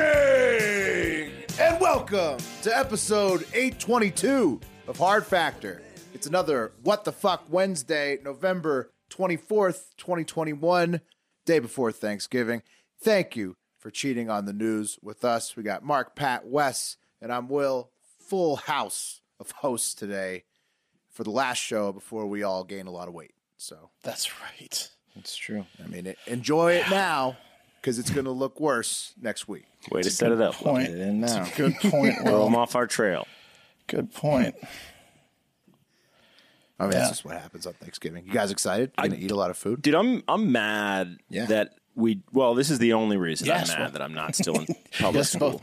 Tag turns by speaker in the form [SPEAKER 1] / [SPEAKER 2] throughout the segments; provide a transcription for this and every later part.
[SPEAKER 1] morning and welcome to episode 822 of hard factor it's another what the fuck wednesday november 24th 2021 day before thanksgiving thank you for cheating on the news with us we got mark pat wes and i'm will full house of hosts today for the last show before we all gain a lot of weight so
[SPEAKER 2] That's right. That's true.
[SPEAKER 1] i mean it, enjoy it now because it's going to look worse next week
[SPEAKER 3] Way to set it up.
[SPEAKER 2] Point.
[SPEAKER 3] Get it in now.
[SPEAKER 2] It's a good point,
[SPEAKER 3] Throw
[SPEAKER 2] Will.
[SPEAKER 3] them off our trail.
[SPEAKER 2] Good point.
[SPEAKER 1] I mean,
[SPEAKER 2] Yeah.
[SPEAKER 1] that's just what happens on Thanksgiving. You guys excited? You gonna eat a lot of food?
[SPEAKER 3] Dude, I'm I'm mad
[SPEAKER 2] Yeah.
[SPEAKER 3] that we well, this is the only reason
[SPEAKER 2] Yes,
[SPEAKER 3] I'm mad
[SPEAKER 2] well-
[SPEAKER 3] that I'm not still in public
[SPEAKER 2] Yes,
[SPEAKER 3] school.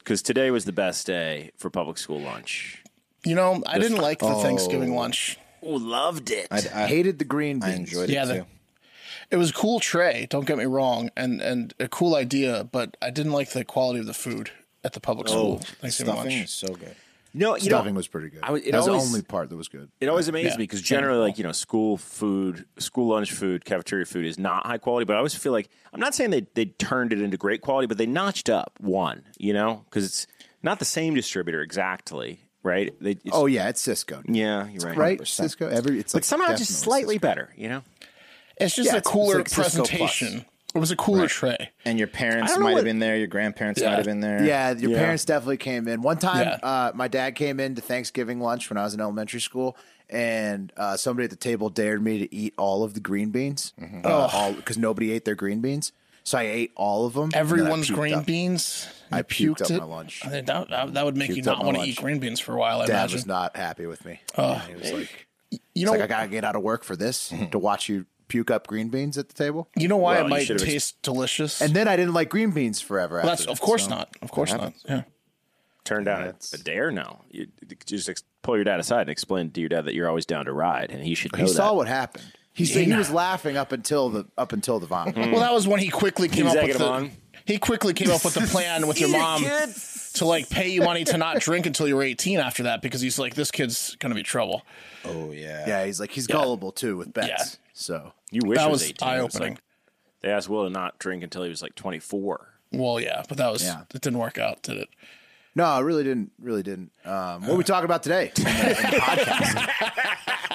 [SPEAKER 3] Because today was the best day for public school lunch.
[SPEAKER 2] You know, I didn't like the Thanksgiving lunch.
[SPEAKER 3] Oh, loved it.
[SPEAKER 1] I hated the green beans.
[SPEAKER 4] I enjoyed
[SPEAKER 2] Yeah,
[SPEAKER 4] it
[SPEAKER 2] the-
[SPEAKER 4] too.
[SPEAKER 2] it was a cool tray. Don't get me wrong, and and a cool idea, but I didn't like the quality of the food at the public
[SPEAKER 1] Oh,
[SPEAKER 2] school Thanksgiving
[SPEAKER 4] Stuffing
[SPEAKER 2] lunch.
[SPEAKER 4] is so good.
[SPEAKER 3] you know, you
[SPEAKER 1] Stuffing
[SPEAKER 3] know,
[SPEAKER 1] was pretty good.
[SPEAKER 3] I was- it
[SPEAKER 1] that was
[SPEAKER 3] always-
[SPEAKER 1] the only part that was good.
[SPEAKER 3] it always amazed
[SPEAKER 2] Yeah.
[SPEAKER 3] me because generally, like you know, school food, school lunch food, cafeteria food is not high quality. But I always feel like I'm not saying they they turned it into great quality, but they notched up one. You know, because it's not the same distributor exactly, right? They, it's,
[SPEAKER 1] Oh yeah, it's Cisco,
[SPEAKER 3] yeah, you're right.
[SPEAKER 1] right? Cisco. Every it's
[SPEAKER 3] but
[SPEAKER 1] like
[SPEAKER 3] somehow just
[SPEAKER 1] definitely
[SPEAKER 3] slightly
[SPEAKER 1] Cisco.
[SPEAKER 3] better, you know.
[SPEAKER 2] It's just
[SPEAKER 1] Yeah,
[SPEAKER 2] a
[SPEAKER 1] it's- it's
[SPEAKER 2] cooler
[SPEAKER 1] like Cisco Plus.
[SPEAKER 2] presentation. It was a cooler tray.
[SPEAKER 4] And your parents
[SPEAKER 3] don't know
[SPEAKER 4] might
[SPEAKER 3] what-
[SPEAKER 4] have been there. Your grandparents
[SPEAKER 2] Yeah.
[SPEAKER 4] might have been there.
[SPEAKER 1] Yeah, your
[SPEAKER 3] Yeah.
[SPEAKER 1] parents definitely came in. One time,
[SPEAKER 2] Yeah.
[SPEAKER 1] uh, my dad came in to Thanksgiving lunch when I was in elementary school, and uh, somebody at the table dared me to eat all of the green beans,
[SPEAKER 4] Mm-hmm.
[SPEAKER 1] because nobody ate their green beans. So I ate all of them. and then I
[SPEAKER 2] Everyone's
[SPEAKER 1] puked
[SPEAKER 2] green
[SPEAKER 1] up.
[SPEAKER 2] beans.
[SPEAKER 1] I
[SPEAKER 2] You
[SPEAKER 1] puked up
[SPEAKER 2] it.
[SPEAKER 1] my lunch.
[SPEAKER 2] I think That, that, that would make you
[SPEAKER 1] Puked up
[SPEAKER 2] not
[SPEAKER 1] my
[SPEAKER 2] want to
[SPEAKER 1] lunch.
[SPEAKER 2] eat green beans for a while. I
[SPEAKER 1] Dad
[SPEAKER 2] imagine.
[SPEAKER 1] was not happy with me. Yeah, he was like,
[SPEAKER 2] you
[SPEAKER 1] It's
[SPEAKER 2] know,
[SPEAKER 1] like I gotta get out of work for this
[SPEAKER 3] Mm-hmm.
[SPEAKER 1] to watch you puke up green beans at the table.
[SPEAKER 2] you know why
[SPEAKER 3] Well,
[SPEAKER 2] it
[SPEAKER 3] you
[SPEAKER 2] might
[SPEAKER 3] should've ex-
[SPEAKER 2] taste delicious.
[SPEAKER 1] And then I didn't like green beans forever.
[SPEAKER 2] Well,
[SPEAKER 1] after
[SPEAKER 2] that's
[SPEAKER 1] that,
[SPEAKER 2] of course
[SPEAKER 1] so-
[SPEAKER 2] not. Of course not. Yeah.
[SPEAKER 3] turned down a, a dare no. You, you just ex- pull your dad aside and explain to your dad that you're always down to ride, and he should know
[SPEAKER 1] He
[SPEAKER 3] that.
[SPEAKER 1] saw what happened. He said he
[SPEAKER 2] Yeah.
[SPEAKER 1] was laughing up until the up until the vomit.
[SPEAKER 4] Mm-hmm.
[SPEAKER 2] Well, that was when he quickly came
[SPEAKER 3] was
[SPEAKER 2] up with
[SPEAKER 3] egging
[SPEAKER 2] the
[SPEAKER 3] him on.
[SPEAKER 2] he quickly came up with the plan with your mom to like pay you money to not drink until you were 18 after that because he's like this kid's going to be trouble.
[SPEAKER 4] Oh, yeah.
[SPEAKER 1] yeah, he's like he's gullible too with bets.
[SPEAKER 2] Yeah.
[SPEAKER 1] So
[SPEAKER 3] you wish
[SPEAKER 2] that
[SPEAKER 3] it was,
[SPEAKER 2] was
[SPEAKER 3] 18. It
[SPEAKER 2] eye
[SPEAKER 3] was
[SPEAKER 2] opening.
[SPEAKER 3] like- they asked Will to not drink until he was like 24.
[SPEAKER 2] well, yeah, but that was
[SPEAKER 1] Yeah.
[SPEAKER 2] it didn't work out, did it?
[SPEAKER 1] no, it really didn't. Really didn't. Um,
[SPEAKER 4] Uh,
[SPEAKER 1] what are we talking about today?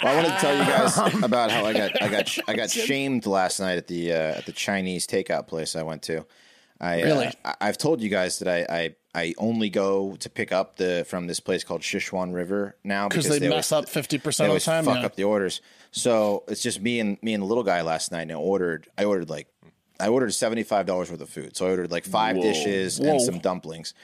[SPEAKER 4] Well, I wanted to tell you guys about how I got I got I got shamed last night at the uh, at the Chinese takeout place I went to. I, uh,
[SPEAKER 2] Really?
[SPEAKER 4] I I've told you guys that I, I I only go to pick up the from this place called Sichuan River now
[SPEAKER 2] Cuz they, mess
[SPEAKER 4] always-
[SPEAKER 2] up 50%
[SPEAKER 4] they
[SPEAKER 2] of the
[SPEAKER 4] always
[SPEAKER 2] time.
[SPEAKER 4] fuck
[SPEAKER 2] yeah.
[SPEAKER 4] up the orders. So it's just me and me and the little guy last night. And I ordered I ordered like I ordered seventy five dollars worth of food. So I ordered like five dishes
[SPEAKER 2] Whoa.
[SPEAKER 4] and some dumplings.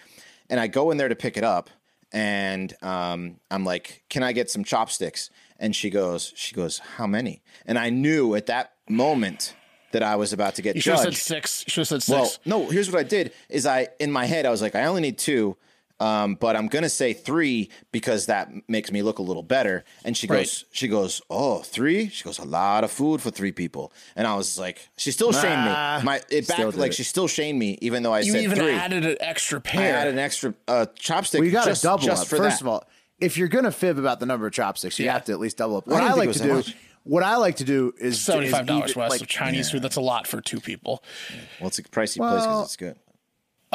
[SPEAKER 4] And I go in there to pick it up, and um, I'm like, "Can I get some chopsticks?" And she goes, "She goes, how many?" And I knew at that moment that I was about to get
[SPEAKER 2] you should have
[SPEAKER 4] judged.
[SPEAKER 2] said 6. You should have said 6.
[SPEAKER 4] Well, no. Here's what I did: is I in my head I was like, I only need two, um, but I'm gonna say three because that m- makes me look a little better. And she
[SPEAKER 2] Right.
[SPEAKER 4] goes, she goes, oh, three. She goes, a lot of food for three people. And I was like, she still shamed me. My it
[SPEAKER 3] Still
[SPEAKER 4] back
[SPEAKER 3] did
[SPEAKER 4] like
[SPEAKER 3] it.
[SPEAKER 4] she still shamed me, even though I
[SPEAKER 2] you
[SPEAKER 4] said
[SPEAKER 2] even
[SPEAKER 4] three.
[SPEAKER 2] added an extra
[SPEAKER 4] I
[SPEAKER 2] pair.
[SPEAKER 4] added an extra uh, chopstick.
[SPEAKER 1] We got to
[SPEAKER 4] just-
[SPEAKER 1] double
[SPEAKER 4] just
[SPEAKER 1] up.
[SPEAKER 4] for
[SPEAKER 1] First
[SPEAKER 4] that.
[SPEAKER 1] of all, if you're going to fib about the number of chopsticks, you
[SPEAKER 2] Yeah.
[SPEAKER 1] have to at least double up.
[SPEAKER 4] I
[SPEAKER 1] What
[SPEAKER 4] didn't
[SPEAKER 1] I,
[SPEAKER 4] think it
[SPEAKER 1] like
[SPEAKER 4] was
[SPEAKER 1] to
[SPEAKER 4] that
[SPEAKER 1] do,
[SPEAKER 4] much.
[SPEAKER 1] what I like to do is is
[SPEAKER 2] $75
[SPEAKER 1] eat it,
[SPEAKER 2] Wes
[SPEAKER 1] like-
[SPEAKER 2] of Chinese food that's a lot for two people.
[SPEAKER 4] well, it's a pricey place
[SPEAKER 1] Well-
[SPEAKER 4] because it's good.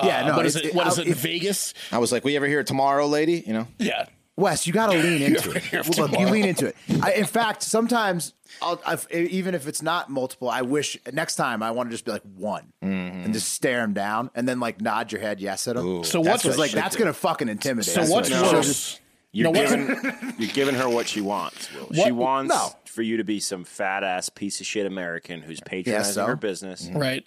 [SPEAKER 1] yeah, no,
[SPEAKER 2] Uh, what is
[SPEAKER 1] it's-
[SPEAKER 2] it? What is
[SPEAKER 1] I'll-
[SPEAKER 2] it?
[SPEAKER 1] if-
[SPEAKER 2] Vegas?
[SPEAKER 4] I was like, we ever here tomorrow, lady? You know,
[SPEAKER 2] Yeah.
[SPEAKER 1] Wes, you got to lean into it.
[SPEAKER 2] You're
[SPEAKER 1] Look, you
[SPEAKER 2] tomorrow.
[SPEAKER 1] lean into it. I, in fact, sometimes I'll, I've, e, even if it's not multiple, I wish next time I want to just be like one and just stare him down and then like nod your head yes at him.
[SPEAKER 2] So
[SPEAKER 1] that's
[SPEAKER 2] what's-
[SPEAKER 1] just like
[SPEAKER 2] I should
[SPEAKER 1] that's gonna fucking intimidate.
[SPEAKER 2] So
[SPEAKER 1] That's
[SPEAKER 2] what's
[SPEAKER 1] what I should.
[SPEAKER 2] worse?
[SPEAKER 3] You're,
[SPEAKER 2] No, what's-
[SPEAKER 3] giving, you're giving her what she wants, Will. She
[SPEAKER 2] What-
[SPEAKER 3] wants
[SPEAKER 1] no.
[SPEAKER 3] for you to be some fat ass piece of shit American who's patronizing
[SPEAKER 1] so? Mm-hmm.
[SPEAKER 3] her business,
[SPEAKER 2] Right.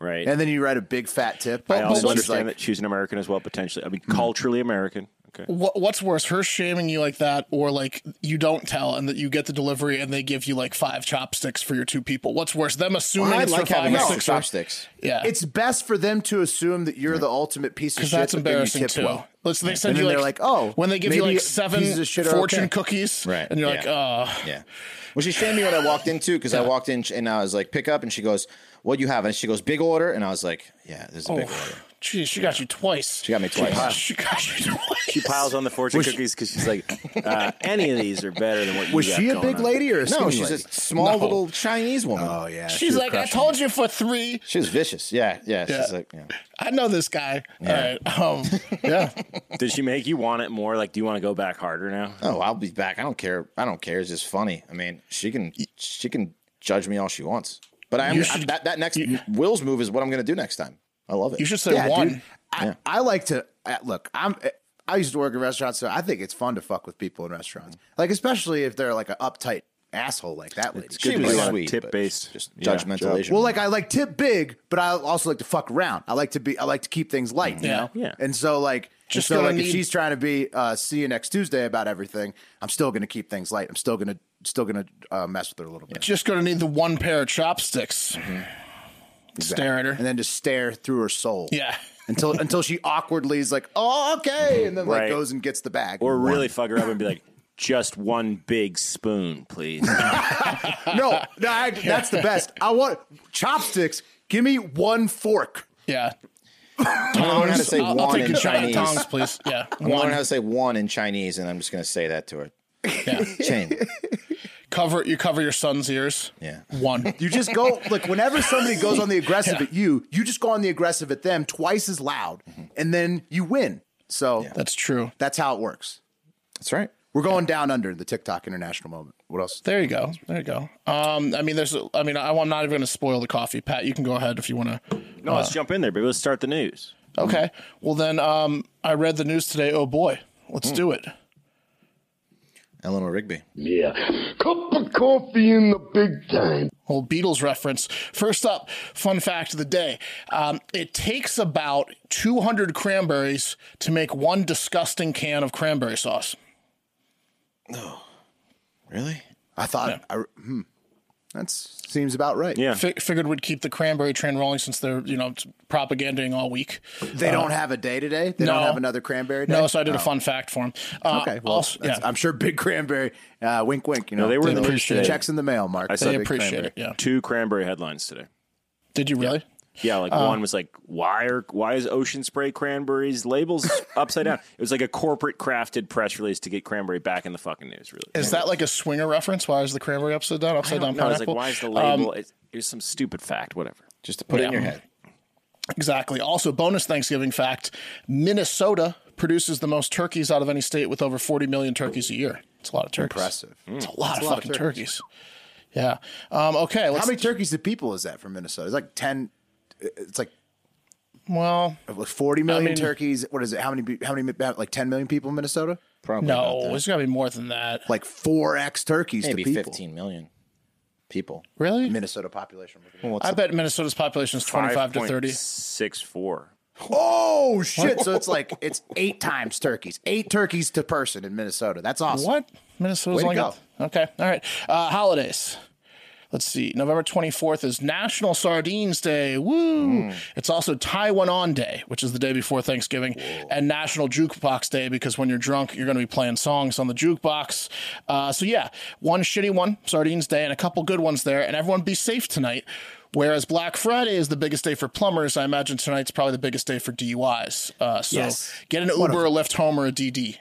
[SPEAKER 3] right?
[SPEAKER 1] And then you write a big fat tip.
[SPEAKER 3] I
[SPEAKER 2] but
[SPEAKER 3] also
[SPEAKER 2] what's-
[SPEAKER 3] understand that she's an American as well, potentially. I mean,
[SPEAKER 1] Mm-hmm.
[SPEAKER 3] culturally American. Okay.
[SPEAKER 2] What, what's worse, her shaming you like that, or like you don't tell and that you get the delivery and they give you like five chopsticks for your two people? What's worse, them assuming
[SPEAKER 4] I
[SPEAKER 2] it's
[SPEAKER 4] like
[SPEAKER 2] for
[SPEAKER 4] having
[SPEAKER 2] five or
[SPEAKER 4] extra
[SPEAKER 2] six or-
[SPEAKER 4] chopsticks.
[SPEAKER 2] Yeah,
[SPEAKER 1] It's best for them to assume that you're the ultimate piece of shit.
[SPEAKER 2] because that's
[SPEAKER 1] but then you
[SPEAKER 2] embarrassing
[SPEAKER 1] tip
[SPEAKER 2] too.
[SPEAKER 1] well.
[SPEAKER 2] Let's they send
[SPEAKER 1] then
[SPEAKER 2] you
[SPEAKER 1] they're
[SPEAKER 2] like,
[SPEAKER 1] like, oh,
[SPEAKER 2] when they give you
[SPEAKER 1] maybe
[SPEAKER 2] like seven
[SPEAKER 1] pieces of shit are
[SPEAKER 2] fortune
[SPEAKER 1] okay.
[SPEAKER 2] cookies,
[SPEAKER 4] Right,
[SPEAKER 2] And you're
[SPEAKER 4] yeah.
[SPEAKER 2] like, oh,
[SPEAKER 4] Yeah. Well, she shamed me when I walked into because I walked in and I was like, pick up. And she goes, what do you have? And she goes, big order. And I was like, yeah, this is a big
[SPEAKER 2] Oh.
[SPEAKER 4] order.
[SPEAKER 2] geez, she got you twice.
[SPEAKER 4] She got me twice.
[SPEAKER 2] She got you twice.
[SPEAKER 3] She piles on the fortune cookies because she's like, uh, any of these are better than what you
[SPEAKER 1] Was
[SPEAKER 3] got
[SPEAKER 1] she a
[SPEAKER 3] going
[SPEAKER 1] big
[SPEAKER 3] on.
[SPEAKER 1] lady or a skinny
[SPEAKER 4] No, she's a
[SPEAKER 1] lady?
[SPEAKER 4] small
[SPEAKER 2] No.
[SPEAKER 4] little Chinese woman.
[SPEAKER 1] oh yeah. she
[SPEAKER 2] She's
[SPEAKER 1] was
[SPEAKER 2] like, I
[SPEAKER 1] crushing
[SPEAKER 2] told you for three.
[SPEAKER 4] She was vicious. Yeah, yeah.
[SPEAKER 2] Yeah.
[SPEAKER 4] She's like, yeah.
[SPEAKER 2] I know this guy. All right. Um, yeah.
[SPEAKER 3] Did she make you want it more? Like, do you want to go back harder now?
[SPEAKER 4] Oh, I'll be back. I don't care. I don't care. It's just funny. I mean, she can she can judge me all she wants. But I'm,
[SPEAKER 2] You
[SPEAKER 4] I'm-
[SPEAKER 2] should-
[SPEAKER 4] that that next
[SPEAKER 2] you-
[SPEAKER 4] Will's move is what I'm going to do next time. I love it.
[SPEAKER 2] You should say
[SPEAKER 1] Yeah,
[SPEAKER 2] one.
[SPEAKER 1] dude. I, I like to uh, look. I'm. I used to work in restaurants, so I think it's fun to fuck with people in restaurants. Like especially if they're like an uptight asshole like that lady.
[SPEAKER 3] Mm-hmm. good
[SPEAKER 4] She
[SPEAKER 3] to
[SPEAKER 4] was
[SPEAKER 3] do on a
[SPEAKER 4] sweet,
[SPEAKER 3] tip
[SPEAKER 4] but
[SPEAKER 3] based-
[SPEAKER 4] just
[SPEAKER 3] yeah,
[SPEAKER 4] judgmental
[SPEAKER 3] job.
[SPEAKER 4] Asian.
[SPEAKER 1] Well, like I like tip big, but I also like to fuck around. I like to be. I like to keep things light. You
[SPEAKER 2] Yeah.
[SPEAKER 1] know.
[SPEAKER 3] Yeah.
[SPEAKER 1] And so like.
[SPEAKER 2] Just
[SPEAKER 1] so
[SPEAKER 2] gonna
[SPEAKER 1] like if
[SPEAKER 2] need-
[SPEAKER 1] she's trying to be uh, see you next Tuesday about everything, I'm still gonna keep things light. I'm still gonna still gonna uh, mess with her a little bit.
[SPEAKER 2] Just gonna need the one pair of chopsticks.
[SPEAKER 4] Mm-hmm.
[SPEAKER 2] Stare at her.
[SPEAKER 1] and then just stare through her soul.
[SPEAKER 2] Yeah.
[SPEAKER 1] Until until she awkwardly is like, oh okay, and then like
[SPEAKER 3] Right.
[SPEAKER 1] goes and gets the bag.
[SPEAKER 3] Or really fuck her up and be like, just one big spoon, please.
[SPEAKER 1] no, no, I, that's the best. I want chopsticks. Give me one fork.
[SPEAKER 2] Yeah.
[SPEAKER 4] I'm going to learn how to say
[SPEAKER 2] I'll, I'll
[SPEAKER 4] one
[SPEAKER 2] take
[SPEAKER 4] in
[SPEAKER 2] a shot at
[SPEAKER 4] Chinese.
[SPEAKER 2] Tongs, please. Yeah.
[SPEAKER 4] I'm going to learn
[SPEAKER 2] One.
[SPEAKER 4] how to say one in Chinese, and I'm just going to say that to her.
[SPEAKER 2] Yeah.
[SPEAKER 4] Chain.
[SPEAKER 2] Cover you cover your son's ears.
[SPEAKER 4] Yeah.
[SPEAKER 2] One.
[SPEAKER 1] You just go like whenever somebody goes on the aggressive at you, you just go on the aggressive at them twice as loud, and then you win. So
[SPEAKER 2] That's true.
[SPEAKER 1] that's how it works.
[SPEAKER 4] That's right.
[SPEAKER 1] We're going down under the TikTok international moment. What else?
[SPEAKER 2] There you go. There you go. Um, I mean, there's. a- I mean, I, I'm not even going to spoil the coffee, Pat. You can go ahead if you want to.
[SPEAKER 3] No, let's jump in there, baby. Let's start the news.
[SPEAKER 2] Okay. Well, then, um, I read the news today. Oh boy, let's
[SPEAKER 4] Hmm.
[SPEAKER 2] do it.
[SPEAKER 4] Eleanor Rigby.
[SPEAKER 5] Yeah. Cup of coffee in the big time.
[SPEAKER 2] Old Beatles reference. First up, fun fact of the day. Um, it takes about 200 cranberries to make one disgusting can of cranberry sauce.
[SPEAKER 4] Really?
[SPEAKER 1] I thought I, hmm, that seems about right.
[SPEAKER 3] Yeah.
[SPEAKER 2] Fi figured we'd keep the cranberry train rolling since they're you know t- propaganding all week.
[SPEAKER 1] They don't have a day today. They don't
[SPEAKER 2] no.
[SPEAKER 1] have another cranberry day.
[SPEAKER 2] No, so I did a fun fact for him. Uh,
[SPEAKER 1] okay. Well,
[SPEAKER 2] also-
[SPEAKER 1] that's-
[SPEAKER 2] yeah,
[SPEAKER 1] I'm sure Big Cranberry. Uh, wink, wink. You know
[SPEAKER 3] they were in the news
[SPEAKER 2] appreciate
[SPEAKER 3] today.
[SPEAKER 2] it.
[SPEAKER 1] checks in the mail. Mark.
[SPEAKER 3] I saw
[SPEAKER 2] they
[SPEAKER 3] Big
[SPEAKER 2] appreciate it. Yeah.
[SPEAKER 3] Two cranberry headlines today.
[SPEAKER 2] Did you really?
[SPEAKER 3] Yeah, like one was like, why are why is Ocean Spray cranberries labels upside down? It was like a corporate crafted press release to get cranberry back in the fucking news. Really,
[SPEAKER 2] Is that like a swinger reference? Why is the cranberry upside down?
[SPEAKER 3] I
[SPEAKER 2] Upside
[SPEAKER 3] don't
[SPEAKER 2] down
[SPEAKER 3] know. I was
[SPEAKER 2] pineapple.
[SPEAKER 3] like, why is the label? it's, it was some stupid fact. Whatever.
[SPEAKER 4] Just to put it in your head.
[SPEAKER 2] Exactly. Also, bonus Thanksgiving fact: Minnesota produces the most turkeys out of any state, with over 40 million turkeys a year. It's a lot of turkeys.
[SPEAKER 1] Impressive.
[SPEAKER 2] It's a lot
[SPEAKER 1] lot
[SPEAKER 2] of
[SPEAKER 1] of
[SPEAKER 2] fucking turkeys. Yeah. Um, okay. Let's,
[SPEAKER 1] How many turkeys to people is that from Minnesota? It's like ten. It's like
[SPEAKER 2] well,
[SPEAKER 1] forty million
[SPEAKER 2] mean-
[SPEAKER 1] turkeys. What is it? How many? How many? Like ten million people in Minnesota?
[SPEAKER 4] Probably. about
[SPEAKER 2] no,
[SPEAKER 4] that.
[SPEAKER 2] it's got to be more than that.
[SPEAKER 1] Like four x turkeys
[SPEAKER 4] Maybe
[SPEAKER 1] to people.
[SPEAKER 4] 15 million people.
[SPEAKER 2] Really?
[SPEAKER 1] Minnesota population.
[SPEAKER 2] I bet Minnesota's population is 25 to 30.
[SPEAKER 3] six four.
[SPEAKER 1] Oh shit! So it's like it's eight times turkeys. Eight turkeys to person in Minnesota. That's awesome.
[SPEAKER 2] What? Minnesota's
[SPEAKER 1] Way to
[SPEAKER 2] only
[SPEAKER 1] go.
[SPEAKER 2] got. Okay. All right. Uh, holidays. Let's see. November 24th is National Sardines Day. Woo!
[SPEAKER 1] Hmm.
[SPEAKER 2] It's also Taiwan On Day, which is the day before Thanksgiving, and National Jukebox Day because when you're drunk, you're going to be playing songs on the jukebox. Uh, so, yeah, one shitty one, Sardines Day, and a couple good ones there. And everyone be safe tonight. Whereas Black Friday is the biggest day for plumbers, I imagine tonight's probably the biggest day for DUIs. Uh, so,
[SPEAKER 1] Yes.
[SPEAKER 2] get an Uber, a Lyft home, or a DD.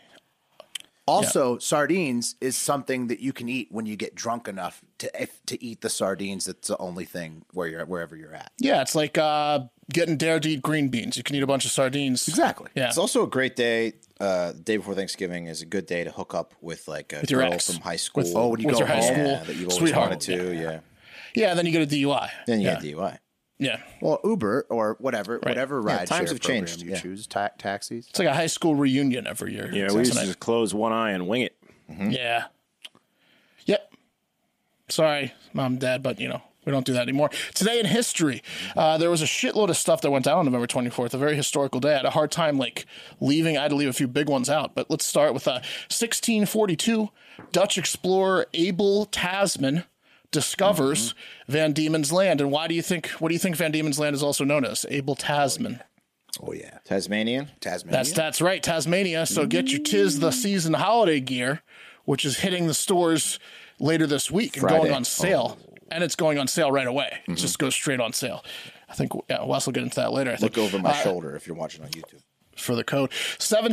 [SPEAKER 1] Also, sardines is something that you can eat when you get drunk enough to if, to eat the sardines. That's the only thing where you're wherever you're at.
[SPEAKER 2] Yeah, it's like uh, getting dared to eat green beans. You can eat a bunch of sardines.
[SPEAKER 1] Exactly.
[SPEAKER 2] Yeah.
[SPEAKER 4] It's also a great day. Uh, the day before Thanksgiving is a good day to hook up with like a
[SPEAKER 2] your
[SPEAKER 4] girl
[SPEAKER 2] ex.
[SPEAKER 4] from high school.
[SPEAKER 1] oh, when you
[SPEAKER 2] with
[SPEAKER 1] go
[SPEAKER 2] your high
[SPEAKER 1] home,
[SPEAKER 2] school
[SPEAKER 4] yeah, that you always
[SPEAKER 2] sweetheart.
[SPEAKER 4] wanted to. Yeah.
[SPEAKER 2] yeah, then you get a DUI.
[SPEAKER 4] Then you
[SPEAKER 2] yeah.
[SPEAKER 4] get DUI.
[SPEAKER 2] Yeah.
[SPEAKER 1] Well, Uber or whatever, whatever ride
[SPEAKER 4] times
[SPEAKER 1] share
[SPEAKER 4] have changed,
[SPEAKER 1] program you
[SPEAKER 4] yeah.
[SPEAKER 1] choose, ta- taxis.
[SPEAKER 2] It's like a high school reunion every year.
[SPEAKER 3] Yeah,
[SPEAKER 2] It's
[SPEAKER 3] we used to
[SPEAKER 2] tonight.
[SPEAKER 3] just close one eye and
[SPEAKER 2] Mm-hmm.
[SPEAKER 3] wing it.
[SPEAKER 2] Yeah. Yep. Sorry, mom, dad, but you know, We don't do that anymore. Today in history, uh, there was a shitload of stuff that went down on November 24th, a very historical day. I had a hard time like leaving. I had to leave a few big ones out, but let's start with uh, 1642. Dutch explorer Abel Tasman discovers Van Diemen's Land, and why do you think? What do you think Van Diemen's Land is also known as? Abel Tasman.
[SPEAKER 1] Oh yeah,
[SPEAKER 4] Tasmanian.
[SPEAKER 1] Tasmania.
[SPEAKER 2] That's that's right, Tasmania. So get your tis the season holiday gear, which is hitting the stores later this week and
[SPEAKER 4] Friday.
[SPEAKER 2] going on sale,
[SPEAKER 1] Oh.
[SPEAKER 2] and it's going on sale right away.
[SPEAKER 1] Mm-hmm.
[SPEAKER 2] It just goes straight on sale. I think yeah, Wes will get into that later. I think
[SPEAKER 4] Look over my shoulder if you're watching on YouTube.
[SPEAKER 2] for the code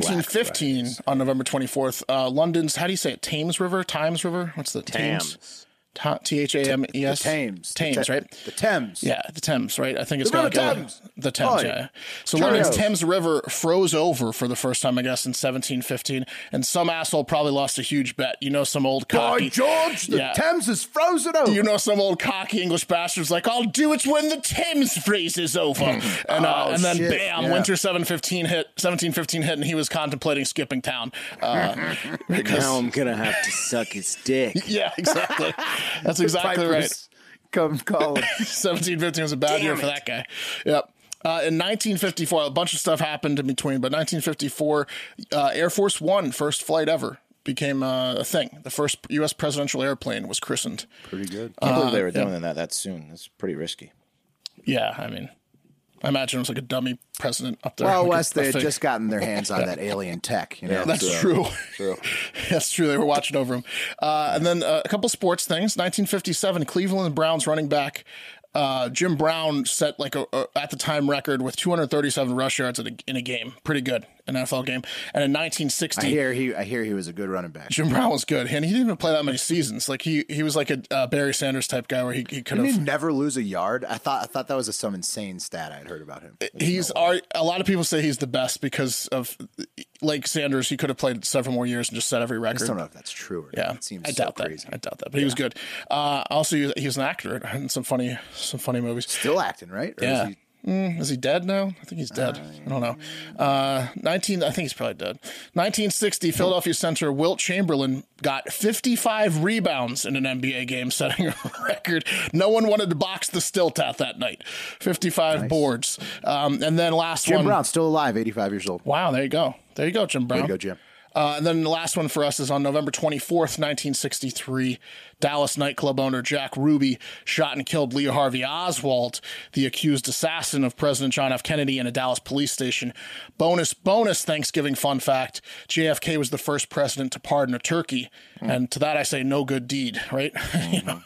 [SPEAKER 2] 1715 on November 24th. Uh, London's how do you say it? Thames River, Times River. What's the
[SPEAKER 3] Tams.
[SPEAKER 2] Ta- T H A M E S.
[SPEAKER 1] the Thames. The
[SPEAKER 2] Thames,
[SPEAKER 1] Tha-
[SPEAKER 2] right?
[SPEAKER 1] The Thames.
[SPEAKER 2] Yeah, the Thames, right? I think it's
[SPEAKER 1] The
[SPEAKER 2] going to
[SPEAKER 1] River
[SPEAKER 2] go
[SPEAKER 1] Thames.
[SPEAKER 2] the Thames.
[SPEAKER 1] Oi.
[SPEAKER 2] Yeah. So
[SPEAKER 1] Cheerios.
[SPEAKER 2] London's Thames River froze over for the first time, I guess, in 1715, and some asshole probably lost a huge bet. You know, some old
[SPEAKER 1] By
[SPEAKER 2] cocky.
[SPEAKER 1] George, the
[SPEAKER 2] Uh, Yeah.
[SPEAKER 1] Thames is frozen over.
[SPEAKER 2] You know, some old cocky English bastard's like, I'll do it when the Thames freezes over. and, uh,
[SPEAKER 1] Oh,
[SPEAKER 2] and then
[SPEAKER 1] shit,
[SPEAKER 2] bam,
[SPEAKER 1] yeah.
[SPEAKER 2] winter 715 hit, 1715 hit, and he was contemplating skipping town. Uh,
[SPEAKER 3] Now I'm gonna have to suck his dick.
[SPEAKER 2] yeah, exactly. That's exactly right.
[SPEAKER 1] Pipers Come calling.
[SPEAKER 2] 1715 was a bad year for that guy. Yep. Uh, in 1954, a bunch of stuff happened in between, but 1954, uh, Air Force One, first flight ever, became uh, a thing. The first U.S. presidential airplane was christened. Uh,
[SPEAKER 4] Can't believe they were doing that that soon. That's pretty risky.
[SPEAKER 2] Yeah, I mean, I imagine it was like a dummy president up there.
[SPEAKER 1] well,
[SPEAKER 2] like a-
[SPEAKER 1] Wes,
[SPEAKER 2] a
[SPEAKER 1] they had
[SPEAKER 2] fake-
[SPEAKER 1] just gotten their hands on that alien tech. You know,
[SPEAKER 2] That's true. That's true. They were watching over him. Uh, and then uh, a couple sports things. 1957, Cleveland Browns running back uh, Jim Brown set like a, a at the time record with 237 rush yards in a, in a game. Pretty good, an NFL game. And in
[SPEAKER 1] I
[SPEAKER 2] 1960,
[SPEAKER 1] hear he. I hear he was a good running back.
[SPEAKER 2] Jim Brown was good, and he didn't even play that many seasons. Like he he was like a uh, Barry Sanders type guy where he, he could
[SPEAKER 1] Didn't he
[SPEAKER 2] have.
[SPEAKER 1] never lose a yard? I thought. I thought that was some insane stat I'd heard about him.
[SPEAKER 2] He's are a lot of people say he's the best because of like Sanders. He could have played several more years and just set every
[SPEAKER 1] I
[SPEAKER 2] record.
[SPEAKER 1] just don't know if that's true or not.
[SPEAKER 2] Yeah,
[SPEAKER 1] it seems
[SPEAKER 2] I
[SPEAKER 1] so
[SPEAKER 2] doubt
[SPEAKER 1] crazy.
[SPEAKER 2] that. I doubt that. But he was good. Uh, also, he was, he was an actor in some funny, some funny movies.
[SPEAKER 1] Still acting, right? Or is
[SPEAKER 2] Yeah.
[SPEAKER 1] he-
[SPEAKER 2] Mm, is he dead now? I think he's dead. I don't know. Uh, Nineteen. I think he's probably dead. Nineteen sixty. Philadelphia center Wilt Chamberlain got fifty-five rebounds in an NBA game, setting a record. No one wanted to box the stilt out that night. Fifty-five boards. Um, and then last
[SPEAKER 1] Jim
[SPEAKER 2] one.
[SPEAKER 1] Brown still alive, eighty-five years old.
[SPEAKER 2] Wow. There you go. There you go, Jim Brown.
[SPEAKER 1] There you go, Jim.
[SPEAKER 2] Uh, and then the last one for us is on November 24th, 1963. Dallas nightclub owner Jack Ruby shot and killed Lee Harvey Oswald, the accused assassin of President John F. Kennedy, in a Dallas police station. Bonus, bonus Thanksgiving fun fact JFK was the first president to pardon a turkey. And to that, I say, no good deed, right? you know,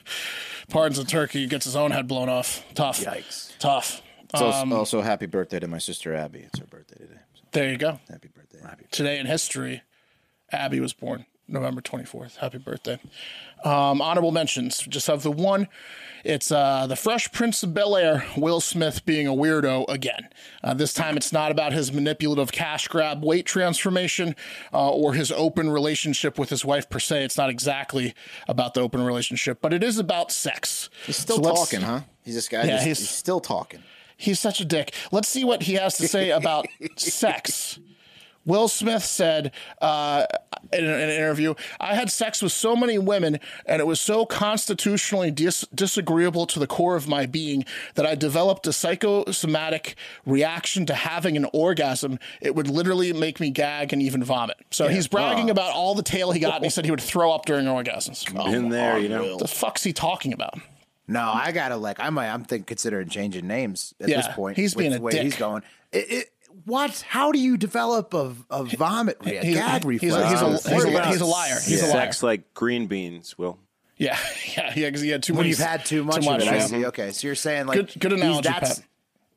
[SPEAKER 2] pardons a turkey, gets his own head blown off. Tough.
[SPEAKER 1] Yikes.
[SPEAKER 2] Tough.
[SPEAKER 4] So
[SPEAKER 2] Um,
[SPEAKER 4] also, happy birthday to my sister Abby. It's her birthday today. So
[SPEAKER 2] There you go.
[SPEAKER 4] happy birthday. Abby.
[SPEAKER 2] today in history, Abby was born November 24th. Happy birthday. Um, honorable mentions. Just have the one. It's uh, the Fresh Prince of Bel Air, Will Smith being a weirdo again. Uh, this time it's not about his manipulative cash grab weight transformation uh, or his open relationship with his wife per se. It's not exactly about the open relationship, but it is about sex.
[SPEAKER 4] He's still
[SPEAKER 2] So let's-
[SPEAKER 4] talking, huh? He's this guy.
[SPEAKER 2] Yeah,
[SPEAKER 4] just-
[SPEAKER 2] he's-
[SPEAKER 4] he's, still talking.
[SPEAKER 2] He's such a dick. Let's see what he has to say about sex. Will Smith said uh, in, an- in an interview, I had sex with so many women, and it was so constitutionally dis- disagreeable to the core of my being that I developed a psychosomatic reaction to having an orgasm. It would literally make me gag and even vomit. So he's bragging about all the tail he got, and he said he would throw up during orgasms.
[SPEAKER 3] In there, you know.
[SPEAKER 2] the fuck's he talking about?
[SPEAKER 1] No, I gotta like. I might. I'm think considering changing names at
[SPEAKER 2] Yeah,
[SPEAKER 1] this point.
[SPEAKER 2] he's
[SPEAKER 1] with
[SPEAKER 2] being a
[SPEAKER 1] the way
[SPEAKER 2] dick.
[SPEAKER 1] He's going. It, it, what? How do you develop a, a vomit re- a
[SPEAKER 2] he's-
[SPEAKER 1] gag
[SPEAKER 2] he's a-
[SPEAKER 1] reflex?
[SPEAKER 2] he's a-
[SPEAKER 1] What
[SPEAKER 2] he's a-
[SPEAKER 1] about
[SPEAKER 2] he's a liar. He's a
[SPEAKER 1] sex?
[SPEAKER 2] liar.
[SPEAKER 3] Sex like green beans. Will
[SPEAKER 2] Yeah, yeah, yeah. Because he had too
[SPEAKER 1] When
[SPEAKER 2] many-
[SPEAKER 1] you've had too much, of it, I
[SPEAKER 2] yeah.
[SPEAKER 1] see. Okay, so you're saying like
[SPEAKER 2] Good- good
[SPEAKER 1] he's-
[SPEAKER 2] analogy, Pat.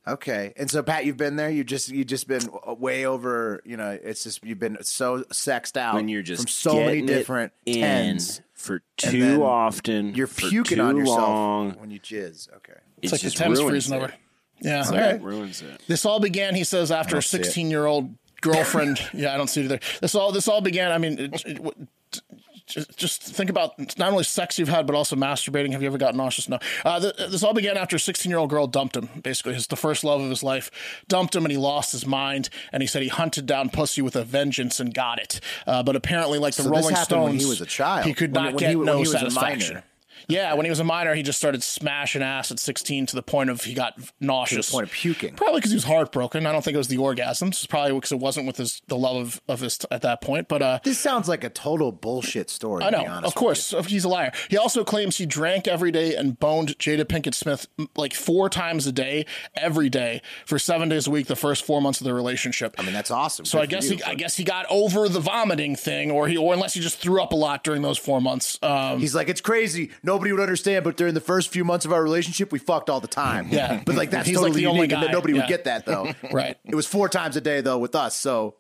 [SPEAKER 1] Okay, and so Pat, you've been there. You just you just been uh, way over. You know, it's just you've been so sexed out
[SPEAKER 3] when you're just
[SPEAKER 1] Oh, from so many
[SPEAKER 3] getting it
[SPEAKER 1] different
[SPEAKER 3] in
[SPEAKER 1] tens.
[SPEAKER 3] for
[SPEAKER 1] then
[SPEAKER 3] too often.
[SPEAKER 1] You're
[SPEAKER 3] for
[SPEAKER 1] puking
[SPEAKER 3] too
[SPEAKER 1] on yourself
[SPEAKER 3] Long.
[SPEAKER 1] when you jizz. Okay,
[SPEAKER 2] It's
[SPEAKER 3] It's,
[SPEAKER 2] like
[SPEAKER 3] just
[SPEAKER 2] the Thames
[SPEAKER 3] ruins
[SPEAKER 2] freezing
[SPEAKER 3] it.
[SPEAKER 2] over. Yeah. all
[SPEAKER 3] It
[SPEAKER 2] right.
[SPEAKER 3] ruins it.
[SPEAKER 2] This all began, he says, after a 16 year old girlfriend. yeah, I don't see it either. This all this all began. I mean, it, it, w- t- just, just think about not only sex you've had, but also masturbating. Have you ever gotten nauseous? No. Uh, th- this all began after a 16 year old girl dumped him. Basically, his the first love of his life dumped him, and he lost his mind. And he said he hunted down pussy with a vengeance and got it. Uh, but apparently, like the
[SPEAKER 1] So this
[SPEAKER 2] Rolling
[SPEAKER 1] happened
[SPEAKER 2] Stones,
[SPEAKER 1] when he was a child.
[SPEAKER 2] he could
[SPEAKER 1] When-
[SPEAKER 2] not
[SPEAKER 1] when
[SPEAKER 2] get
[SPEAKER 1] he- when
[SPEAKER 2] no
[SPEAKER 1] he was a minor.
[SPEAKER 2] satisfaction. Yeah, when he was a minor, he just started smashing ass at 16 to the point of he got nauseous.
[SPEAKER 1] point of puking.
[SPEAKER 2] Probably because he was heartbroken. I don't think it was the orgasms. It's probably because it wasn't with his the love of, of his at that point. But uh,
[SPEAKER 1] This sounds like a total bullshit story.
[SPEAKER 2] I
[SPEAKER 1] To
[SPEAKER 2] know,
[SPEAKER 1] be honest
[SPEAKER 2] of course, uh, he's a liar. He also claims he drank every day and boned Jada Pinkett Smith m- like four times a day, every day for seven days a week, the first four months of their relationship.
[SPEAKER 1] I mean, that's awesome.
[SPEAKER 2] So I guess he, I guess he got over the vomiting thing, or he, or unless he just threw up a lot during those four months. Um,
[SPEAKER 1] He's like, it's crazy. Nobody would understand, but during the first few months of our relationship, we fucked all the time.
[SPEAKER 2] Yeah.
[SPEAKER 1] but like that's
[SPEAKER 2] He's
[SPEAKER 1] totally
[SPEAKER 2] like the
[SPEAKER 1] unique,
[SPEAKER 2] only
[SPEAKER 1] and then
[SPEAKER 2] guy.
[SPEAKER 1] nobody would
[SPEAKER 2] Yeah.
[SPEAKER 1] get that though.
[SPEAKER 2] right.
[SPEAKER 1] It was four times a day though with us. So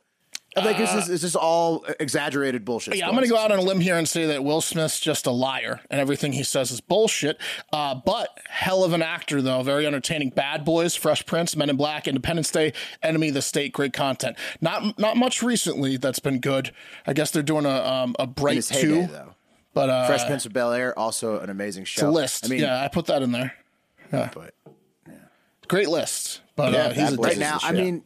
[SPEAKER 1] I'm like, is this is this all exaggerated bullshit?
[SPEAKER 2] Uh, Yeah, I'm going
[SPEAKER 1] stories?
[SPEAKER 2] to go out on a limb here and say that Will Smith's just a liar and everything he says is bullshit. Uh, but hell of an actor, though. Very entertaining. Bad Boys, Fresh Prince, Men in Black, Independence Day, Enemy of the State. Great content. Not not much recently that's been good. I guess they're doing a um, a
[SPEAKER 1] In
[SPEAKER 2] Bright
[SPEAKER 1] his heyday,
[SPEAKER 2] Two,
[SPEAKER 1] though.
[SPEAKER 2] but uh,
[SPEAKER 1] Fresh Prince of Bel Air, also an amazing show.
[SPEAKER 2] the list.
[SPEAKER 1] I mean,
[SPEAKER 2] yeah, I put that in there.
[SPEAKER 1] but
[SPEAKER 2] Great list. But
[SPEAKER 1] Yeah,
[SPEAKER 2] uh, he's a
[SPEAKER 1] Bad Boys right
[SPEAKER 2] dick.
[SPEAKER 1] now. I mean,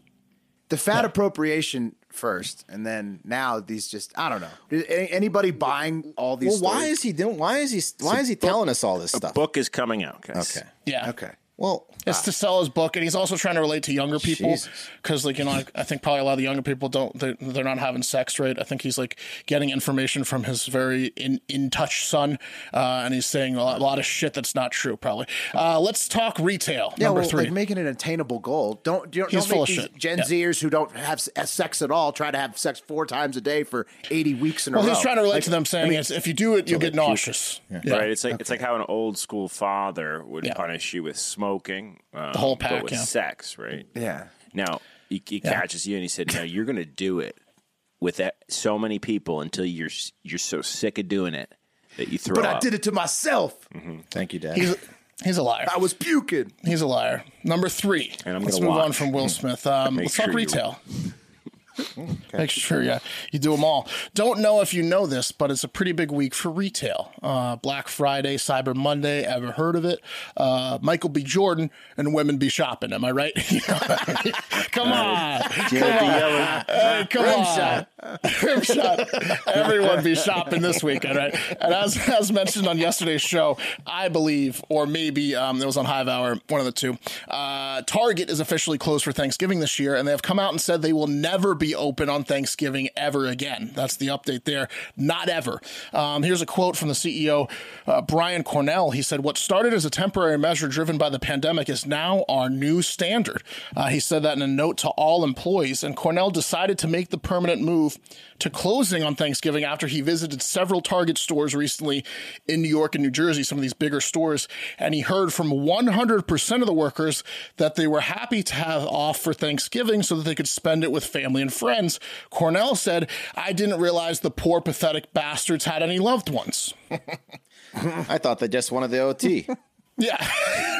[SPEAKER 1] the fat appropriation first, and then now these just I don't know. Did a- anybody buying all these?
[SPEAKER 4] Well, why
[SPEAKER 1] stories?
[SPEAKER 4] is he doing? Why is he? Why is he telling us all this stuff?
[SPEAKER 3] Book is coming out, guys.
[SPEAKER 4] Okay.
[SPEAKER 2] yeah.
[SPEAKER 1] okay?
[SPEAKER 4] Well,
[SPEAKER 2] It's to sell his book, and he's also trying to relate to younger people
[SPEAKER 4] Jesus.
[SPEAKER 2] because, like you know, like, I think probably a lot of the younger people don't they're, they're not having sex right. I think he's like getting information from his very in in touch son, uh, and he's saying a lot, a lot of shit that's not true. Probably. Uh, let's talk retail.
[SPEAKER 1] Yeah,
[SPEAKER 2] number
[SPEAKER 1] well,
[SPEAKER 2] three.
[SPEAKER 1] like making an attainable goal. Don't don't,
[SPEAKER 2] He's
[SPEAKER 1] don't
[SPEAKER 2] full
[SPEAKER 1] make
[SPEAKER 2] of
[SPEAKER 1] these
[SPEAKER 2] shit.
[SPEAKER 1] Gen
[SPEAKER 2] Yeah.
[SPEAKER 1] Zers who don't have s- sex at all try to have sex four times a day for eighty weeks in
[SPEAKER 2] well,
[SPEAKER 1] a row.
[SPEAKER 2] he's trying to relate to them, saying it's, if you do it, you'll get nauseous. Yeah.
[SPEAKER 3] Right, it's like it's like how an old school father would punish you with smoking, um,
[SPEAKER 2] whole
[SPEAKER 3] but
[SPEAKER 2] pack,
[SPEAKER 3] with
[SPEAKER 2] yeah.
[SPEAKER 3] sex, right?
[SPEAKER 1] yeah,
[SPEAKER 3] Now he, he catches you and he said, "Now you're going to do it with that, so many people until you're s- you're so sick of doing it that you throw
[SPEAKER 1] but
[SPEAKER 3] up."
[SPEAKER 1] I did it to myself.
[SPEAKER 4] thank you, Dad.
[SPEAKER 2] He's he's a liar.
[SPEAKER 1] I was puking.
[SPEAKER 2] He's a liar. Number three.
[SPEAKER 3] And I'm
[SPEAKER 2] let's
[SPEAKER 3] gonna
[SPEAKER 2] move
[SPEAKER 3] watch.
[SPEAKER 2] on from Will Smith. Um,
[SPEAKER 3] Make
[SPEAKER 2] let's
[SPEAKER 3] sure
[SPEAKER 2] talk
[SPEAKER 3] you-
[SPEAKER 2] retail. Make sure, yeah, you do them all. Don't know if you know this, but it's a pretty big week for retail. Uh, Black Friday, Cyber Monday. Ever heard of it? Uh, Michael B. Jordan and women be shopping. Am I right? come on, come on, Hey, come on. Rim shot. Everyone be shopping this week, all right? And as, as mentioned on yesterday's show, I believe, or maybe um, it was on Hive Hour, one of the two, uh, Target is officially closed for Thanksgiving this year, and they have come out and said they will never be open on Thanksgiving ever again. That's the update there. Not ever. Um, here's a quote from the CEO, uh, Brian Cornell. He said, What started as a temporary measure driven by the pandemic is now our new standard. Uh, he said that in a note to all employees, and Cornell decided to make the permanent move to closing on Thanksgiving after he visited several Target stores recently in New York and New Jersey, some of these bigger stores, and he heard from 100% of the workers that they were happy to have off for Thanksgiving so that they could spend it with family and friends. Cornell said, I didn't realize the poor, pathetic bastards had any loved ones.
[SPEAKER 4] I thought they just wanted the OT.
[SPEAKER 2] Yeah,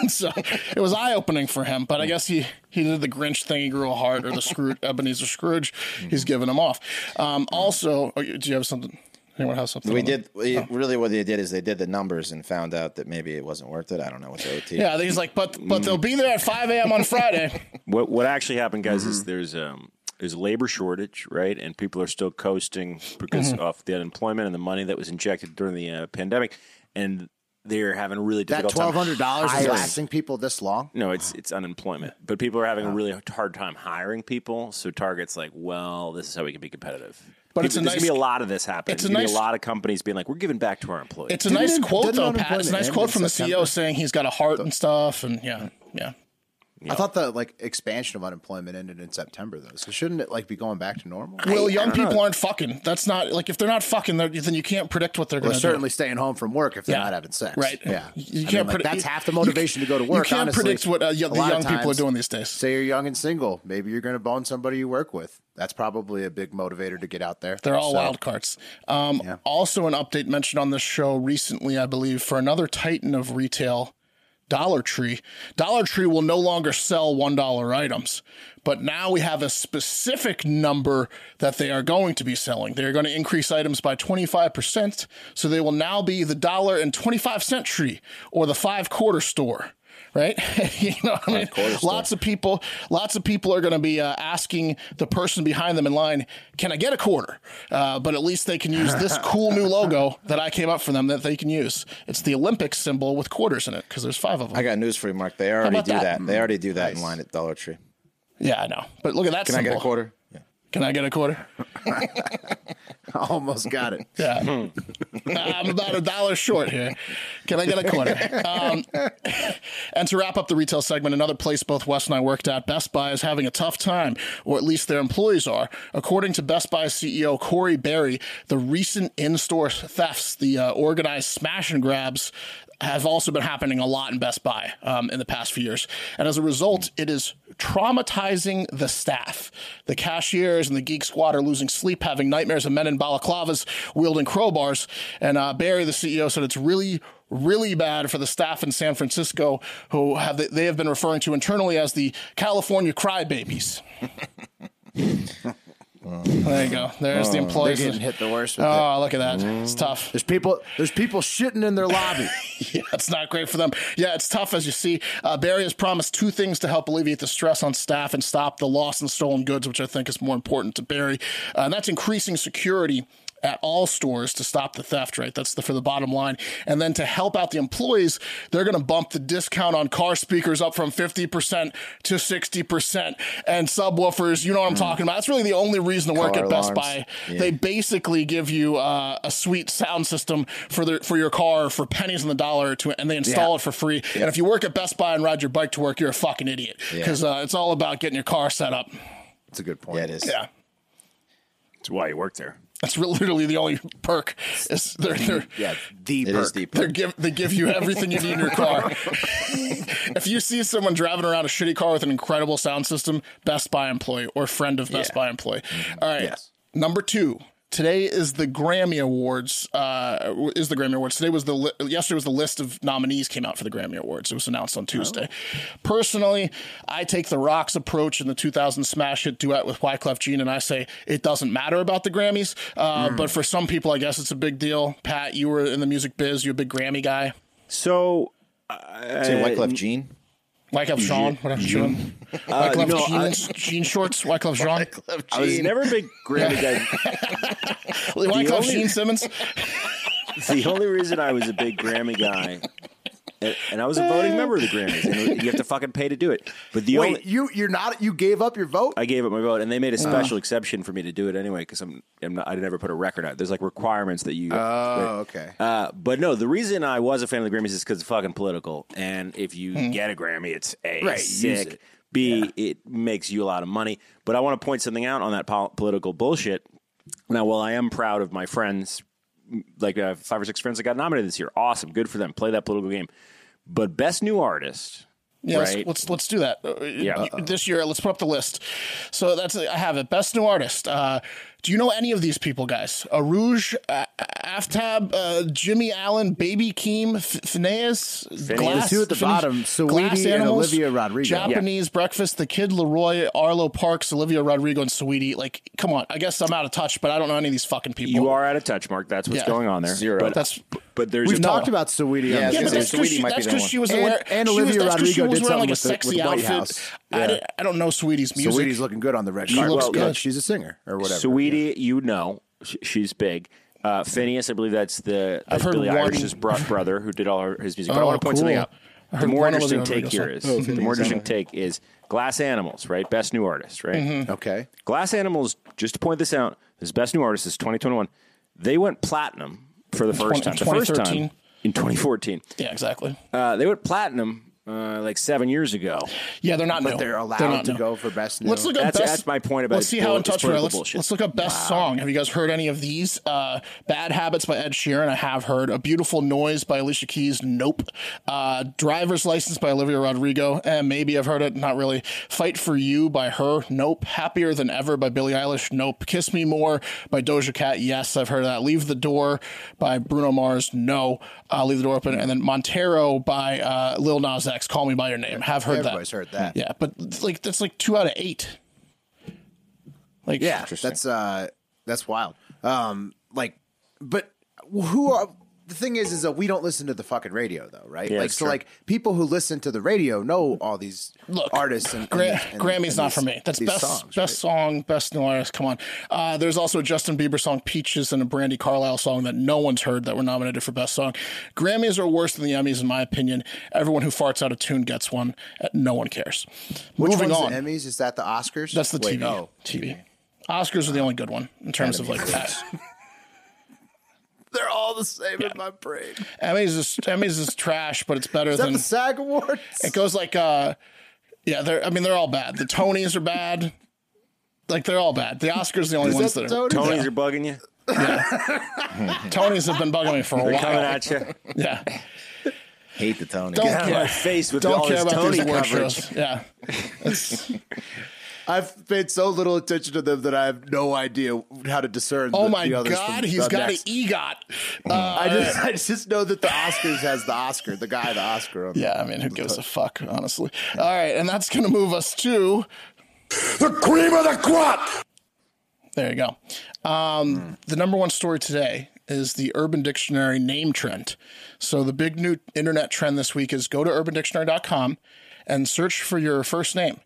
[SPEAKER 2] so it was eye opening for him. But I guess he he did the Grinch thing. He grew a heart, or the Scrooge Ebenezer Scrooge. He's giving him off. Um, also, oh, you- do you have something? Anyone have something?
[SPEAKER 4] we
[SPEAKER 2] on that?
[SPEAKER 4] did. We, Really, what they did is they did the numbers and found out that maybe it wasn't worth it. I don't know what's OT.
[SPEAKER 2] Yeah, he's like, but
[SPEAKER 1] Mm.
[SPEAKER 2] but they'll be there at five a.m. on Friday.
[SPEAKER 3] What what actually happened, guys, is
[SPEAKER 2] Mm-hmm.
[SPEAKER 3] there's um there's a labor shortage, right? And people are still coasting because
[SPEAKER 2] Mm-hmm.
[SPEAKER 3] of the unemployment and the money that was injected during the uh, pandemic, and they're having a really
[SPEAKER 1] That
[SPEAKER 3] difficult
[SPEAKER 1] twelve
[SPEAKER 3] time
[SPEAKER 1] hundred dollars is
[SPEAKER 3] hiring.
[SPEAKER 1] lasting people this long.
[SPEAKER 3] No, it's it's unemployment, but people are having a really hard time hiring people. So Target's like, well, this is how we can be competitive.
[SPEAKER 2] But it's
[SPEAKER 3] People-
[SPEAKER 2] a
[SPEAKER 3] there's
[SPEAKER 2] nice-
[SPEAKER 3] gonna be a lot of this happening.
[SPEAKER 2] it's
[SPEAKER 3] It's
[SPEAKER 2] a
[SPEAKER 3] a, gonna be
[SPEAKER 2] nice-
[SPEAKER 3] a lot of companies being like, we're giving back to our employees.
[SPEAKER 2] It's a nice
[SPEAKER 1] Didn't-
[SPEAKER 2] quote
[SPEAKER 1] didn't
[SPEAKER 2] though, Pat. It's a
[SPEAKER 1] unemployment
[SPEAKER 2] nice
[SPEAKER 1] end
[SPEAKER 2] quote
[SPEAKER 1] in
[SPEAKER 2] from the CEO
[SPEAKER 1] September?
[SPEAKER 2] saying he's got a heart and stuff, and yeah, yeah.
[SPEAKER 1] I thought the like expansion of unemployment ended in September though, so shouldn't it like be going back to normal?
[SPEAKER 2] Well, young people aren't fucking. That's not like if they're not fucking, they're, then you can't predict what they're
[SPEAKER 1] They're
[SPEAKER 2] going to do.
[SPEAKER 1] certainly staying home from work if they're
[SPEAKER 2] Yeah.
[SPEAKER 1] not having sex.
[SPEAKER 2] Right.
[SPEAKER 1] Yeah.
[SPEAKER 2] You
[SPEAKER 1] I mean,
[SPEAKER 2] can't
[SPEAKER 1] like,
[SPEAKER 2] predict-
[SPEAKER 1] that's
[SPEAKER 2] you-
[SPEAKER 1] half the
[SPEAKER 2] you-
[SPEAKER 1] motivation to go to
[SPEAKER 2] you
[SPEAKER 1] work.
[SPEAKER 2] can't
[SPEAKER 1] honestly.
[SPEAKER 2] predict what, uh, yo-
[SPEAKER 1] A
[SPEAKER 2] the
[SPEAKER 1] lot of
[SPEAKER 2] young people are
[SPEAKER 1] times,
[SPEAKER 2] doing these days.
[SPEAKER 1] Say you're young and single. Maybe you're going to bone somebody you work with. That's probably a big motivator to get out there.
[SPEAKER 2] They're all
[SPEAKER 1] So,
[SPEAKER 2] wild cards. Um, Also, an update mentioned on this show recently, I believe, for another titan of retail, Dollar Tree. Dollar Tree will no longer sell $1 items, but now we have a specific number that they are going to be selling. They're going to increase items by 25%, so they will now be the dollar and 25 cent tree or the five quarter store. right? you know, what I mean, lots of people, lots of people are going to be uh, asking the person behind them in line, "Can I get a quarter?" Uh, but at least they can use this cool new logo that I came up for them that they can use. It's the Olympic symbol with quarters in it because there's five of them.
[SPEAKER 4] I got news for you, Mark. They already
[SPEAKER 2] about
[SPEAKER 4] do
[SPEAKER 2] that?
[SPEAKER 4] that? They already do that in line at Dollar Tree.
[SPEAKER 2] yeah, I know. But look at that
[SPEAKER 4] Can I
[SPEAKER 2] symbol.
[SPEAKER 4] get a quarter? Yeah.
[SPEAKER 2] Can I get a quarter?
[SPEAKER 1] Almost got it.
[SPEAKER 2] Yeah. Uh, I'm about a dollar short here. Can I get a quarter? Um, and to wrap up the retail segment, another place both Wes and I worked at, Best Buy, is having a tough time, or at least their employees are. According to Best Buy CEO Corey Berry, the recent in store thefts, the uh, organized smash and grabs, have also been happening a lot in Best Buy um, in the past few years. And as a result, it is traumatizing the staff. The cashiers and the geek squad are losing sleep, having nightmares of men in balaclavas wielding crowbars. And uh, Barry, the CEO, said it's really, really bad for the staff in San Francisco who have they have been referring to internally as the California crybabies. there you go. There's the
[SPEAKER 1] Oh, They're
[SPEAKER 2] employees.
[SPEAKER 1] getting hit the worst. With it.
[SPEAKER 2] Oh, look at that. It's tough.
[SPEAKER 1] There's people. There's people shitting in their lobby.
[SPEAKER 2] Yeah, it's not great for them. Yeah, it's tough as you see. Uh, Barry has promised two things to help alleviate the stress on staff and stop the loss and stolen goods, which I think is more important to Barry. Uh, and that's increasing security at all stores to stop the theft, right? That's the, for the bottom line. And then to help out the employees, they're going to bump the discount on car speakers up from 50% to 60% and subwoofers. You know what I'm talking about. That's really the only reason to work
[SPEAKER 4] Hmm. Car
[SPEAKER 2] at Best
[SPEAKER 4] alarms.
[SPEAKER 2] Buy. They basically give you uh, a sweet sound system for their for your car for pennies on the dollar to, and they install it for free. And if you work at Best Buy and ride your bike to work, you're a fucking idiot because uh, it's all about getting your car set up.
[SPEAKER 1] That's a good point.
[SPEAKER 4] Yeah, it is.
[SPEAKER 2] Yeah.
[SPEAKER 3] That's why you work there.
[SPEAKER 2] That's really, literally the only perk. Is they're, they're,
[SPEAKER 1] Yeah, the
[SPEAKER 4] It
[SPEAKER 1] perk.
[SPEAKER 4] is deep.
[SPEAKER 2] They give they give you everything you need in your car. if you see someone driving around a shitty car with an incredible sound system, Best Buy employee or friend of Best Buy employee. All right,
[SPEAKER 4] Yes.
[SPEAKER 2] number two. Today is the Grammy Awards. Uh, is the Grammy Awards today? Was the li- yesterday was the list of nominees came out for the Grammy Awards. It was announced on Tuesday.
[SPEAKER 3] Oh.
[SPEAKER 2] Personally, I take the Rock's approach in the 2000 smash hit duet with Wyclef Jean, and I say it doesn't matter about the Grammys.
[SPEAKER 3] Hmm.
[SPEAKER 2] Uh, But for some people, I guess it's a big deal. Pat, you were in the music biz. You're a big Grammy guy.
[SPEAKER 3] So
[SPEAKER 4] Say Wyclef Jean.
[SPEAKER 2] Wyclef Jean, whatever you doing. Wyclef
[SPEAKER 3] Uh, no,
[SPEAKER 2] Jean,
[SPEAKER 3] I-
[SPEAKER 2] Jean shorts, Wyclef Jean,
[SPEAKER 3] I was never a big Grammy guy.
[SPEAKER 2] Wyclef
[SPEAKER 3] only-
[SPEAKER 2] Jean Simmons.
[SPEAKER 3] the only reason I was a big Grammy guy, and- and I was a voting member of the Grammys, and you have to fucking pay to do it. But the
[SPEAKER 1] Wait,
[SPEAKER 3] only
[SPEAKER 1] you you're not. You gave up your vote.
[SPEAKER 3] I gave up my vote, and they made a special exception for me to do it anyway because I'm, I'm not, I never put a record out. There's like requirements that you.
[SPEAKER 1] oh, okay.
[SPEAKER 3] Uh, but no, the reason I was a fan of the Grammys is because it's fucking political. And if you get a Grammy, it's A,
[SPEAKER 1] Mm-hmm. Right, use
[SPEAKER 3] sick.
[SPEAKER 1] it.
[SPEAKER 3] B, it makes you a lot of money. But I want to point something out on that pol- political bullshit. Now, while I am proud of my friends, m- like uh, five or six friends that got nominated this year, awesome, good for them, play that political game. But best new artist,
[SPEAKER 2] Yeah, let's-
[SPEAKER 3] right?
[SPEAKER 2] let's, let's do that. Uh,
[SPEAKER 3] Yeah.
[SPEAKER 2] y- This year, let's put up the list. So that's I have it. Best new artist. Uh, do you know any of these people, guys? Aruj, uh, Aftab, uh, Jimmy Allen, Baby Keem, F- Phineas, Glass,
[SPEAKER 1] The two at the bottom, Saweetie and Olivia Rodrigo.
[SPEAKER 2] Japanese Breakfast, The Kid Leroy, Arlo Parks, Olivia Rodrigo, and Saweetie. Like, come on. I guess I'm out of touch, but I don't know any of these fucking people.
[SPEAKER 3] you are out of touch, Mark. That's what's
[SPEAKER 2] Yeah.
[SPEAKER 3] going on there.
[SPEAKER 4] Zero.
[SPEAKER 3] But,
[SPEAKER 2] That's
[SPEAKER 3] but there's
[SPEAKER 1] We've
[SPEAKER 3] no-
[SPEAKER 1] talked about Saweetie.
[SPEAKER 4] Yeah,
[SPEAKER 1] on
[SPEAKER 2] Yeah, but
[SPEAKER 4] I was
[SPEAKER 1] this.
[SPEAKER 4] gonna
[SPEAKER 2] that's
[SPEAKER 4] say,
[SPEAKER 2] because
[SPEAKER 4] Saweetie
[SPEAKER 2] she,
[SPEAKER 4] might be
[SPEAKER 2] that's
[SPEAKER 4] the
[SPEAKER 2] 'cause
[SPEAKER 4] one.
[SPEAKER 2] she was
[SPEAKER 1] And-
[SPEAKER 2] aware.
[SPEAKER 1] and
[SPEAKER 2] she was-
[SPEAKER 1] Olivia
[SPEAKER 2] that's 'cause
[SPEAKER 1] Rodrigo
[SPEAKER 2] she was
[SPEAKER 1] did
[SPEAKER 2] wearing like a
[SPEAKER 1] something with- with
[SPEAKER 2] sexy
[SPEAKER 1] White
[SPEAKER 2] outfit.
[SPEAKER 1] House.
[SPEAKER 2] I, di- I don't know Sweetie's music.
[SPEAKER 1] Saweetie's looking good on the red carpet.
[SPEAKER 2] looks
[SPEAKER 1] Well,
[SPEAKER 2] good.
[SPEAKER 1] yeah, She's a singer or whatever.
[SPEAKER 3] Sweetie, you know, sh- she's big. Uh, Phineas, I believe that's the that's
[SPEAKER 2] heard
[SPEAKER 3] Billy
[SPEAKER 2] one-
[SPEAKER 3] Irish's bro- brother who did all her, his music. but I
[SPEAKER 2] Oh,
[SPEAKER 3] want to point
[SPEAKER 2] cool.
[SPEAKER 3] something out.
[SPEAKER 2] I
[SPEAKER 3] The
[SPEAKER 2] heard
[SPEAKER 3] more
[SPEAKER 2] one Oh,
[SPEAKER 3] interesting
[SPEAKER 2] Olivia
[SPEAKER 3] take
[SPEAKER 2] Rodrigo
[SPEAKER 3] here is the more interesting take is Glass Animals, right? Best new artist, right?
[SPEAKER 2] Mm-hmm.
[SPEAKER 1] Okay.
[SPEAKER 3] Glass Animals. Just to point this out, this best new artist is 2021. They went platinum for the first time.
[SPEAKER 2] Twenty-
[SPEAKER 3] The first time
[SPEAKER 2] 2013.
[SPEAKER 3] in 2014.
[SPEAKER 2] Yeah, exactly.
[SPEAKER 3] Uh, they went platinum uh, like seven years ago.
[SPEAKER 2] Yeah, they're not.
[SPEAKER 1] But
[SPEAKER 2] new.
[SPEAKER 1] they're allowed
[SPEAKER 2] not
[SPEAKER 1] to
[SPEAKER 2] new.
[SPEAKER 1] go for best new.
[SPEAKER 2] Let's look at
[SPEAKER 3] That's-
[SPEAKER 2] best,
[SPEAKER 3] that's my point about
[SPEAKER 2] Let's
[SPEAKER 3] it's
[SPEAKER 2] see how
[SPEAKER 3] bull-
[SPEAKER 2] in touch
[SPEAKER 3] it's
[SPEAKER 2] we are.
[SPEAKER 3] political
[SPEAKER 2] Let's,
[SPEAKER 3] bullshit.
[SPEAKER 2] let's look up best song. Have you guys heard any of these? Uh, Bad Habits by Ed Sheeran. I have heard. A Beautiful Noise by Alicia Keys. Nope. Uh, Driver's License by Olivia Rodrigo. Eh, maybe I've heard it. Not really. Fight for You by her. Nope. Happier Than Ever by Billie Eilish. Nope. Kiss Me More by Doja Cat. Yes, I've heard that. Leave the Door by Bruno Mars. No. Uh, Leave the Door Open. And then Montero by uh, Lil Nas X. Call Me by Your Name. Have heard that.
[SPEAKER 1] Everybody's heard that.
[SPEAKER 2] Yeah, but it's like that's like two out of eight. Like
[SPEAKER 1] Yeah, that's uh, that's wild. Um, like, but who are the thing is, is that we don't listen to the fucking radio though, right?
[SPEAKER 3] Yeah,
[SPEAKER 1] like
[SPEAKER 3] it's
[SPEAKER 1] so,
[SPEAKER 3] true.
[SPEAKER 1] like people who listen to the radio know all these
[SPEAKER 2] Look,
[SPEAKER 1] artists and, and-
[SPEAKER 2] Gra-
[SPEAKER 1] and-
[SPEAKER 2] Grammy's
[SPEAKER 1] and
[SPEAKER 2] not
[SPEAKER 1] these-
[SPEAKER 2] for me. That's
[SPEAKER 1] these
[SPEAKER 2] best
[SPEAKER 1] songs,
[SPEAKER 2] best song, best new artist. Come on. Uh, there's also a Justin Bieber song, Peaches, and a Brandy Carlisle song that no one's heard that were nominated for best song. Grammys are worse than the Emmys in my opinion. Everyone who farts out of tune gets one. Uh, No one cares.
[SPEAKER 1] Which
[SPEAKER 2] Moving
[SPEAKER 1] one's
[SPEAKER 2] on.
[SPEAKER 1] The Emmys is that the Oscars?
[SPEAKER 2] That's the
[SPEAKER 1] Wait,
[SPEAKER 2] TV.
[SPEAKER 1] Oh,
[SPEAKER 2] TV. Oscars are the only good one in terms of like that.
[SPEAKER 1] they're all the same in my brain. Is
[SPEAKER 2] Emmys is Emmys is trash, but it's better
[SPEAKER 1] that
[SPEAKER 2] than
[SPEAKER 1] the SAG Awards?
[SPEAKER 2] it goes like uh yeah, they're I mean they're all bad. The Tonys are bad. Like they're all bad. The Oscars are the only ones
[SPEAKER 1] that
[SPEAKER 2] that are
[SPEAKER 1] Tony?
[SPEAKER 3] Tony's are bugging you.
[SPEAKER 2] Tonys have been bugging me for a
[SPEAKER 3] They're
[SPEAKER 2] while.
[SPEAKER 3] coming at you.
[SPEAKER 2] Yeah.
[SPEAKER 4] Hate the Tony.
[SPEAKER 2] Don't
[SPEAKER 3] Out of
[SPEAKER 2] care.
[SPEAKER 3] my face with
[SPEAKER 2] Don't
[SPEAKER 3] all
[SPEAKER 2] care
[SPEAKER 3] this
[SPEAKER 2] about
[SPEAKER 3] Tony
[SPEAKER 2] these award
[SPEAKER 3] coverage.
[SPEAKER 2] shows. Yeah. It's,
[SPEAKER 1] I've paid so little attention to them that I have no idea how to discern.
[SPEAKER 2] oh
[SPEAKER 1] the,
[SPEAKER 2] my
[SPEAKER 1] the others
[SPEAKER 2] God,
[SPEAKER 1] from
[SPEAKER 2] he's
[SPEAKER 1] the
[SPEAKER 2] got an
[SPEAKER 1] next.
[SPEAKER 2] EGOT.
[SPEAKER 3] Mm.
[SPEAKER 2] Uh,
[SPEAKER 1] I just, I just know that the Oscars has the Oscar, the guy, the Oscar. On
[SPEAKER 2] Yeah, I mean, who gives a fuck, honestly? All right, and that's going to move us to.
[SPEAKER 5] The cream of the crop!
[SPEAKER 2] There you go.
[SPEAKER 3] Hmm.
[SPEAKER 2] Um, The number one story today is the Urban Dictionary name trend. So, the big new internet trend this week is go to urbandictionary.com and search for your first name.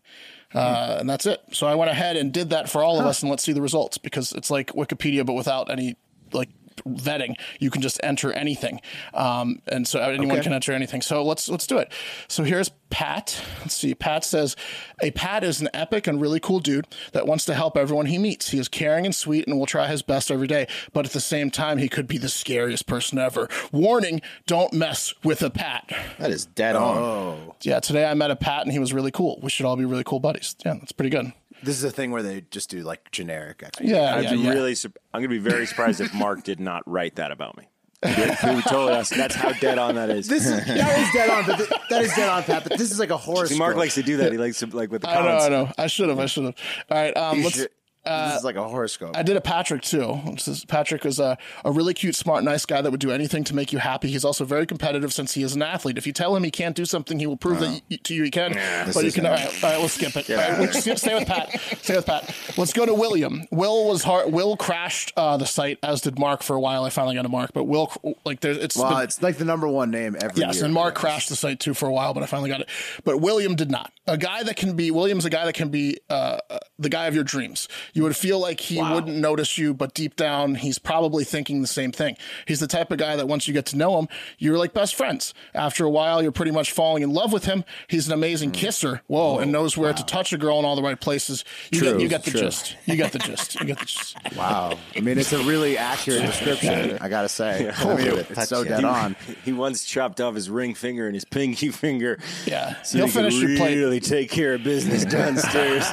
[SPEAKER 2] Uh, and that's it. So, I went ahead and did that for all of us, and let's see the results because it's like Wikipedia, but without any like vetting you can just enter anything um, and so anyone can enter anything so let's let's do it so here's pat let's see pat says a pat is an epic and really cool dude that wants to help everyone he meets he is caring and sweet and will try his best every day but at the same time he could be the scariest person ever warning don't mess with a pat
[SPEAKER 4] That is dead
[SPEAKER 2] Oh.
[SPEAKER 4] on.
[SPEAKER 1] oh.
[SPEAKER 2] yeah today i met a pat and he was really cool we should all be really cool buddies yeah that's pretty good
[SPEAKER 1] This is a thing where they just do like generic.
[SPEAKER 2] yeah,
[SPEAKER 3] I'd
[SPEAKER 2] yeah,
[SPEAKER 3] be
[SPEAKER 2] yeah.
[SPEAKER 3] really. Sur- I'm going to be very surprised if Mark did not write that about me. He he told us that's how dead on that is.
[SPEAKER 1] This is that is dead on, but th- that is dead on, Pat. But this is like a horror.
[SPEAKER 3] See, Mark
[SPEAKER 1] script.
[SPEAKER 3] likes to do that. He likes to like with the
[SPEAKER 2] i know
[SPEAKER 3] comments.
[SPEAKER 2] i know i should have i should have all right um,
[SPEAKER 1] You
[SPEAKER 2] let's
[SPEAKER 1] should- this is like a horoscope.
[SPEAKER 2] I did a Patrick too. This is- Patrick was a, a really cute, smart, nice guy that would do anything to make you happy. He's also very competitive since he is an athlete. If you tell him he can't do something, he will prove that y to you he can. but you
[SPEAKER 4] isn't
[SPEAKER 2] can. All right, all right, we'll skip it. All right, we'll skip- stay with Pat. Stay with Pat. Let's go to William. Will was hard. Will crashed uh, the site, as did Mark for a while. I finally got a Mark, but Will cr- like there's it's
[SPEAKER 1] wow,
[SPEAKER 2] the-
[SPEAKER 1] it's like the number one name every year.
[SPEAKER 2] Yes, and Mark crashed the site too for a while, but I finally got it. But William did not. A guy that can be William's a guy that can be uh, uh, the guy of your dreams. You would feel like he wouldn't notice you, but deep down, he's probably thinking the same thing. He's the type of guy that once you get to know him, you're like best friends. After a while, you're pretty much falling in love with him. He's an amazing
[SPEAKER 1] Mm.
[SPEAKER 2] kisser. Whoa, and knows where to touch a girl in all the right places. You get, you get the gist. You got the gist. You got the gist.
[SPEAKER 1] Wow, I mean, it's a really accurate description. I gotta say, I mean, it's so
[SPEAKER 4] Touch
[SPEAKER 1] dead
[SPEAKER 4] it.
[SPEAKER 1] on.
[SPEAKER 3] He once chopped off his ring finger and his pinky finger.
[SPEAKER 2] Yeah.
[SPEAKER 3] so
[SPEAKER 2] He'll
[SPEAKER 3] he could
[SPEAKER 2] finish your plate.
[SPEAKER 3] Really take care of business downstairs.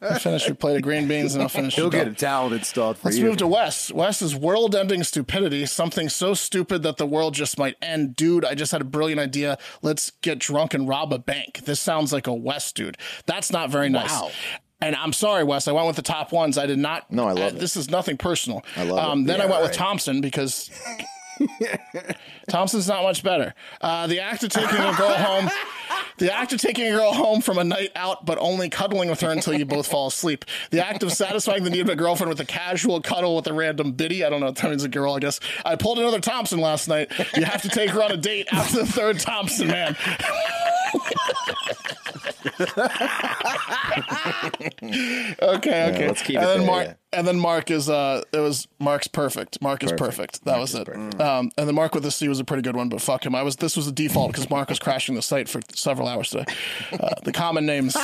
[SPEAKER 2] I'll finish your plate of green beans, and I'll finish. your
[SPEAKER 1] He'll get
[SPEAKER 2] dog.
[SPEAKER 1] a towel installed for
[SPEAKER 2] Let's
[SPEAKER 1] you.
[SPEAKER 2] move to Wes. Wes is world ending stupidity, something so stupid that the world just might end. Dude, I just had a brilliant idea. Let's get drunk and rob a bank. This sounds like a Wes dude. That's not very nice. And I'm sorry, Wes. I went with the top ones. I did not.
[SPEAKER 4] No, I love it.
[SPEAKER 2] This is nothing personal. I
[SPEAKER 4] love it.
[SPEAKER 2] um, Then I went with Thompson because Thompson's not much better. Uh, the act of taking a girl home, the act of taking a girl home from a night out, but only cuddling with her until you both fall asleep. The act of satisfying the need of a girlfriend with a casual cuddle with a random biddy. I don't know if that means a girl. I guess I pulled another Thompson last night. You have to take her on a date after the third Thompson, man. okay, okay.
[SPEAKER 4] let's keep
[SPEAKER 2] and
[SPEAKER 4] it
[SPEAKER 2] then
[SPEAKER 4] there,
[SPEAKER 2] Mark,
[SPEAKER 4] yeah.
[SPEAKER 2] and then Mark is uh, it was Mark's perfect. Mark is perfect. That was it. Um, and then Mark with a C was a pretty good one, but fuck him. I was this was a default because Mark was crashing the site for several hours today. Uh, the common names,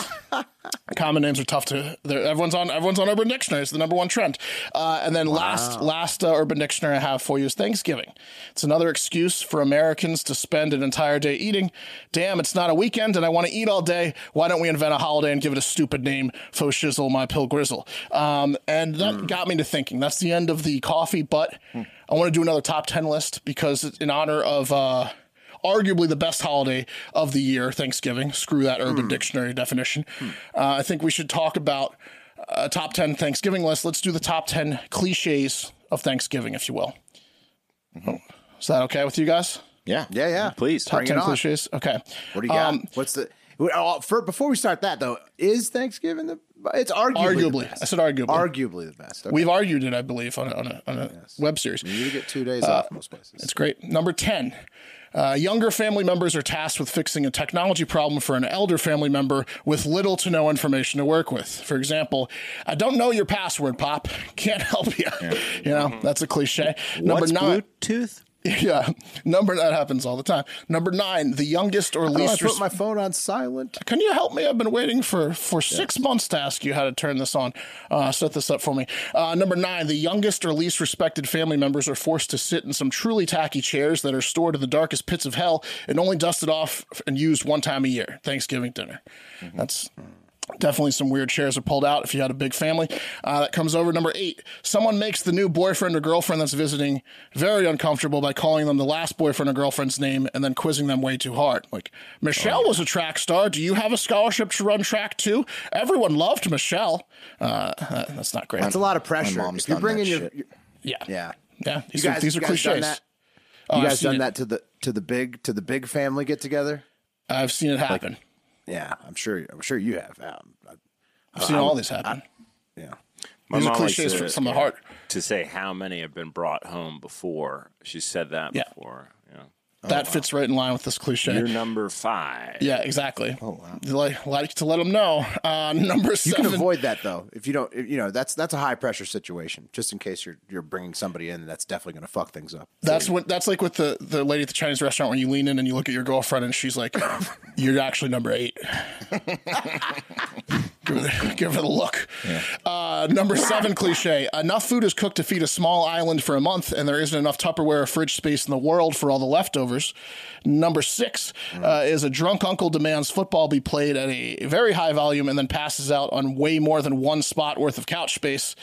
[SPEAKER 2] common names are tough to. they're- Everyone's on everyone's on Urban Dictionary. It's the number one trend. Uh, and then last last uh, Urban Dictionary I have for you is Thanksgiving. It's another excuse for Americans to spend an entire day eating. Damn, it's not a weekend, and I want to eat all day. Why don't we invent a holiday and give it a stupid name? Fo shizzle, my pill grizzle. Um, and that got me to thinking. That's the end of the coffee, but I want to do another top ten list because it's in honor of. Uh, Arguably the best holiday of the year, Thanksgiving. Screw that
[SPEAKER 1] Hmm.
[SPEAKER 2] Urban Dictionary definition. Uh, I think we should talk about a top 10 Thanksgiving list. Let's do the top 10 cliches of Thanksgiving, if you will. Oh, Is that okay with you guys?
[SPEAKER 4] Yeah.
[SPEAKER 1] Yeah, yeah.
[SPEAKER 3] Please.
[SPEAKER 2] Top
[SPEAKER 1] Mm-hmm. Bring it
[SPEAKER 2] 10
[SPEAKER 1] on.
[SPEAKER 2] cliches? Okay. Um,
[SPEAKER 1] What do you got? What's the? We- uh, For, before we start that though, is Thanksgiving the? It's arguably, the
[SPEAKER 2] Arguably.
[SPEAKER 1] best.
[SPEAKER 2] I said arguably.
[SPEAKER 1] arguably the best. Okay.
[SPEAKER 2] We've argued it, I believe, on a, on a, on a web series.
[SPEAKER 1] you get two days
[SPEAKER 2] Uh,
[SPEAKER 1] off most places.
[SPEAKER 2] It's great. Number 10. Uh, younger family members are tasked with fixing a technology problem for an elder family member with little to no information to work with. For example, I don't know your password, Pop. Can't help you. You know, that's a cliche. Number
[SPEAKER 3] What's
[SPEAKER 2] nine.
[SPEAKER 3] Bluetooth?
[SPEAKER 2] Yeah. Number that happens all the time. Number nine, the youngest or
[SPEAKER 1] Oh, I
[SPEAKER 2] least.
[SPEAKER 1] put
[SPEAKER 2] res-
[SPEAKER 1] my phone on silent.
[SPEAKER 2] can you help me? I've been waiting for for six months to ask you how to turn this on. Uh, set this up for me. Uh, number nine: the youngest or least respected family members are forced to sit in some truly tacky chairs that are stored in the darkest pits of hell and only dusted off and used one time a year, Thanksgiving dinner. That's Definitely some weird chairs are pulled out if you had a big family. Uh, that comes over. Number eight, someone makes the new boyfriend or girlfriend that's visiting very uncomfortable by calling them the last boyfriend or girlfriend's name and then quizzing them way too hard. Like,
[SPEAKER 1] Oh,
[SPEAKER 2] Michelle was a track star. Do you have a scholarship to run track too? Everyone loved Michelle. Uh, uh, that's not great.
[SPEAKER 1] It's a lot of pressure.
[SPEAKER 4] mom's
[SPEAKER 1] If you're
[SPEAKER 4] done that
[SPEAKER 1] bringing your,
[SPEAKER 4] shit.
[SPEAKER 1] your-
[SPEAKER 2] yeah.
[SPEAKER 1] yeah,
[SPEAKER 2] Yeah. These,
[SPEAKER 1] You
[SPEAKER 2] are, these
[SPEAKER 1] you
[SPEAKER 2] are
[SPEAKER 1] guys
[SPEAKER 2] cliches.
[SPEAKER 1] Done that?
[SPEAKER 2] Oh,
[SPEAKER 1] You
[SPEAKER 2] I've
[SPEAKER 1] guys
[SPEAKER 2] seen
[SPEAKER 1] done
[SPEAKER 2] it.
[SPEAKER 1] that to the to the big to the big family get together?
[SPEAKER 2] I've seen it happen.
[SPEAKER 1] Yeah, I'm sure. I'm sure you have. Um, I-
[SPEAKER 2] I've seen all this happen.
[SPEAKER 1] yeah,
[SPEAKER 3] My
[SPEAKER 2] These are
[SPEAKER 3] mom likes
[SPEAKER 2] cliches
[SPEAKER 3] to-
[SPEAKER 2] from the heart.
[SPEAKER 3] To say how many have been brought home before. She said that
[SPEAKER 2] Yeah.
[SPEAKER 3] before. Yeah.
[SPEAKER 1] Oh,
[SPEAKER 2] that fits right in line with this cliche.
[SPEAKER 3] You're number five.
[SPEAKER 2] Yeah, exactly. Oh wow! Like, like to let them know. Uh, number
[SPEAKER 1] you
[SPEAKER 2] seven.
[SPEAKER 1] can avoid that though if you don't. If, you know, that's that's a high pressure situation. Just in case you're you're bringing somebody in, that's definitely going to fuck things up.
[SPEAKER 2] that's what. That's like with the the lady at the Chinese restaurant when you lean in and you look at your girlfriend and she's like, "You're actually number eight. give, her the, give her the look. Uh, number seven cliche. Enough food is cooked to feed a small island for a month, and there isn't enough Tupperware or fridge space in the world for all the leftovers. Number six uh,
[SPEAKER 1] Mm.
[SPEAKER 2] is a drunk uncle demands football be played at a very high volume and then passes out on way more than one spot worth of couch space.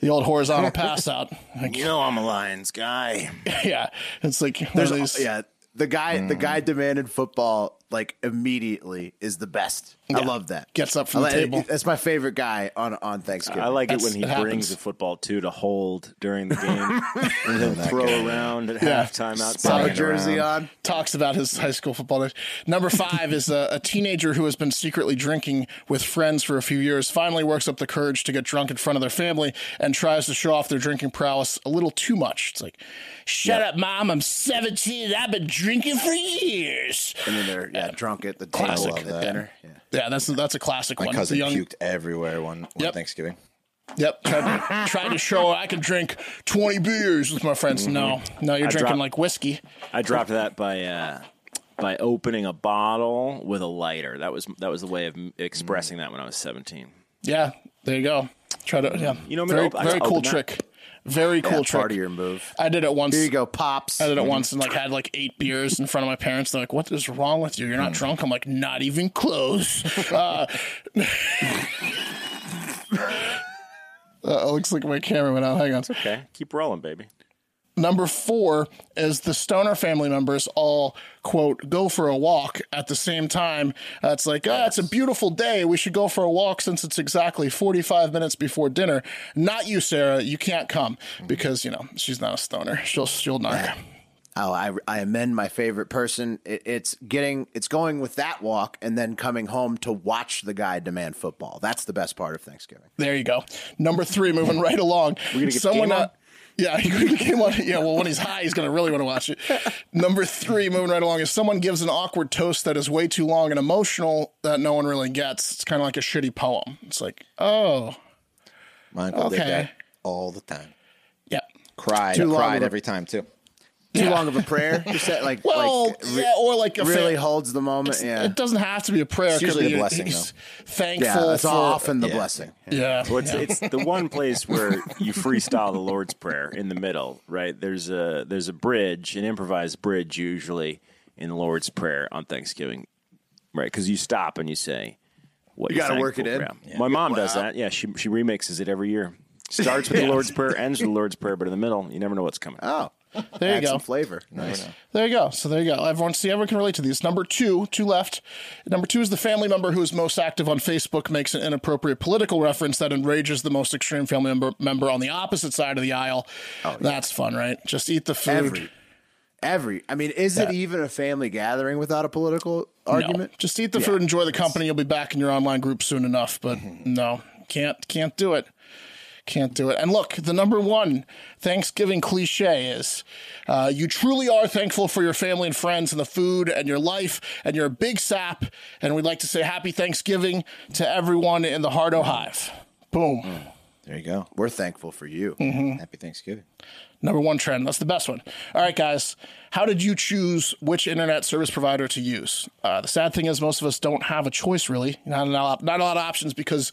[SPEAKER 2] The old horizontal pass out. Like,
[SPEAKER 3] You know I'm a Lions guy.
[SPEAKER 2] yeah. It's like, one
[SPEAKER 1] There's
[SPEAKER 2] of these-
[SPEAKER 1] yeah. The guy the guy demanded football like immediately is the best. I love that.
[SPEAKER 2] Gets up from
[SPEAKER 1] I
[SPEAKER 2] the
[SPEAKER 1] like-
[SPEAKER 2] table.
[SPEAKER 1] That's my favorite guy on on Thanksgiving.
[SPEAKER 3] I like it
[SPEAKER 2] That's-
[SPEAKER 3] when he
[SPEAKER 2] it happens.
[SPEAKER 3] brings the football too to hold during the game and then throw around at halftime
[SPEAKER 1] Throw a
[SPEAKER 3] outside.
[SPEAKER 1] jersey on.
[SPEAKER 2] talks about his high school football days. Number five is a, a teenager who has been secretly drinking with friends for a few years, finally works up the courage to get drunk in front of their family and tries to show off their drinking prowess a little too much. It's like, shut up, mom, I'm 17 and I've been drinking for years.
[SPEAKER 1] And then they're yeah, drunk at the
[SPEAKER 2] Classic.
[SPEAKER 1] table at the
[SPEAKER 4] that.
[SPEAKER 1] dinner. Yeah.
[SPEAKER 2] Yeah, that's that's a classic
[SPEAKER 4] My
[SPEAKER 2] one.
[SPEAKER 4] cousin
[SPEAKER 2] The young-
[SPEAKER 4] puked everywhere one, one
[SPEAKER 2] Yep.
[SPEAKER 4] Thanksgiving.
[SPEAKER 2] Yep, tried to, tried to show I could drink 20 beers with my friends.
[SPEAKER 4] Mm-hmm.
[SPEAKER 2] No, no, you're drinking
[SPEAKER 3] dropped-
[SPEAKER 2] like whiskey.
[SPEAKER 3] I dropped that by uh, by opening a bottle with a lighter. That was that was the way of m- expressing that when I was 17.
[SPEAKER 2] Yeah, there you go. Try to yeah.
[SPEAKER 3] You know, I'm
[SPEAKER 2] very,
[SPEAKER 3] gonna op- I
[SPEAKER 2] very
[SPEAKER 3] gotta
[SPEAKER 2] cool
[SPEAKER 3] open that.
[SPEAKER 2] trick. Very cool trick.
[SPEAKER 1] Part of your move.
[SPEAKER 2] I did it once.
[SPEAKER 1] Here you go, pops. Mm-hmm.
[SPEAKER 2] I did it once and like had like eight beers in front of my parents. They're like, "What is wrong with you? You're not drunk." I'm like, "Not even close." Uh, uh, it looks like my camera went out. Hang on.
[SPEAKER 3] Okay, keep rolling, baby.
[SPEAKER 2] Number four is the stoner family members all quote go for a walk at the same time. Uh, it's like, ah, it's a beautiful day. We should go for a walk since it's exactly 45 minutes before dinner. Not you, Sarah. You can't come because you know she's not a stoner. She'll she'll narc.
[SPEAKER 1] Oh, I, I amend my favorite person. It, it's getting, it's going with that walk and then coming home to watch the guy demand football. That's the best part of Thanksgiving.
[SPEAKER 2] There you go. Number three, moving right along. We're
[SPEAKER 3] gonna get game on?
[SPEAKER 2] yeah, you're gonna get game on. Yeah, well, when he's high, he's gonna really want to watch it. Number three, moving right along, is someone gives an awkward toast that is way too long and emotional that no one really gets. It's kind of like a shitty poem. It's like, oh,
[SPEAKER 4] My uncle did
[SPEAKER 2] Okay.
[SPEAKER 4] that all the time.
[SPEAKER 2] yeah.
[SPEAKER 4] Cried,
[SPEAKER 1] Too long of
[SPEAKER 4] cried
[SPEAKER 1] a-
[SPEAKER 4] every time too.
[SPEAKER 1] Too long of a prayer. You said like,
[SPEAKER 2] Well,
[SPEAKER 1] like, re-
[SPEAKER 2] yeah, or like a fa-
[SPEAKER 1] really holds the moment. yeah.
[SPEAKER 2] It doesn't have to be a prayer. It's
[SPEAKER 4] usually a blessing,
[SPEAKER 2] Thankful
[SPEAKER 1] yeah. That's
[SPEAKER 2] for
[SPEAKER 1] often the
[SPEAKER 4] yeah.
[SPEAKER 1] blessing.
[SPEAKER 2] yeah.
[SPEAKER 3] Well, it's, it's the one place where you freestyle the Lord's Prayer in the middle, right? There's a there's a bridge, an improvised bridge usually in the Lord's Prayer on Thanksgiving, right? Because you stop and you say, "What you
[SPEAKER 1] gotta work it in.
[SPEAKER 3] My mom does that. Yeah, she she remixes it every year. Starts with the Lord's Prayer, ends with the Lord's Prayer, but in the middle, you never know what's coming.
[SPEAKER 1] Oh,
[SPEAKER 2] There you
[SPEAKER 1] add
[SPEAKER 2] go.
[SPEAKER 1] some flavor. Nice.
[SPEAKER 2] There you go. So there you go. Everyone, see, everyone can relate to these. Number two, two left. Number two is the family member who is most active on Facebook makes an inappropriate political reference that enrages the most extreme family member, member on the opposite side of the aisle. That's fun, right? Just eat the food.
[SPEAKER 1] Every, every. I mean, is it even a family gathering without a political argument?
[SPEAKER 2] Just eat the food, enjoy the company. You'll be back in your online group soon enough. But no, can't can't do it. Can't do it. And look, the number one Thanksgiving cliche is uh, you truly are thankful for your family and friends and the food and your life, and you're a big sap. And we'd like to say happy Thanksgiving to everyone in the Hardo Hive. Boom.
[SPEAKER 4] There you go.
[SPEAKER 1] We're thankful for you.
[SPEAKER 4] Happy Thanksgiving.
[SPEAKER 2] Number one trend. That's the best one. All right, guys. How did you choose which internet service provider to use? Uh, the sad thing is, most of us don't have a choice, really. Not a, lot, not a lot of options because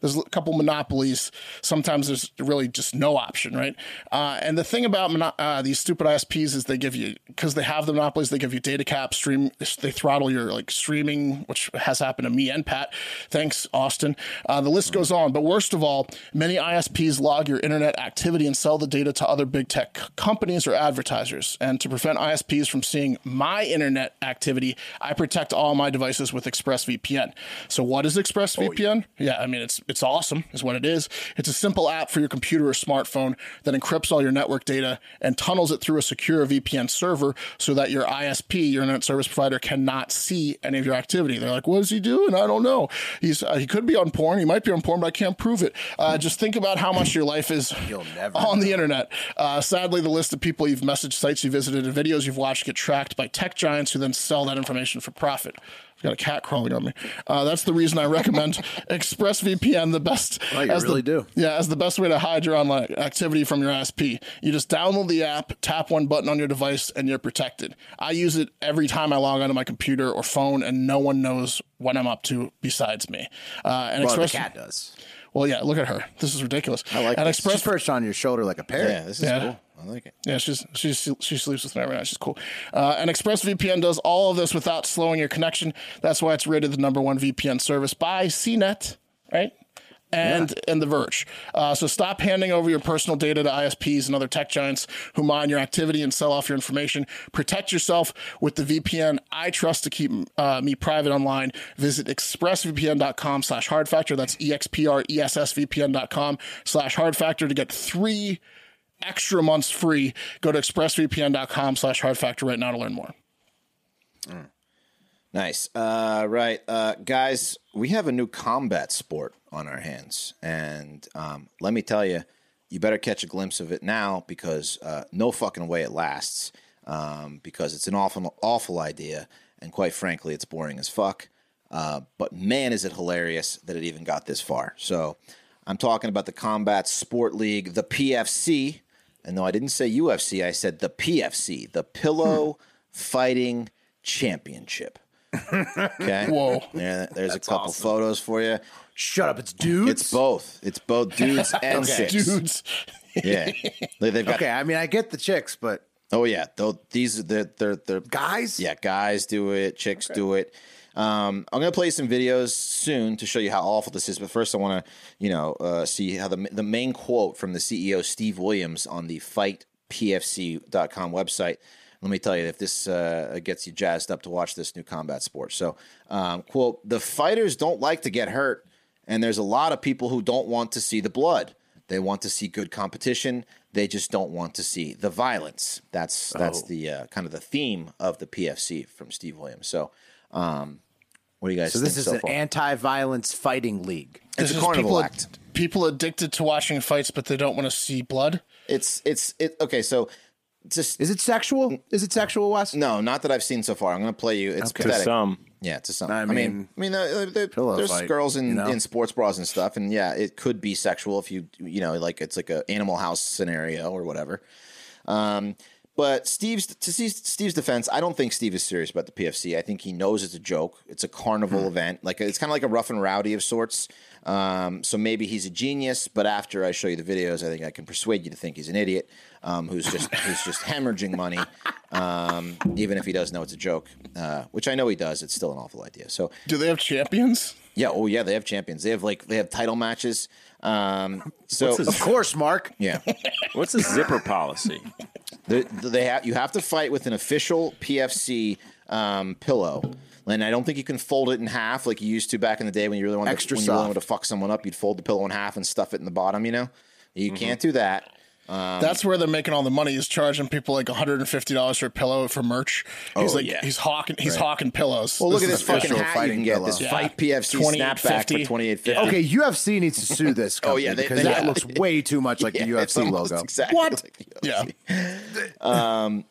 [SPEAKER 2] there's a couple monopolies. Sometimes there's really just no option, right? Uh, and the thing about mono- uh, these stupid ISPs is they give you, because they have the monopolies, they give you data cap, stream, they throttle your like streaming, which has happened to me and Pat. Thanks, Austin. Uh, the list goes on. But worst of all, many ISPs log your internet activity and sell the data to other big tech c- companies or advertisers. And to prevent ISPs from seeing my internet activity, I protect all my devices with ExpressVPN. So what is ExpressVPN? yeah. I mean it's it's awesome, is what it is. It's a simple app for your computer or smartphone that encrypts all your network data and tunnels it through a secure VPN server so that your ISP, your internet service provider, cannot see any of your activity. They're like, "What is he doing? I don't know. He's uh, he could be on porn. He might be on porn, but I can't prove it." Uh, just think about how much your life is
[SPEAKER 1] never
[SPEAKER 2] on the internet. Uh, sadly, the list of people you've messaged, sites you visited, and videos you've watched get tracked by tech giants who then sell that information for profit. I've got a cat crawling on me. Uh, that's the reason I recommend ExpressVPN, the best.
[SPEAKER 1] Oh, you
[SPEAKER 2] the-
[SPEAKER 1] really do.
[SPEAKER 2] yeah, as the best way to hide your online activity from your ISP. You just download the app, tap one button on your device, and you're protected. I use it every time I log onto my computer or phone, and no one knows what I'm up to besides me. Uh, and
[SPEAKER 1] Well, the
[SPEAKER 2] Express,
[SPEAKER 1] cat does.
[SPEAKER 2] well, yeah, look at her. This is ridiculous. I
[SPEAKER 1] Like
[SPEAKER 2] and
[SPEAKER 1] this.
[SPEAKER 2] Express
[SPEAKER 1] She's perched on your shoulder like a parrot.
[SPEAKER 4] Yeah, this is
[SPEAKER 2] Yeah.
[SPEAKER 4] cool. I like it.
[SPEAKER 2] Yeah, she's she's she sleeps with me every night. She's cool. Uh, and ExpressVPN does all of this without slowing your connection. That's why it's rated the number one VPN service by CNET, right? And and The Verge. Uh, so stop handing over your personal data to ISPs and other tech giants who mine your activity and sell off your information. Protect yourself with the VPN I trust to keep uh, me private online. Visit expressvpn.com slash hard factor. That's E X P R E S S VPN.com slash hard factor to get three extra months free. Go to expressvpn.com slash hard factor right now to learn more.
[SPEAKER 4] Nice. Uh, right. Uh, guys, we have a new combat sport on our hands. And um, let me tell you, you better catch a glimpse of it now because uh, no fucking way it lasts. Um, because it's an awful, awful idea. And quite frankly, it's boring as fuck. Uh, but man, is it hilarious that it even got this far. So I'm talking about the Combat Sport League, the PFC. And though I didn't say UFC, I said the PFC, the Pillow Fighting Championship. Okay.
[SPEAKER 2] Whoa.
[SPEAKER 4] Yeah, there's a couple photos for you.
[SPEAKER 1] Shut up, it's dudes.
[SPEAKER 4] It's both. It's both dudes and chicks.
[SPEAKER 2] Dudes.
[SPEAKER 4] Yeah. They- They've got.
[SPEAKER 1] Okay, I mean, I get the chicks, but
[SPEAKER 4] Oh yeah. Though these are the they're they're
[SPEAKER 1] guys.
[SPEAKER 4] yeah guys do it, chicks do it. Um, I'm gonna play some videos soon to show you how awful this is. But first, I want to you know uh, see how the the main quote from the CEO Steve Williams on the fightpfc.com website. Let me tell you if this uh, gets you jazzed up to watch this new combat sport. So, um, quote: The fighters don't like to get hurt. And there's a lot of people who don't want to see the blood. They want to see good competition. They just don't want to see the violence. That's that's
[SPEAKER 1] Oh.
[SPEAKER 4] the uh, kind of the theme of the PFC from Steve Williams. So, um, what do you guys
[SPEAKER 1] So
[SPEAKER 4] think
[SPEAKER 1] this is
[SPEAKER 4] so
[SPEAKER 1] an
[SPEAKER 4] far?
[SPEAKER 1] anti-violence fighting league.
[SPEAKER 4] it's a
[SPEAKER 2] Just
[SPEAKER 4] carnival
[SPEAKER 2] people,
[SPEAKER 4] act.
[SPEAKER 2] people addicted to watching fights, but they don't want to see blood.
[SPEAKER 4] It's it's it. Okay, so just
[SPEAKER 1] Is it sexual? Is it sexual, Wes?
[SPEAKER 4] no, not that I've seen so far. I'm going to play you. It's
[SPEAKER 3] to
[SPEAKER 4] pathetic.
[SPEAKER 3] some.
[SPEAKER 4] Yeah, to some.
[SPEAKER 1] I
[SPEAKER 4] I mean, I mean,
[SPEAKER 1] mean,
[SPEAKER 4] uh, there- there's
[SPEAKER 1] fight,
[SPEAKER 4] girls in,
[SPEAKER 1] you know?
[SPEAKER 4] in sports bras and stuff, and yeah, it could be sexual if you you know like it's like a Animal House scenario or whatever. Um, but Steve's to see Steve's defense, I don't think Steve is serious about the PFC. I think he knows it's a joke. It's a carnival
[SPEAKER 1] Hmm.
[SPEAKER 4] event, like it's kind of like a rough and rowdy of sorts. Um, so maybe he's a genius, but after I show you the videos, I think I can persuade you to think he's an idiot um, who's just who's just hemorrhaging money, um, even if he does know it's a joke, uh, which I know he does. It's still an awful idea. So
[SPEAKER 2] Do they have champions?
[SPEAKER 4] yeah, oh yeah, they have champions. They have like they have title matches. Um, so
[SPEAKER 3] his-
[SPEAKER 1] Of course, Mark.
[SPEAKER 4] yeah.
[SPEAKER 3] What's the zipper policy?
[SPEAKER 4] The, the, they have you have to fight with an official PFC um, pillow, and I don't think you can fold it in half like you used to back in the day when you really wanted
[SPEAKER 1] Extra
[SPEAKER 4] to, when you really
[SPEAKER 1] soft.
[SPEAKER 4] Mm-hmm. wanted to fuck someone up. You'd fold the pillow in half and stuff it in the bottom. You know, you can't do that.
[SPEAKER 2] That's where they're making all the money. Is charging people like one hundred and fifty dollars for a pillow for merch. He's like
[SPEAKER 4] Oh, yeah.
[SPEAKER 2] he's hawking he's hawking pillows.
[SPEAKER 4] Well, look at
[SPEAKER 2] is
[SPEAKER 4] this
[SPEAKER 2] the
[SPEAKER 4] fucking
[SPEAKER 2] official-
[SPEAKER 4] hat you
[SPEAKER 1] fighting
[SPEAKER 4] can get. This
[SPEAKER 1] pillow.
[SPEAKER 4] Fight PFC
[SPEAKER 2] 28.50.
[SPEAKER 4] snapback for twenty eight fifty.
[SPEAKER 1] Okay, UFC needs to sue this company
[SPEAKER 4] Oh, yeah, they-
[SPEAKER 1] because
[SPEAKER 4] they-
[SPEAKER 1] that
[SPEAKER 4] yeah.
[SPEAKER 1] looks way too much like the UFC logo.
[SPEAKER 4] Exactly
[SPEAKER 2] What?
[SPEAKER 4] like the UFC.
[SPEAKER 2] Yeah,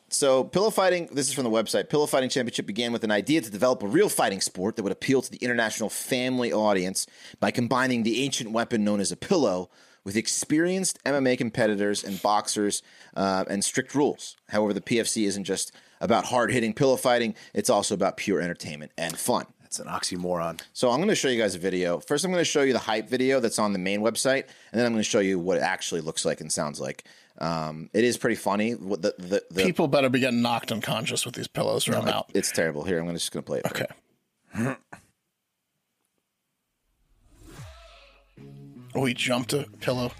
[SPEAKER 4] So, pillow fighting, this is from the website. Pillow Fighting Championship began with an idea to develop a real fighting sport that would appeal to the international family audience by combining the ancient weapon known as a pillow with experienced MMA competitors and boxers uh, and strict rules. However, the PFC isn't just about hard hitting pillow fighting, it's also about pure entertainment and fun.
[SPEAKER 1] It's an oxymoron.
[SPEAKER 4] So, I'm going to show you guys a video. First, I'm going to show you the hype video that's on the main website, and then I'm going to show you what it actually looks like and sounds like. Um, it is pretty funny. What the, the, the
[SPEAKER 2] people better be getting knocked unconscious with these pillows, or I'm out.
[SPEAKER 4] It's terrible. Here, I'm gonna, just going to play it.
[SPEAKER 2] Okay. oh, he jumped a pillow.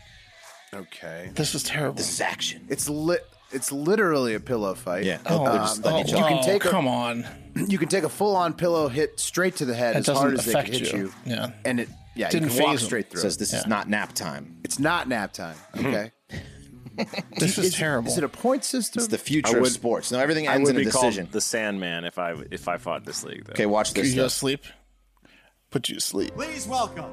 [SPEAKER 1] Okay,
[SPEAKER 2] This is terrible.
[SPEAKER 4] This is action.
[SPEAKER 1] it's lit. It's literally a pillow fight.
[SPEAKER 4] Yeah.
[SPEAKER 1] Um,
[SPEAKER 4] Oh, they're just letting each
[SPEAKER 1] you
[SPEAKER 4] other-
[SPEAKER 1] can take a,
[SPEAKER 2] come on.
[SPEAKER 1] you can take a full on pillow hit straight to the head
[SPEAKER 2] That
[SPEAKER 1] as hard
[SPEAKER 2] doesn't
[SPEAKER 1] as they can hit
[SPEAKER 2] affect
[SPEAKER 1] you.
[SPEAKER 2] you. Yeah.
[SPEAKER 1] and it yeah
[SPEAKER 2] Didn't
[SPEAKER 1] you can walk
[SPEAKER 2] faze 'em.
[SPEAKER 1] straight through.
[SPEAKER 4] Says this is
[SPEAKER 2] Yeah.
[SPEAKER 4] not nap time.
[SPEAKER 1] It's not nap time.
[SPEAKER 3] Mm-hmm.
[SPEAKER 1] Okay,
[SPEAKER 2] This is, terrible.
[SPEAKER 1] Is it a point system?
[SPEAKER 4] It's the future of sports. No, everything
[SPEAKER 3] I
[SPEAKER 4] ends
[SPEAKER 3] would
[SPEAKER 4] in a
[SPEAKER 3] be called
[SPEAKER 4] decision.
[SPEAKER 3] the Sandman if I if I fought this league. Though.
[SPEAKER 4] Okay, watch
[SPEAKER 2] Could
[SPEAKER 4] this.
[SPEAKER 2] you go
[SPEAKER 4] though.
[SPEAKER 2] to sleep? Put you to sleep.
[SPEAKER 6] Please welcome,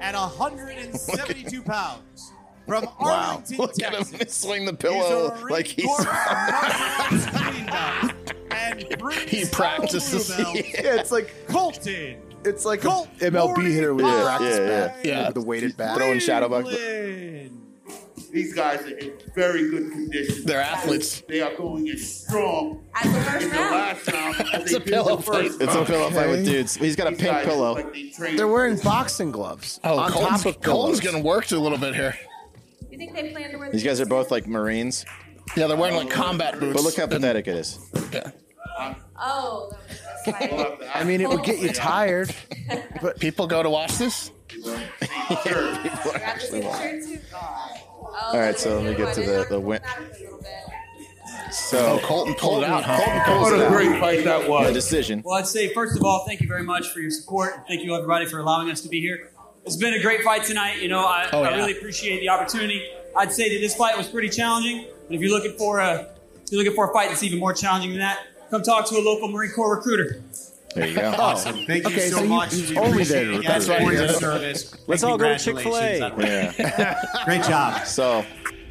[SPEAKER 6] at 172 pounds, from
[SPEAKER 4] Wow,
[SPEAKER 6] Arlington,
[SPEAKER 4] look at him
[SPEAKER 6] Texas,
[SPEAKER 4] swing the
[SPEAKER 6] he's
[SPEAKER 4] pillow
[SPEAKER 6] a
[SPEAKER 4] like he's.
[SPEAKER 6] reinforced martial arts greenbelt and brings
[SPEAKER 2] He practices.
[SPEAKER 6] our blue belt,
[SPEAKER 1] yeah, it's like
[SPEAKER 6] Colton.
[SPEAKER 1] it's like a
[SPEAKER 6] Colt
[SPEAKER 1] MLB hitter with
[SPEAKER 6] Morning
[SPEAKER 1] a practice
[SPEAKER 4] Yeah, yeah,
[SPEAKER 1] bat,
[SPEAKER 2] yeah.
[SPEAKER 1] with a weighted bat.
[SPEAKER 4] Throwing shadow box.
[SPEAKER 6] Cleveland.
[SPEAKER 7] These guys are in very good condition.
[SPEAKER 2] They're athletes.
[SPEAKER 7] They are going in strong.
[SPEAKER 8] At the first
[SPEAKER 7] in the
[SPEAKER 8] round.
[SPEAKER 7] last round, as
[SPEAKER 2] It's
[SPEAKER 7] they
[SPEAKER 2] a
[SPEAKER 7] did the
[SPEAKER 2] pillow
[SPEAKER 7] first
[SPEAKER 2] fight.
[SPEAKER 4] It's a
[SPEAKER 7] round.
[SPEAKER 4] pillow fight with dudes. He's got a
[SPEAKER 7] These
[SPEAKER 4] pink
[SPEAKER 7] guys
[SPEAKER 4] pillow.
[SPEAKER 7] look like they trained
[SPEAKER 1] They're wearing boxing gloves
[SPEAKER 2] Oh,
[SPEAKER 1] on
[SPEAKER 2] Colton's,
[SPEAKER 1] top of
[SPEAKER 2] Colton's
[SPEAKER 1] pillows.
[SPEAKER 2] getting worked a little bit here.
[SPEAKER 8] You think they plan to wear
[SPEAKER 4] These guys are both like Marines,
[SPEAKER 2] Yeah, they're wearing like combat boots.
[SPEAKER 4] but look how pathetic it is.
[SPEAKER 2] Yeah.
[SPEAKER 8] Oh, that was
[SPEAKER 7] up.
[SPEAKER 1] I mean, it would get you tired.
[SPEAKER 2] People go to watch this.
[SPEAKER 8] actually too. Oh,
[SPEAKER 4] All right, so let me get to the- the win- So
[SPEAKER 2] Colton pulled it out. Huh?
[SPEAKER 4] pulls it out.
[SPEAKER 9] fight that
[SPEAKER 4] The
[SPEAKER 9] was.
[SPEAKER 4] decision.
[SPEAKER 10] Well, I'd say, first of all, thank you very much for your support. and Thank you, everybody, for allowing us to be here. It's been a great fight tonight. You know, I,
[SPEAKER 2] Oh,
[SPEAKER 10] I
[SPEAKER 2] yeah.
[SPEAKER 10] really appreciate the opportunity. I'd say that this fight was pretty challenging. But if you're looking for a, if you're looking for a fight that's even more challenging than that, come talk to a local Marine Corps recruiter.
[SPEAKER 4] There you go.
[SPEAKER 6] Awesome. Thank you
[SPEAKER 1] Okay,
[SPEAKER 6] so
[SPEAKER 1] so you-
[SPEAKER 6] much.
[SPEAKER 1] he's
[SPEAKER 6] We
[SPEAKER 1] only
[SPEAKER 6] appreciate
[SPEAKER 1] there
[SPEAKER 6] you
[SPEAKER 1] to
[SPEAKER 6] guys
[SPEAKER 2] recruit.
[SPEAKER 6] for your
[SPEAKER 2] That's
[SPEAKER 6] service.
[SPEAKER 3] Let's
[SPEAKER 10] And
[SPEAKER 3] all go to Chick-fil-A.
[SPEAKER 10] congratulations.
[SPEAKER 4] Yeah.
[SPEAKER 6] Great job.
[SPEAKER 4] So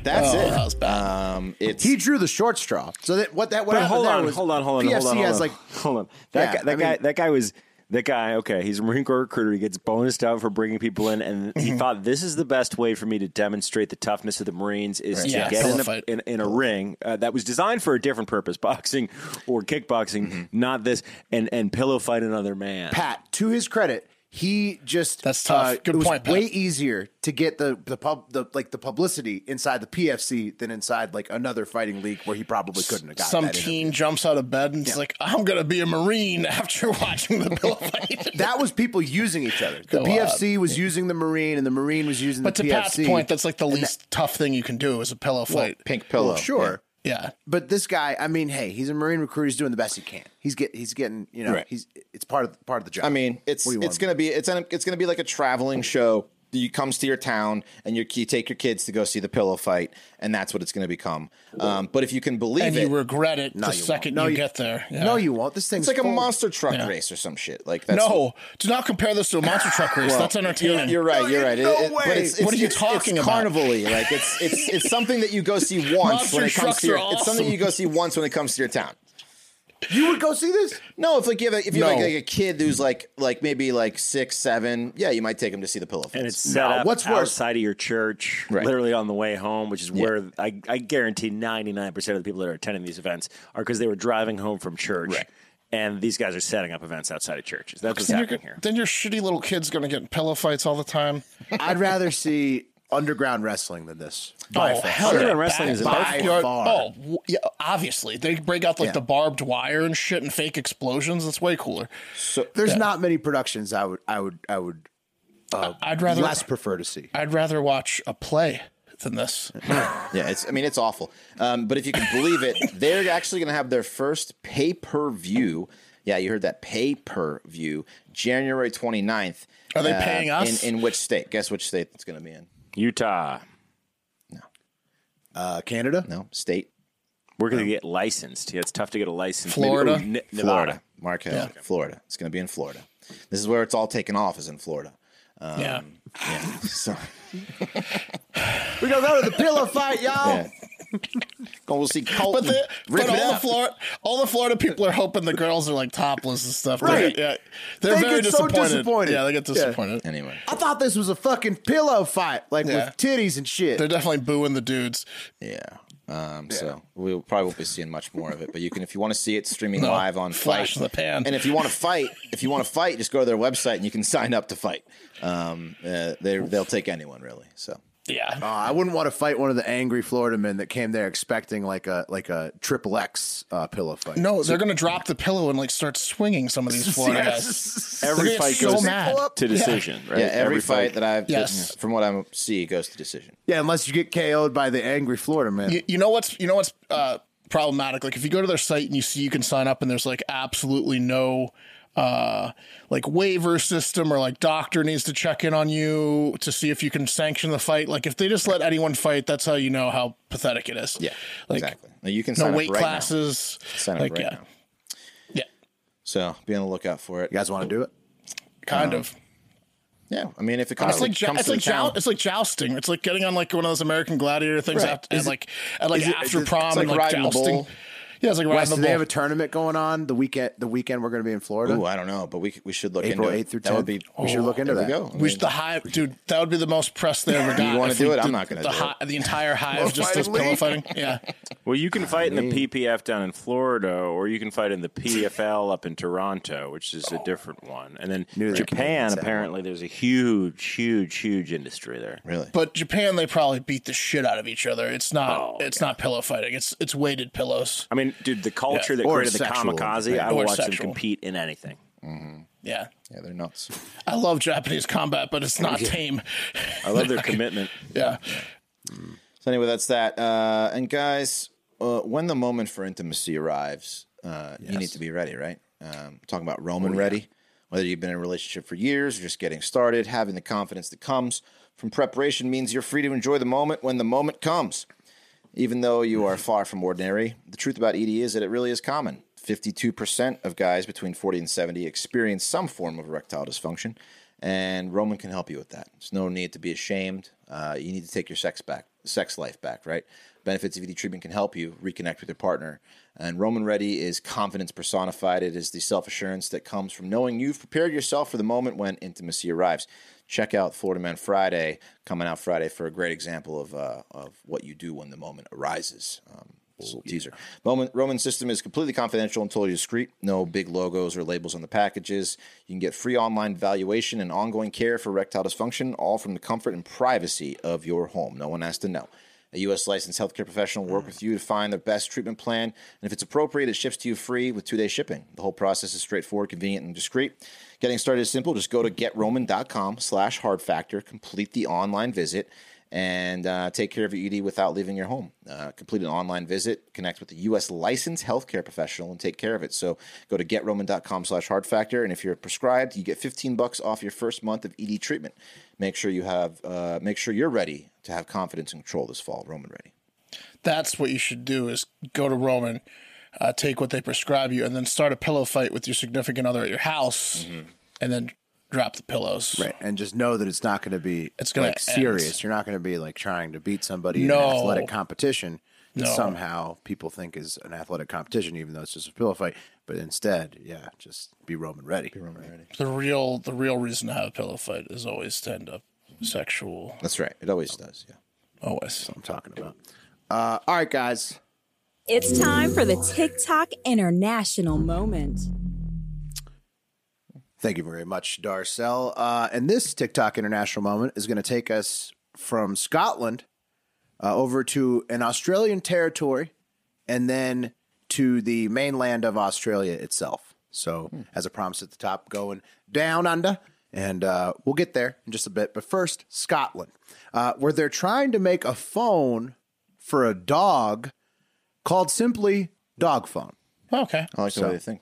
[SPEAKER 4] that's
[SPEAKER 2] Oh,
[SPEAKER 4] it.
[SPEAKER 2] that was bad.
[SPEAKER 4] Um, it's
[SPEAKER 1] He drew the short straw. So that what that what
[SPEAKER 3] But
[SPEAKER 1] happened
[SPEAKER 3] hold
[SPEAKER 1] there
[SPEAKER 3] on,
[SPEAKER 1] was
[SPEAKER 3] hold on, hold on,
[SPEAKER 1] PFC
[SPEAKER 3] hold on. hold
[SPEAKER 1] has
[SPEAKER 3] on.
[SPEAKER 1] like
[SPEAKER 3] hold on. That
[SPEAKER 1] Yeah,
[SPEAKER 3] guy, that
[SPEAKER 1] I
[SPEAKER 3] guy,
[SPEAKER 1] mean-
[SPEAKER 3] that guy was that guy. Okay, he's a Marine Corps recruiter. He gets bonused out for bringing people in, and
[SPEAKER 1] Mm-hmm.
[SPEAKER 3] he thought this is the best way for me to demonstrate the toughness of the Marines is to
[SPEAKER 2] Yeah,
[SPEAKER 3] get
[SPEAKER 2] pillow
[SPEAKER 3] in a,
[SPEAKER 2] fight.
[SPEAKER 3] in, in a ring uh, that was designed for a different purpose, boxing or kickboxing, not this, and and pillow fight another man.
[SPEAKER 1] Mm-hmm. Pat. To his credit, he just
[SPEAKER 2] That's tough.
[SPEAKER 1] uh,
[SPEAKER 2] Good
[SPEAKER 1] it was
[SPEAKER 2] point, Pat.
[SPEAKER 1] Way easier to get the the pub the like the publicity inside the PFC than inside like another fighting league where he probably couldn't have got
[SPEAKER 2] Some
[SPEAKER 1] that interview.
[SPEAKER 2] teen jumps out of bed and is like, "I'm gonna be a Marine" after watching the pillow fight.
[SPEAKER 1] That was people using each other. The
[SPEAKER 2] Go
[SPEAKER 1] PFC was using the Marine, and the Marine was using
[SPEAKER 2] but
[SPEAKER 1] the
[SPEAKER 2] to
[SPEAKER 1] PFC.
[SPEAKER 2] Pat's point, that's like the least tough thing you can do is a pillow fight.
[SPEAKER 4] pink pillow.
[SPEAKER 1] sure.
[SPEAKER 2] yeah.
[SPEAKER 1] but this guy, I mean, hey, he's a Marine recruit. He's doing the best he can. He's get he's getting you know
[SPEAKER 4] Right.
[SPEAKER 1] he's it's part of part of the job.
[SPEAKER 4] I mean, it's
[SPEAKER 1] What do you
[SPEAKER 4] it's
[SPEAKER 1] want?
[SPEAKER 4] gonna be it's an, it's gonna be like a traveling show. You comes to your town and you, you take your kids to go see the pillow fight, and that's what it's gonna become. Um, but if you can believe
[SPEAKER 2] And
[SPEAKER 4] it,
[SPEAKER 2] you regret it the
[SPEAKER 1] you won't.
[SPEAKER 2] second
[SPEAKER 1] No,
[SPEAKER 2] you,
[SPEAKER 1] you-
[SPEAKER 2] get there. Yeah.
[SPEAKER 1] no, you won't. This thing's
[SPEAKER 4] it's like a
[SPEAKER 1] full-
[SPEAKER 4] monster truck
[SPEAKER 2] Yeah.
[SPEAKER 4] race or some shit. Like that's
[SPEAKER 2] No, do not compare this to a monster truck race. that's
[SPEAKER 4] You're,
[SPEAKER 2] entertaining.
[SPEAKER 4] you're right. You're right. It-
[SPEAKER 1] no
[SPEAKER 4] it- but
[SPEAKER 1] way.
[SPEAKER 4] it's, it's,
[SPEAKER 2] What are you
[SPEAKER 4] it's-
[SPEAKER 2] talking
[SPEAKER 4] it's
[SPEAKER 2] about?
[SPEAKER 4] Carnival-y. Like it's it's it's something that you go see once
[SPEAKER 2] Monster
[SPEAKER 4] when it comes
[SPEAKER 2] trucks
[SPEAKER 4] to your.
[SPEAKER 2] are
[SPEAKER 4] It's something
[SPEAKER 2] awesome.
[SPEAKER 4] you go see once when it comes to your town.
[SPEAKER 1] You would go see this?
[SPEAKER 4] No, if like you have a, if you have
[SPEAKER 2] No.
[SPEAKER 4] like, like a kid who's like like maybe like six seven, yeah, you might take him to see the pillow fight.
[SPEAKER 3] and it's set up
[SPEAKER 1] what's worse-
[SPEAKER 3] outside of your church,
[SPEAKER 4] Right.
[SPEAKER 3] literally on the way home, which is where I, I guarantee 99% of the people that are attending these events are because they were driving home from church. And these guys are setting up events outside of churches. That's what's
[SPEAKER 2] Then, you're
[SPEAKER 3] happening
[SPEAKER 2] go-
[SPEAKER 3] here.
[SPEAKER 2] then your shitty little kid's gonna get in pillow fights all the time.
[SPEAKER 1] I'd rather see underground wrestling than this.
[SPEAKER 2] Oh, hell
[SPEAKER 3] Underground
[SPEAKER 2] yeah.
[SPEAKER 3] wrestling is a
[SPEAKER 1] by
[SPEAKER 2] Backyard-
[SPEAKER 1] far.
[SPEAKER 2] Oh, w- yeah, obviously. They break out like
[SPEAKER 1] Yeah.
[SPEAKER 2] the barbed wire and shit and fake explosions. That's way cooler.
[SPEAKER 1] There's not many productions I would I would I would
[SPEAKER 2] I'd rather
[SPEAKER 1] less prefer to see.
[SPEAKER 2] I'd rather watch a play than this.
[SPEAKER 4] Yeah, it's. I mean, it's awful. Um, but if you can believe it, they're actually going to have their first pay per view. Yeah, you heard that pay per view, January uh, 29th.
[SPEAKER 2] Are they paying us?
[SPEAKER 4] In, in which state? Guess which state it's going to be in.
[SPEAKER 3] Utah.
[SPEAKER 1] Uh, Canada?
[SPEAKER 4] No, state.
[SPEAKER 3] We're going to get licensed. Yeah, it's tough to get a license. Maybe-
[SPEAKER 2] Florida?
[SPEAKER 3] ooh, Ne- Nevada.
[SPEAKER 4] Florida. Marquez, Florida. It's going to be in Florida. This is where it's all taken off, is in Florida.
[SPEAKER 1] Um,
[SPEAKER 2] yeah.
[SPEAKER 4] Yeah. So,
[SPEAKER 1] We gonna go to the pillow fight,
[SPEAKER 2] Oh.
[SPEAKER 1] y'all.
[SPEAKER 4] yeah. Going to see Colton.
[SPEAKER 2] But, the,
[SPEAKER 4] rip
[SPEAKER 2] but
[SPEAKER 4] it
[SPEAKER 2] all the
[SPEAKER 4] up.
[SPEAKER 2] Florida, all the Florida people are hoping the girls are like topless and stuff.
[SPEAKER 1] Right.
[SPEAKER 2] They're, yeah, they're
[SPEAKER 1] They
[SPEAKER 2] very
[SPEAKER 1] get so
[SPEAKER 2] disappointed.
[SPEAKER 1] disappointed.
[SPEAKER 2] Yeah, they get
[SPEAKER 1] Yeah.
[SPEAKER 2] disappointed.
[SPEAKER 4] Anyway.
[SPEAKER 1] I thought this was a fucking pillow fight, like
[SPEAKER 2] Yeah.
[SPEAKER 1] with titties and shit.
[SPEAKER 2] They're definitely booing the dudes.
[SPEAKER 4] Yeah. Um, So we will- probably won't be seeing much more of it, but you can, if you want to see it, streaming
[SPEAKER 2] No,
[SPEAKER 4] live on
[SPEAKER 2] flash
[SPEAKER 4] Fight.
[SPEAKER 2] in the pan.
[SPEAKER 4] And if you want to fight, if you want to fight, just go to their website and you can sign up to fight. Um, uh, they they'll take anyone really. So
[SPEAKER 2] Yeah.
[SPEAKER 1] Uh, I wouldn't want to fight one of the angry Florida men that came there expecting like a like a triple X uh, pillow fight.
[SPEAKER 2] No, they're gonna drop the pillow and like start swinging some of these Florida guys.
[SPEAKER 3] Every
[SPEAKER 2] They're
[SPEAKER 3] fight
[SPEAKER 2] so
[SPEAKER 3] goes
[SPEAKER 2] mad.
[SPEAKER 3] to decision, right?
[SPEAKER 4] yeah, every, fight, that I've
[SPEAKER 2] Yes.
[SPEAKER 4] from what I see goes to decision.
[SPEAKER 1] Yeah, unless you get KO'd by the angry Florida man.
[SPEAKER 2] You, you know what's you know what's uh, problematic? Like if you go to their site and you see you can sign up and there's like absolutely no uh like waiver system or like doctor needs to check in on you to see if you can sanction the fight like if they just let anyone fight that's how you know how pathetic it is
[SPEAKER 4] Yeah,
[SPEAKER 2] like
[SPEAKER 4] exactly. Now you can
[SPEAKER 2] no
[SPEAKER 4] sign
[SPEAKER 2] weight
[SPEAKER 4] up right now.
[SPEAKER 2] classes
[SPEAKER 4] Sign up
[SPEAKER 2] like
[SPEAKER 4] right
[SPEAKER 2] yeah
[SPEAKER 4] now.
[SPEAKER 2] yeah
[SPEAKER 4] So be on the lookout for it.
[SPEAKER 1] You guys want to do it?
[SPEAKER 2] kind of
[SPEAKER 4] Yeah, I mean if it comes,
[SPEAKER 2] it's like
[SPEAKER 4] to,
[SPEAKER 2] jou-
[SPEAKER 4] comes
[SPEAKER 2] it's
[SPEAKER 4] Um, to
[SPEAKER 2] like
[SPEAKER 4] the town,
[SPEAKER 2] jou- it's like jousting. It's like getting on like one of those American gladiator things
[SPEAKER 4] Right.
[SPEAKER 2] at, at like at like
[SPEAKER 4] is it-
[SPEAKER 2] after
[SPEAKER 4] is it-
[SPEAKER 2] prom
[SPEAKER 4] it's
[SPEAKER 2] and
[SPEAKER 4] like
[SPEAKER 2] like
[SPEAKER 4] riding the
[SPEAKER 2] jousting.
[SPEAKER 4] bull?
[SPEAKER 2] Yeah, it's like
[SPEAKER 1] Wes,
[SPEAKER 2] riding
[SPEAKER 1] do
[SPEAKER 2] the
[SPEAKER 1] they have
[SPEAKER 2] bull.
[SPEAKER 1] a tournament going on the weekend? The weekend we're going to be in Florida,
[SPEAKER 4] Ooh, I don't know, but we we should look
[SPEAKER 1] April
[SPEAKER 4] into it.
[SPEAKER 1] eighth through
[SPEAKER 4] That would
[SPEAKER 1] tenth.
[SPEAKER 4] be Oh,
[SPEAKER 1] we should look into
[SPEAKER 4] there
[SPEAKER 1] that.
[SPEAKER 4] we go. I
[SPEAKER 2] Which
[SPEAKER 4] mean,
[SPEAKER 2] the hive, dude, that would be the most press they ever got.
[SPEAKER 4] wanna
[SPEAKER 2] if
[SPEAKER 4] do
[SPEAKER 2] we
[SPEAKER 4] it? I'm
[SPEAKER 2] did
[SPEAKER 4] not gonna
[SPEAKER 2] the
[SPEAKER 4] do
[SPEAKER 2] hi- The entire hive just
[SPEAKER 1] fighting
[SPEAKER 2] does pillow
[SPEAKER 1] league?
[SPEAKER 2] fighting. Yeah,
[SPEAKER 3] Well, you can fight in the PPF down in Florida, or you can fight in the PFL up in Toronto, which is a different one. And then
[SPEAKER 1] Knew they
[SPEAKER 3] Japan,
[SPEAKER 1] could do that.
[SPEAKER 3] apparently, there's a huge, huge, huge industry there.
[SPEAKER 4] really.
[SPEAKER 2] but Japan, they probably beat the shit out of each other. It's not, it's not pillow fighting. It's it's weighted pillows.
[SPEAKER 3] I mean, dude, the culture that
[SPEAKER 1] Or
[SPEAKER 3] created the
[SPEAKER 1] sexual,
[SPEAKER 3] kamikaze, I
[SPEAKER 2] Or
[SPEAKER 3] would watch
[SPEAKER 2] sexual.
[SPEAKER 3] them compete in anything.
[SPEAKER 2] Yeah,
[SPEAKER 4] yeah, they're nuts.
[SPEAKER 2] I love Japanese combat, but it's not tame.
[SPEAKER 3] I love their commitment.
[SPEAKER 2] Yeah,
[SPEAKER 4] So anyway, that's that. Uh, and guys, uh, when the moment for intimacy arrives, uh, you need to be ready, right? Um, talking about Roman ready, whether you've been in a relationship for years or just getting started, having the confidence that comes from preparation means you're free to enjoy the moment when the moment comes. Even though you are far from ordinary, the truth about ED is that it really is common. 52% of guys between 40 and 70 experience some form of erectile dysfunction, and Roman can help you with that. There's no need to be ashamed. Uh, you need to take your sex back, sex life back, right? Benefits of ED treatment can help you reconnect with your partner. And Roman Ready is confidence personified. It is the self assurance that comes from knowing you've prepared yourself for the moment when intimacy arrives check out Florida Man Friday coming out Friday for a great example of uh, of what you do when the moment arises. Um, this little teaser. Moment, Roman system is completely confidential and totally discreet. No big logos or labels on the packages. You can get free online valuation and ongoing care for erectile dysfunction, all from the comfort and privacy of your home. No one has to know. A U.S. licensed healthcare professional will work with you to find the best treatment plan, and if it's appropriate, it ships to you free with two-day shipping. The whole process is straightforward, convenient, and discreet. Getting started is simple. Just go to getroman.com slash hard factor, complete the online visit, and uh, take care of your ED without leaving your home. Uh, complete an online visit, connect with a U.S. licensed healthcare professional, and take care of it. So go to getroman.com slash hard factor, and if you're prescribed, you get 15 bucks off your first month of ED treatment. Make sure you have, uh, make sure you're ready to have confidence and control this fall. Roman ready.
[SPEAKER 2] that's what you should do is go to Roman, uh, take what they prescribe you, and then start a pillow fight with your significant other at your house,
[SPEAKER 4] Mm-hmm.
[SPEAKER 2] and then drop the pillows.
[SPEAKER 1] right? And just know that it's not going to be
[SPEAKER 2] It's gonna
[SPEAKER 1] like
[SPEAKER 2] end.
[SPEAKER 1] serious. You're not going to be like trying to beat somebody in
[SPEAKER 2] No.
[SPEAKER 1] an athletic competition that
[SPEAKER 2] No.
[SPEAKER 1] somehow people think is an athletic competition, even though it's just a pillow fight. But instead, yeah, just be Roman ready. Be Roman ready.
[SPEAKER 2] The real the real reason to have a pillow fight is always to end up sexual.
[SPEAKER 4] That's right. It always does. Yeah.
[SPEAKER 2] Always.
[SPEAKER 1] I'm talking about. Uh, all right, guys.
[SPEAKER 9] It's time for the TikTok International Moment.
[SPEAKER 1] Thank you very much, Darcel. Uh, and this TikTok international moment is going to take us from Scotland uh, over to an Australian territory and then to the mainland of Australia itself. So,
[SPEAKER 4] Hmm.
[SPEAKER 1] as I promised at the top, going down under, and uh, we'll get there in just a bit. But first, Scotland, uh, where they're trying to make a phone for a dog called simply Dog Phone.
[SPEAKER 2] Oh, Okay.
[SPEAKER 1] Oh,
[SPEAKER 4] I like the way they think.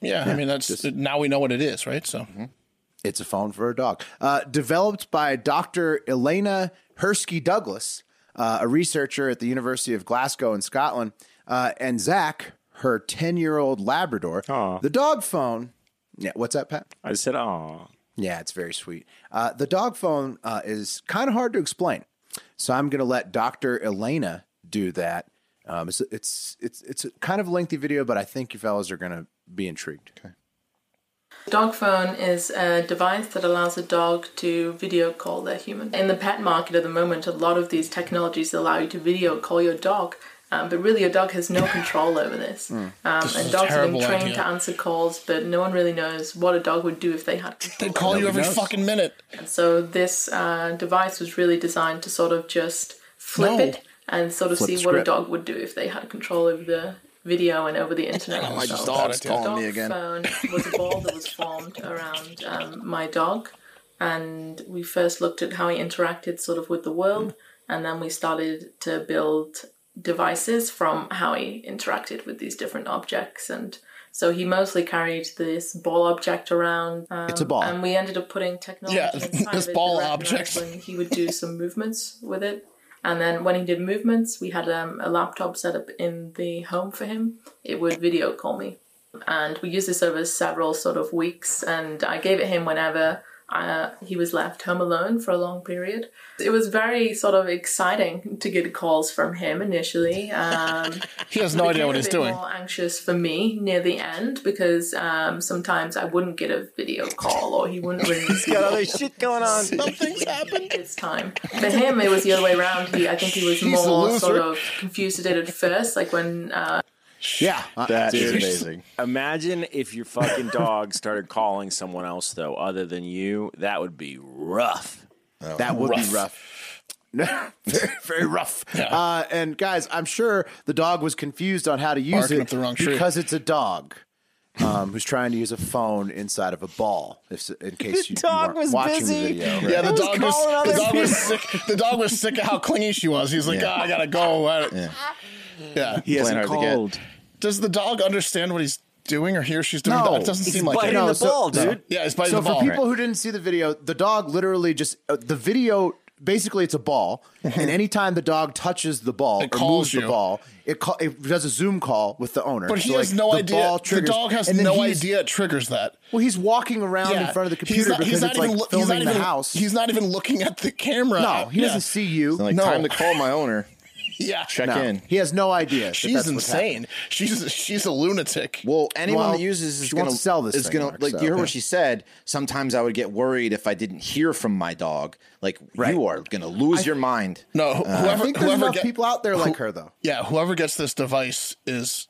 [SPEAKER 2] Yeah, I mean that's now we know what it is, right? So
[SPEAKER 1] Mm-hmm. It's a phone for a dog. Uh, developed by Dr. Elena Hersky Douglas. uh, a researcher at the University of Glasgow in Scotland, uh, and Zach, her 10 year old Labrador. The dog phone. Yeah, what's that, Pat?
[SPEAKER 3] I said, "Aw,
[SPEAKER 1] Yeah, it's very sweet. Uh, the dog phone uh, is kind of hard to explain, so I'm going to let Doctor Elena do that. Um, it's, it's it's it's a kind of a lengthy video, but I think you fellas are going to be intrigued. Okay.
[SPEAKER 11] Dog phone is a device that allows a dog to video call their human. In the pet market at the moment, a lot of these technologies allow you to video call your dog, um, but really your dog has no control over this.
[SPEAKER 2] Mm.
[SPEAKER 11] Um,
[SPEAKER 2] This is
[SPEAKER 11] and
[SPEAKER 2] a
[SPEAKER 11] dogs have
[SPEAKER 2] terrible
[SPEAKER 11] been trained
[SPEAKER 2] idea.
[SPEAKER 11] to answer calls, but no one really knows what a dog would do if they had control.
[SPEAKER 2] They call you every fucking minute.
[SPEAKER 11] And so this uh, device was really designed to sort of just flip
[SPEAKER 2] No.
[SPEAKER 11] it and sort of
[SPEAKER 2] Flip
[SPEAKER 11] see
[SPEAKER 2] the
[SPEAKER 11] what a
[SPEAKER 2] script.
[SPEAKER 11] dog would do if they had control over the video and over the internet.
[SPEAKER 4] Oh, my
[SPEAKER 11] themselves.
[SPEAKER 4] dog's calling me
[SPEAKER 11] Dog
[SPEAKER 4] again.
[SPEAKER 11] phone was a ball that was formed around um, my dog, and we first looked at how he interacted sort of with the world, and then we started to build devices from how he interacted with these different objects and. So he mostly carried this ball object around. Um,
[SPEAKER 2] It's a ball.
[SPEAKER 11] And we ended up putting technology
[SPEAKER 2] Yeah,
[SPEAKER 11] inside of
[SPEAKER 2] this
[SPEAKER 11] it to
[SPEAKER 2] ball
[SPEAKER 11] recognize
[SPEAKER 2] object.
[SPEAKER 11] when he would do some movements with it. And then when he did movements, we had um, a laptop set up in the home for him. It would video call me. And we used this over several sort of weeks. And I gave it him whenever uh, he was left home alone for a long period. It was very sort of exciting to get calls from him initially. Um,
[SPEAKER 2] He has no
[SPEAKER 11] it
[SPEAKER 2] idea
[SPEAKER 11] became
[SPEAKER 2] what
[SPEAKER 11] a
[SPEAKER 2] he's
[SPEAKER 11] bit
[SPEAKER 2] doing.
[SPEAKER 11] More anxious for me near the end because um, sometimes I wouldn't get a video call or he wouldn't ring. He's
[SPEAKER 3] got all this shit going on. Something's
[SPEAKER 11] happened. It's time for him. It was the other way around. He, I think, he was
[SPEAKER 4] He's a
[SPEAKER 11] more
[SPEAKER 4] loser.
[SPEAKER 11] sort of confused at it at first, like when. Uh,
[SPEAKER 1] Yeah, Uh,
[SPEAKER 3] that
[SPEAKER 4] dude.
[SPEAKER 3] is
[SPEAKER 4] amazing.
[SPEAKER 3] Imagine if your fucking dog started calling someone else though, other than you. That would be rough.
[SPEAKER 1] That would be rough. very, very rough. Uh, and guys, I'm sure the dog was confused on how to use
[SPEAKER 2] Barking
[SPEAKER 1] it
[SPEAKER 2] up the wrong tree.
[SPEAKER 1] because it's a dog um, who's trying to use a phone inside of a ball. If, in case you, you
[SPEAKER 2] dog
[SPEAKER 1] weren't
[SPEAKER 2] was
[SPEAKER 1] watching the
[SPEAKER 2] busy.
[SPEAKER 1] video,
[SPEAKER 2] Yeah, the dog was, the dog was sick. The dog was sick of how clingy she was. He's like,
[SPEAKER 1] Yeah.
[SPEAKER 2] "Ah, I gotta go. I-
[SPEAKER 1] Yeah.
[SPEAKER 2] Yeah.
[SPEAKER 3] He hasn't Playing hard to get. called.
[SPEAKER 2] Does the dog understand what he's doing or he or she's doing?
[SPEAKER 1] No.
[SPEAKER 2] It doesn't
[SPEAKER 1] He's
[SPEAKER 2] seem like
[SPEAKER 1] biting
[SPEAKER 2] it.
[SPEAKER 1] the No, so- ball, dude.
[SPEAKER 2] Yeah, he's biting
[SPEAKER 1] so
[SPEAKER 2] the ball.
[SPEAKER 1] for people who didn't see the video, the dog literally just uh, the video. Basically, it's a ball, and anytime the dog touches the ball
[SPEAKER 2] It
[SPEAKER 1] or
[SPEAKER 2] calls
[SPEAKER 1] moves
[SPEAKER 2] you.
[SPEAKER 1] the ball, it call, it does a Zoom call with the owner.
[SPEAKER 2] But he
[SPEAKER 1] So,
[SPEAKER 2] has
[SPEAKER 1] like,
[SPEAKER 2] no
[SPEAKER 1] the
[SPEAKER 2] idea.
[SPEAKER 1] ball
[SPEAKER 2] the
[SPEAKER 1] triggers-
[SPEAKER 2] dog has
[SPEAKER 1] and then
[SPEAKER 2] no
[SPEAKER 1] he's-
[SPEAKER 2] idea it triggers that.
[SPEAKER 1] Well, he's walking around in front of the computer because it's like
[SPEAKER 2] loo-
[SPEAKER 1] filming the
[SPEAKER 2] even,
[SPEAKER 1] house.
[SPEAKER 2] He's not even looking at the camera.
[SPEAKER 1] No, he doesn't see you.
[SPEAKER 2] like, No. "Time to
[SPEAKER 4] call my owner.
[SPEAKER 2] Yeah,
[SPEAKER 4] Check
[SPEAKER 1] No.
[SPEAKER 4] in.
[SPEAKER 1] He has no idea. that
[SPEAKER 2] She's
[SPEAKER 1] that's what's
[SPEAKER 2] insane. She's she's a lunatic.
[SPEAKER 4] Well, anyone
[SPEAKER 1] Well,
[SPEAKER 4] that uses is
[SPEAKER 1] she wants
[SPEAKER 4] going
[SPEAKER 1] to sell this
[SPEAKER 4] Is
[SPEAKER 1] thing,
[SPEAKER 4] going
[SPEAKER 1] Mark,
[SPEAKER 4] like
[SPEAKER 1] so-
[SPEAKER 4] you heard
[SPEAKER 1] Yeah.
[SPEAKER 4] what she said. Sometimes I would get worried if I didn't hear from my dog. Like you are going to lose your mind.
[SPEAKER 2] No,
[SPEAKER 4] Uh,
[SPEAKER 2] whoever,
[SPEAKER 1] I think there's
[SPEAKER 2] whoever
[SPEAKER 1] enough
[SPEAKER 2] get-
[SPEAKER 1] people out there like her though.
[SPEAKER 2] yeah, whoever gets this device is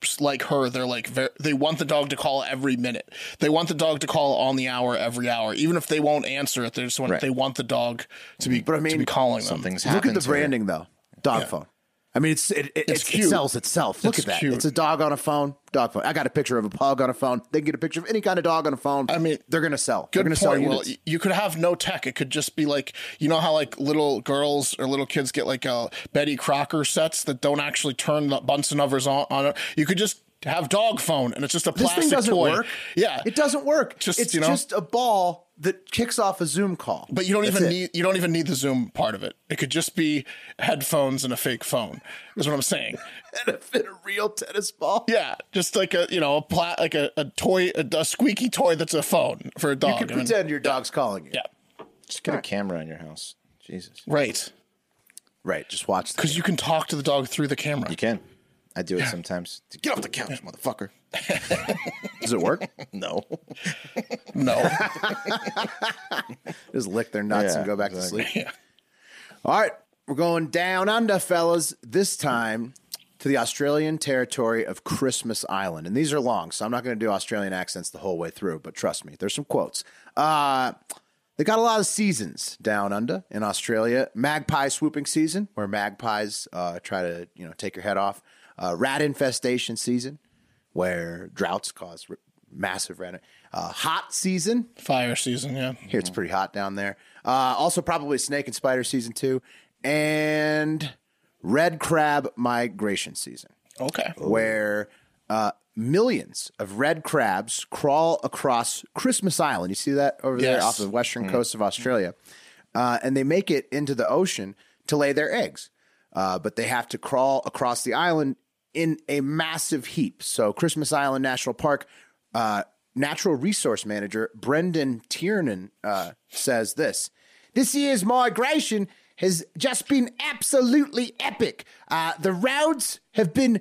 [SPEAKER 2] just like her. They're like ver- they want the dog to call every minute. They want the dog to call on the hour every hour, even if they won't answer it. They just want
[SPEAKER 4] Right.
[SPEAKER 2] they want the dog to be.
[SPEAKER 1] But I
[SPEAKER 2] to
[SPEAKER 1] mean,
[SPEAKER 2] be calling them.
[SPEAKER 4] something's
[SPEAKER 1] Look
[SPEAKER 4] happened.
[SPEAKER 1] at the
[SPEAKER 4] to her.
[SPEAKER 1] branding though. Dog phone. I mean, it's it, it,
[SPEAKER 2] It's
[SPEAKER 1] it- it
[SPEAKER 2] cute.
[SPEAKER 1] sells itself. Look
[SPEAKER 2] It's
[SPEAKER 1] at that.
[SPEAKER 2] cute.
[SPEAKER 1] It's a dog on a phone. Dog phone. I got a picture of a pug on a phone. They can get a picture of any kind of dog on a phone.
[SPEAKER 2] I mean,
[SPEAKER 1] they're gonna sell. they're
[SPEAKER 2] Good
[SPEAKER 1] gonna
[SPEAKER 2] point.
[SPEAKER 1] sell
[SPEAKER 2] Will.
[SPEAKER 1] units.
[SPEAKER 2] Y- you could have no tech. It could just be like you know how like little girls or little kids get like uh, Betty Crocker sets that don't actually turn the Bunsen overs on. on you could just have dog phone and it's just a
[SPEAKER 1] this
[SPEAKER 2] plastic
[SPEAKER 1] thing doesn't
[SPEAKER 2] toy.
[SPEAKER 1] work.
[SPEAKER 2] Yeah,
[SPEAKER 1] it doesn't work.
[SPEAKER 2] Just,
[SPEAKER 1] it's
[SPEAKER 2] you know-
[SPEAKER 1] just a ball that kicks off a Zoom call.
[SPEAKER 2] But you don't
[SPEAKER 1] That's
[SPEAKER 2] even
[SPEAKER 1] it.
[SPEAKER 2] need you don't even need the Zoom part of it. It could just be headphones and a fake phone. Is what I'm saying.
[SPEAKER 1] and it fit a real tennis ball.
[SPEAKER 2] Yeah, just like a you know a pla- like a, a toy a, a squeaky toy that's a phone for a
[SPEAKER 1] You
[SPEAKER 2] dog.
[SPEAKER 1] can
[SPEAKER 2] I mean,
[SPEAKER 1] pretend your dog's calling you.
[SPEAKER 2] yeah,
[SPEAKER 4] Just get a camera in your house. Jesus,
[SPEAKER 2] right.
[SPEAKER 1] Right. Just watch. the
[SPEAKER 2] Because you can talk to the dog through the camera.
[SPEAKER 4] you can. I do it sometimes. Get off the couch, motherfucker.
[SPEAKER 1] Does it work?
[SPEAKER 4] No,
[SPEAKER 2] No,
[SPEAKER 1] Just lick their nuts
[SPEAKER 4] Yeah,
[SPEAKER 1] and go back
[SPEAKER 4] exactly.
[SPEAKER 1] to sleep. All right, we're going down under, fellas. This time to the Australian territory of Christmas Island, and these are long, so I'm not going to do Australian accents the whole way through. But trust me, there's some quotes. Uh, they got a lot of seasons down under in Australia. Magpie swooping season, where magpies uh, try to you know take your head off. Uh, rat infestation season, where droughts cause r- massive rat. Uh, hot season,
[SPEAKER 2] fire season.
[SPEAKER 1] here
[SPEAKER 2] Yeah,
[SPEAKER 1] Mm-hmm. it's pretty hot down there. Uh, also, probably snake and spider season two, and red crab migration season,
[SPEAKER 2] okay.
[SPEAKER 1] where uh, millions of red crabs crawl across Christmas Island. You see that over there
[SPEAKER 2] Yes.
[SPEAKER 1] off the western coast of Australia, uh, and they make it into the ocean to lay their eggs. Uh, but they have to crawl across the island in a massive heap. So, Christmas Island National Park uh, natural resource manager Brendan Tiernan uh, says this This year's migration has just been absolutely epic. Uh, the roads have been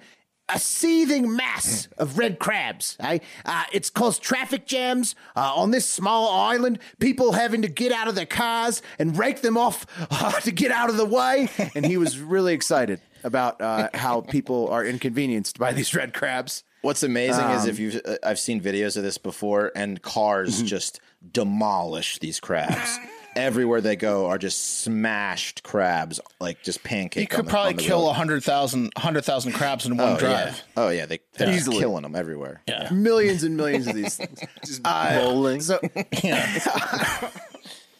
[SPEAKER 1] a seething mass of red crabs. eh? Uh, it's caused traffic jams uh, on this small island, people having to get out of their cars and rake them off uh, to get out of the way. And he was really excited about uh, how people are inconvenienced by these red crabs.
[SPEAKER 4] What's amazing is
[SPEAKER 1] Um,
[SPEAKER 4] if you have I've seen videos of this before, and
[SPEAKER 2] Mm-hmm.
[SPEAKER 4] cars just demolish these crabs. Everywhere they go are just smashed crabs, like just pancake.
[SPEAKER 2] You
[SPEAKER 4] on
[SPEAKER 2] could
[SPEAKER 4] the-
[SPEAKER 2] probably
[SPEAKER 4] on the
[SPEAKER 2] kill
[SPEAKER 4] road.
[SPEAKER 2] 100,000 100,000 crabs in one
[SPEAKER 4] oh,
[SPEAKER 2] drive.
[SPEAKER 4] Yeah. Oh yeah, they, they're just
[SPEAKER 2] Easily.
[SPEAKER 4] killing them everywhere.
[SPEAKER 2] Yeah.
[SPEAKER 1] millions and millions of these things. Uh, So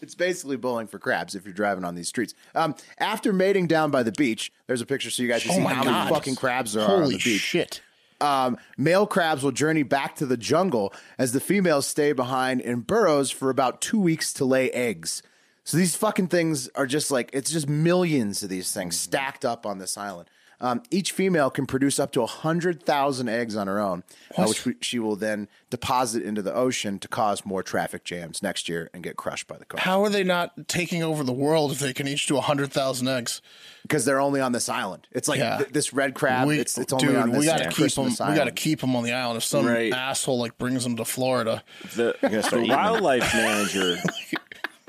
[SPEAKER 1] it's basically bowling for crabs if you're driving on these streets. Um, after mating down by the beach, there's a picture so you guys can
[SPEAKER 2] Oh
[SPEAKER 1] see
[SPEAKER 2] my
[SPEAKER 1] how
[SPEAKER 2] God.
[SPEAKER 1] many fucking crabs there are on
[SPEAKER 2] Holy
[SPEAKER 1] the beach.
[SPEAKER 2] shit.
[SPEAKER 1] Um, male crabs will journey back to the jungle as the females stay behind in burrows for about two weeks to lay eggs. So these fucking things are just like it's just millions of these things stacked up on this island. Um, each female can produce up to hundred thousand eggs on her own, uh,
[SPEAKER 2] What?
[SPEAKER 1] which we, she will then deposit into the ocean to cause more traffic jams next year and get crushed by the car
[SPEAKER 2] How are they not taking over the world if they can each do 100,000 eggs?
[SPEAKER 1] because they're only on this island. It's like
[SPEAKER 2] Yeah.
[SPEAKER 1] th- this red crab.
[SPEAKER 2] We-
[SPEAKER 1] it's, it's only
[SPEAKER 2] dude,
[SPEAKER 1] on this
[SPEAKER 2] we gotta keep them.
[SPEAKER 1] Christmas
[SPEAKER 2] We gotta
[SPEAKER 1] island.
[SPEAKER 2] keep them on the island. If some
[SPEAKER 3] Right.
[SPEAKER 2] asshole like brings them to Florida,
[SPEAKER 3] the,
[SPEAKER 4] gotta start
[SPEAKER 3] the
[SPEAKER 4] eating them.
[SPEAKER 3] wildlife manager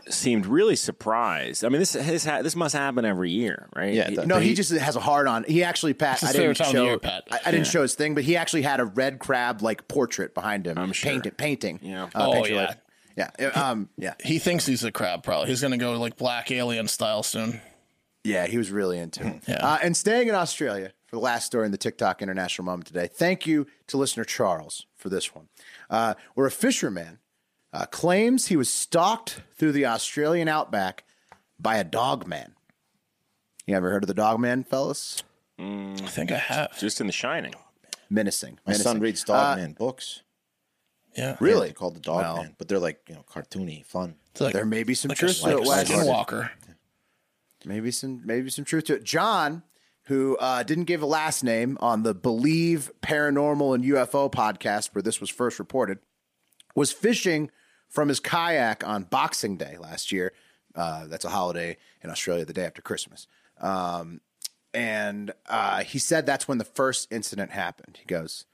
[SPEAKER 3] seemed really surprised. I mean, this this, ha- this must happen every year, right?
[SPEAKER 4] Yeah, it does.
[SPEAKER 1] No, he just has a hard on. He actually, Pat,
[SPEAKER 2] It's his
[SPEAKER 1] I didn't
[SPEAKER 2] favorite time of the
[SPEAKER 1] show.
[SPEAKER 2] year, Pat.
[SPEAKER 1] I, I didn't show his thing, but he actually had a red crab like portrait behind him. I'm
[SPEAKER 3] sure.
[SPEAKER 1] painted painting.
[SPEAKER 3] Yeah.
[SPEAKER 1] Uh,
[SPEAKER 2] Oh,
[SPEAKER 1] painted
[SPEAKER 2] yeah.
[SPEAKER 1] like- yeah, yeah. Um, yeah,
[SPEAKER 2] he thinks he's a crab. Probably he's gonna go like black alien style soon.
[SPEAKER 1] yeah. He was really into it.
[SPEAKER 2] Yeah.
[SPEAKER 1] Uh, and staying in Australia for the last story in the TikTok International Moment today. Thank you to listener Charles for this one. Uh, where a fisherman uh, claims he was stalked through the Australian outback by a dog man. You ever heard of the dog man, fellas?
[SPEAKER 2] I think I have.
[SPEAKER 3] just in The Shining.
[SPEAKER 1] Menacing.
[SPEAKER 4] My son
[SPEAKER 1] menacing.
[SPEAKER 4] reads
[SPEAKER 1] Uh,
[SPEAKER 4] Dog Man books.
[SPEAKER 2] Yeah,
[SPEAKER 4] Yeah,
[SPEAKER 1] Really?
[SPEAKER 4] they're called the Dog
[SPEAKER 1] Well.
[SPEAKER 4] Man, but they're like you know cartoony, fun.
[SPEAKER 2] It's like,
[SPEAKER 1] There may be some
[SPEAKER 2] like a,
[SPEAKER 1] truth
[SPEAKER 2] like
[SPEAKER 1] to
[SPEAKER 2] a
[SPEAKER 1] it. Wes.
[SPEAKER 2] skinwalker.
[SPEAKER 1] Maybe some maybe some truth to it. John, who uh, didn't give a last name on the Believe Paranormal and UFO podcast where this was first reported, was fishing from his kayak on Boxing Day last year. Uh, that's a holiday in Australia, the day after Christmas. Um, and uh, he said that's when the first incident happened. He goes,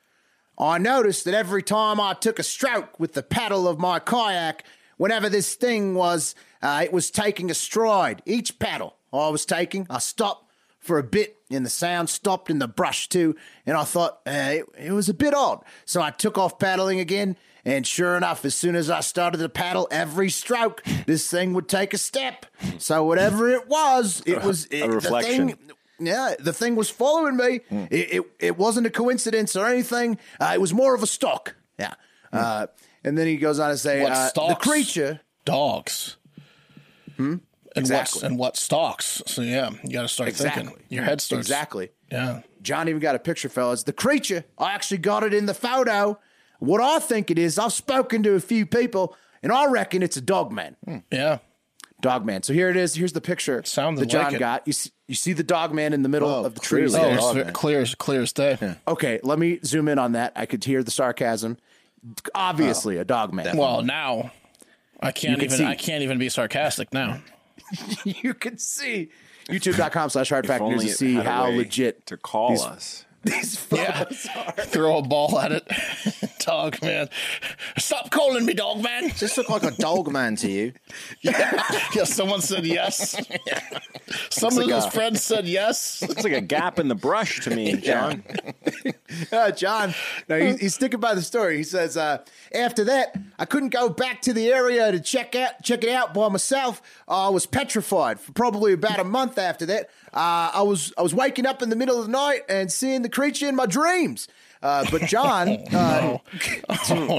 [SPEAKER 1] I noticed that every time I took a stroke with the paddle of my kayak, whenever this thing was, uh, it was taking a stride. Each paddle I was taking, I stopped for a bit, and the sound stopped in the brush too. And I thought uh, it, it was a bit odd, so I took off paddling again. And sure enough, as soon as I started to paddle, every stroke, this thing would take a step. So whatever it was, it was it,
[SPEAKER 3] reflection.
[SPEAKER 1] The thing, yeah, the thing was following me.
[SPEAKER 2] Hmm.
[SPEAKER 1] It, it it wasn't a coincidence or anything. Uh, it was more of a stalk. Yeah. Uh, and then he goes on to say,
[SPEAKER 2] Hmm. What
[SPEAKER 1] uh, the
[SPEAKER 2] stalks?
[SPEAKER 1] creature.
[SPEAKER 2] Dogs. Hmm. And
[SPEAKER 1] Exactly.
[SPEAKER 2] What, and what stalks? So yeah, you got to start
[SPEAKER 1] Exactly.
[SPEAKER 2] thinking. Your head starts.
[SPEAKER 1] Exactly.
[SPEAKER 2] Yeah.
[SPEAKER 1] John even got a picture, fellas. The creature. I actually got it in the photo. What I think it is, I've spoken to a few people, and I reckon it's a dog man.
[SPEAKER 2] Yeah.
[SPEAKER 1] Dog man. So here it is. Here's the picture
[SPEAKER 2] sounded
[SPEAKER 1] that John
[SPEAKER 2] like it.
[SPEAKER 1] got. You see, you see the dog man in the middle
[SPEAKER 4] Oh,
[SPEAKER 1] of the trees.
[SPEAKER 4] clearly.
[SPEAKER 1] there.
[SPEAKER 2] Oh, it's
[SPEAKER 4] Yeah. Dog,
[SPEAKER 2] ve-
[SPEAKER 4] man.
[SPEAKER 2] clear as clear as day.
[SPEAKER 1] Okay, let me zoom in on that. I could hear the sarcasm.
[SPEAKER 3] Oh,
[SPEAKER 1] Obviously, a dog man.
[SPEAKER 2] Well, now I can't
[SPEAKER 1] can
[SPEAKER 2] even.
[SPEAKER 1] see.
[SPEAKER 2] I can't even be sarcastic now.
[SPEAKER 1] you can see youtube.com slash hard
[SPEAKER 3] If
[SPEAKER 1] fact news
[SPEAKER 3] only
[SPEAKER 1] to
[SPEAKER 3] it
[SPEAKER 1] see
[SPEAKER 3] had a
[SPEAKER 1] how
[SPEAKER 3] way
[SPEAKER 1] legit
[SPEAKER 3] to call
[SPEAKER 1] these-
[SPEAKER 3] us.
[SPEAKER 1] these
[SPEAKER 2] Yeah.
[SPEAKER 1] photos are.
[SPEAKER 2] Throw a ball at it, dog man. Stop calling me dog man.
[SPEAKER 4] Does this look like a dog man to you?
[SPEAKER 2] yeah, someone said yes. Some of
[SPEAKER 4] like
[SPEAKER 2] his
[SPEAKER 4] a-
[SPEAKER 2] friends said yes.
[SPEAKER 3] It's like a gap in the brush to me, John.
[SPEAKER 1] Uh, John, no, he's, he's sticking by the story. He says, uh, after that, I couldn't go back to the area to check out, check it out by myself. I was petrified for probably about a month after that. Uh, I was, I was waking up in the middle of the night and seeing the creature in my dreams. Uh, but John, uh,
[SPEAKER 2] Oh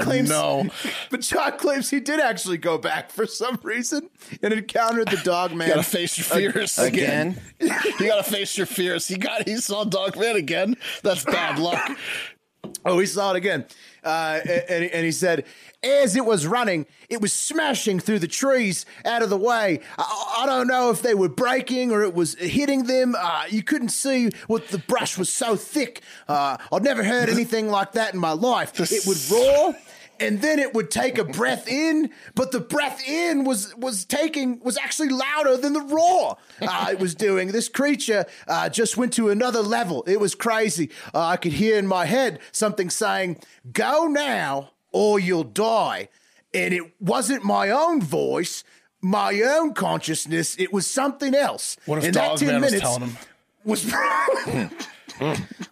[SPEAKER 1] claims-
[SPEAKER 2] no!
[SPEAKER 1] but John claims he did actually go back for some reason and encountered the dog
[SPEAKER 2] You
[SPEAKER 1] man
[SPEAKER 2] gotta face your fears again.
[SPEAKER 4] Again?
[SPEAKER 2] you gotta face your fears. He got he saw dog man again. That's bad luck.
[SPEAKER 1] Oh, he saw it again. Uh, a- and, and he said, as it was running, it was smashing through the trees out of the way. I, I don't know if they were breaking or it was hitting them. Uh, you couldn't see what the brush was so thick. Uh, I'd never heard anything like that in my life. It would roar. And then it would take a breath in, but the breath in was was taking was actually louder than the roar uh, it was doing. This creature uh, just went to another level. It was crazy. Uh, I could hear in my head something saying, "Go now, or you'll die." And it wasn't my own voice, my own consciousness. It was something else.
[SPEAKER 2] What if
[SPEAKER 1] And that
[SPEAKER 2] Dog
[SPEAKER 1] 10
[SPEAKER 2] Man was
[SPEAKER 1] minutes
[SPEAKER 2] telling him?
[SPEAKER 1] Was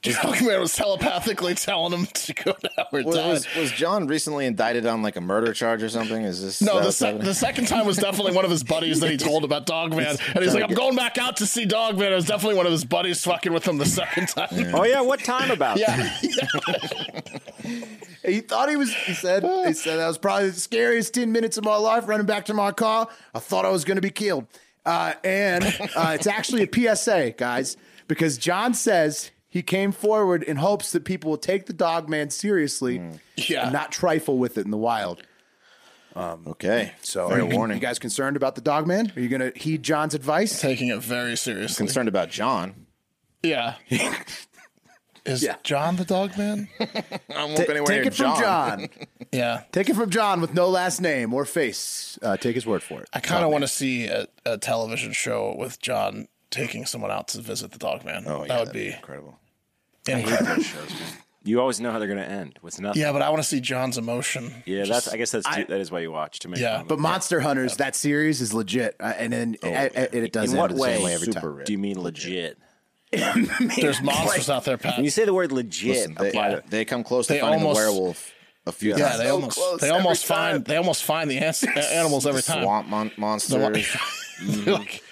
[SPEAKER 2] Dog Man was telepathically telling him to go down or
[SPEAKER 4] Was,
[SPEAKER 2] die.
[SPEAKER 4] was, was John recently indicted on like a murder charge or something? Is this uh,
[SPEAKER 2] No,
[SPEAKER 4] that
[SPEAKER 2] the,
[SPEAKER 4] what's
[SPEAKER 2] sec-
[SPEAKER 4] happening?
[SPEAKER 2] the second time was definitely one of his buddies that he told about Dogman. And he's like, I'm going back out to see Dogman. It was definitely one of his buddies fucking with him the second time.
[SPEAKER 3] Oh yeah, what time about?
[SPEAKER 2] Yeah.
[SPEAKER 1] He thought he was. He said. He said that was probably the scariest ten minutes of my life. Running back to my car, I thought I was going to be killed. Uh, and uh, it's actually a PSA, guys, because John says he came forward in hopes that people will take the dog man
[SPEAKER 4] Hmm.
[SPEAKER 1] seriously and not trifle with it in the wild.
[SPEAKER 4] Okay,
[SPEAKER 1] So,
[SPEAKER 4] fair
[SPEAKER 1] are you,
[SPEAKER 4] warning.
[SPEAKER 1] you guys concerned about the dog man? Are you going to heed John's advice?
[SPEAKER 2] Taking it very seriously.
[SPEAKER 4] concerned about John.
[SPEAKER 2] Yeah. Is John the Dogman?
[SPEAKER 4] I won't
[SPEAKER 1] Ta-
[SPEAKER 4] go anywhere
[SPEAKER 1] take
[SPEAKER 4] near
[SPEAKER 1] it from John.
[SPEAKER 2] Yeah.
[SPEAKER 1] take it from John with no last name or face. Uh, take his word for it.
[SPEAKER 2] I kind of want to see a, a television show with John taking someone out to visit the Dogman. Oh, that would
[SPEAKER 4] that'd be
[SPEAKER 2] be
[SPEAKER 4] incredible.
[SPEAKER 2] incredible.
[SPEAKER 3] You always know how they're going to end with nothing.
[SPEAKER 2] Yeah, but I want to see John's emotion.
[SPEAKER 3] Yeah, that's. I guess that's
[SPEAKER 1] I-
[SPEAKER 3] that is why you watch to make.
[SPEAKER 2] Yeah.
[SPEAKER 3] fun of
[SPEAKER 1] But Monster Hunters, that series is legit, uh, and then it, it, it
[SPEAKER 3] it.
[SPEAKER 1] does
[SPEAKER 3] Oh, in
[SPEAKER 1] end
[SPEAKER 3] what
[SPEAKER 1] the
[SPEAKER 3] way
[SPEAKER 1] same way every time.
[SPEAKER 3] do you mean legit?
[SPEAKER 2] There's monsters out there, Pat.
[SPEAKER 3] When you say the word legit,
[SPEAKER 4] Listen, they, uh,
[SPEAKER 3] apply to-
[SPEAKER 4] they come close to
[SPEAKER 2] They
[SPEAKER 4] finding
[SPEAKER 2] almost-
[SPEAKER 4] the werewolf a few
[SPEAKER 2] Yeah,
[SPEAKER 4] times.
[SPEAKER 2] they almost
[SPEAKER 1] close
[SPEAKER 2] they
[SPEAKER 1] every
[SPEAKER 2] almost
[SPEAKER 1] time.
[SPEAKER 2] find they almost find the ans- animals every
[SPEAKER 4] The
[SPEAKER 2] time.
[SPEAKER 4] swamp mon- monsters.
[SPEAKER 2] They're like-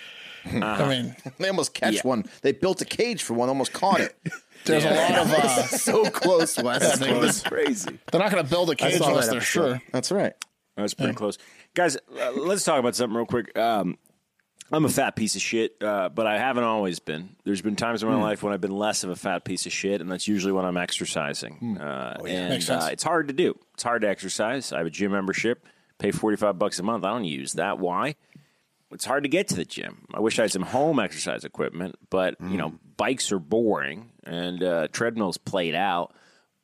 [SPEAKER 2] I mean,
[SPEAKER 4] They almost catch one. They built a cage for one, almost caught it.
[SPEAKER 2] there's a lot of. Uh,
[SPEAKER 1] so close, Wes.
[SPEAKER 2] Yeah,
[SPEAKER 1] That's crazy.
[SPEAKER 2] they're not going to build a cage
[SPEAKER 1] saw
[SPEAKER 2] unless
[SPEAKER 1] that
[SPEAKER 2] they're
[SPEAKER 1] episode.
[SPEAKER 2] sure.
[SPEAKER 4] That's right.
[SPEAKER 3] That's pretty close, guys. Uh, let's talk about something real quick. Um, I'm a fat piece of shit, uh, but I haven't always been. There's been times in
[SPEAKER 2] Hmm.
[SPEAKER 3] my life when I've been less of a fat piece of shit, and that's usually when I'm exercising. Uh, And
[SPEAKER 2] Hmm. Oh, Makes sense.
[SPEAKER 3] Uh, it's hard to do. It's hard to exercise. I have a gym membership, pay 45 bucks a month. I don't use that. Why? It's hard to get to the gym. I wish I had some home exercise equipment, but
[SPEAKER 2] Hmm.
[SPEAKER 3] you know, bikes are boring and uh, treadmills played out.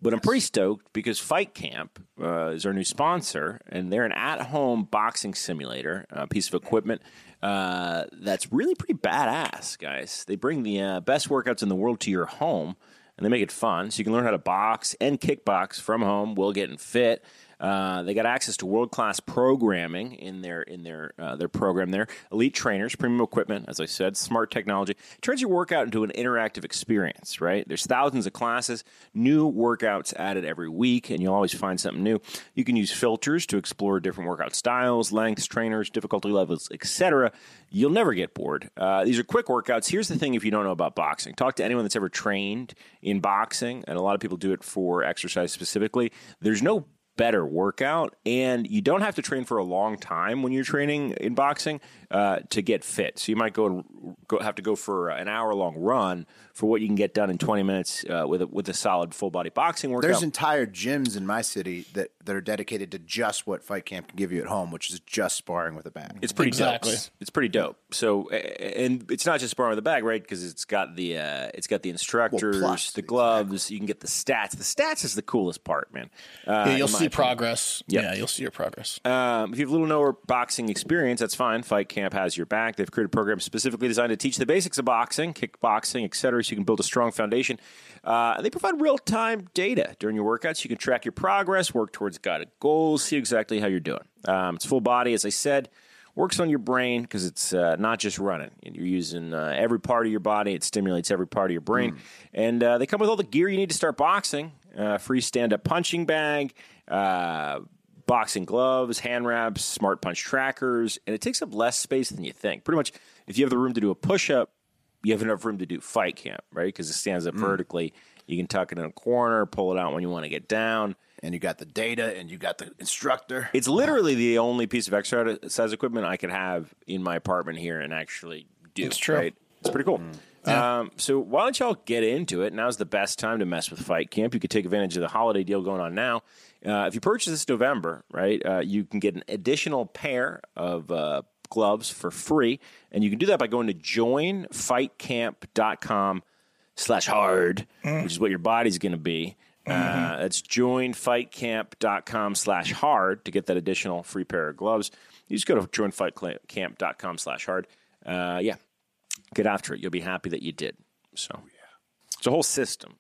[SPEAKER 3] But I'm pretty stoked because Fight Camp uh, is our new sponsor, and they're an at-home boxing simulator, a piece of equipment uh, that's really pretty badass, guys. They bring the uh, best workouts in the world to your home, and they make it fun, so you can learn how to box and kickbox from home while getting fit. Uh, they got access to world class programming in their in their uh, their program there. Elite trainers, premium equipment, as I said, smart technology turns your workout into an interactive experience. Right? There's thousands of classes, new workouts added every week, and you'll always find something new. You can use filters to explore different workout styles, lengths, trainers, difficulty levels, etc. You'll never get bored. Uh, these are quick workouts. Here's the thing: if you don't know about boxing, talk to anyone that's ever trained in boxing, and a lot of people do it for exercise specifically. There's no better workout and you don't have to train for a long time when you're training in boxing uh, to get fit so you might go, go have to go for an hour long run for what you can get done in 20 minutes uh, with, a, with a solid full body boxing workout
[SPEAKER 1] There's entire gyms in my city that, that are dedicated to just what Fight Camp can give you at home, which is just sparring with a bat.
[SPEAKER 3] It's pretty
[SPEAKER 2] Exactly.
[SPEAKER 3] dope. It's pretty dope. So, a- a- and it's not just sparring with the bag, right? Because it's got the uh, it's got the instructors,
[SPEAKER 1] plus,
[SPEAKER 3] the gloves. You can get the stats. The stats is the coolest part, man. Uh,
[SPEAKER 2] yeah, you'll
[SPEAKER 3] in my
[SPEAKER 2] see
[SPEAKER 3] opinion.
[SPEAKER 2] progress. Yeah, you'll see your progress.
[SPEAKER 3] Um, if you have little no boxing experience, that's fine. Fight Camp has your back. They've created programs specifically designed to teach the basics of boxing, kickboxing, etc., so you can build a strong foundation. Uh, and they provide real time data during your workouts. You can track your progress, work towards guided goals, see exactly how you're doing. Um, it's full body, as I said works on your brain because it's uh, not just running. You're using uh, every part of your body. It stimulates every part of your brain. And uh, they come with all the gear you need to start boxing: uh, free stand-up punching bag, uh, boxing gloves, hand wraps, smart punch trackers, and it takes up less space than you think. Pretty much, if you have the room to do a push-up, you have enough room to do fight camp, right? Because it stands up vertically. You can tuck it in a corner, pull it out when you want to get down.
[SPEAKER 1] And you got the data, and you got the instructor.
[SPEAKER 3] It's literally the only piece of exercise equipment I could have in my apartment here and actually do.
[SPEAKER 2] It's true.
[SPEAKER 3] Right? It's pretty cool. Um, so why don't y'all get into it? Now's the best time to mess with Fight Camp. You could take advantage of the holiday deal going on now. Uh, if you purchase this November, right, uh, you can get an additional pair of uh, gloves for free, and you can do that by going to joinfightcamp.com slash hard,
[SPEAKER 2] Mm.
[SPEAKER 3] which is what your body's going to be. Uh, that's joinfightcamp.com slash hard to get that additional free pair of gloves. You just go to joinfightcamp.com slash hard. Uh, yeah, get after it. You'll be happy that you did. So it's a whole system.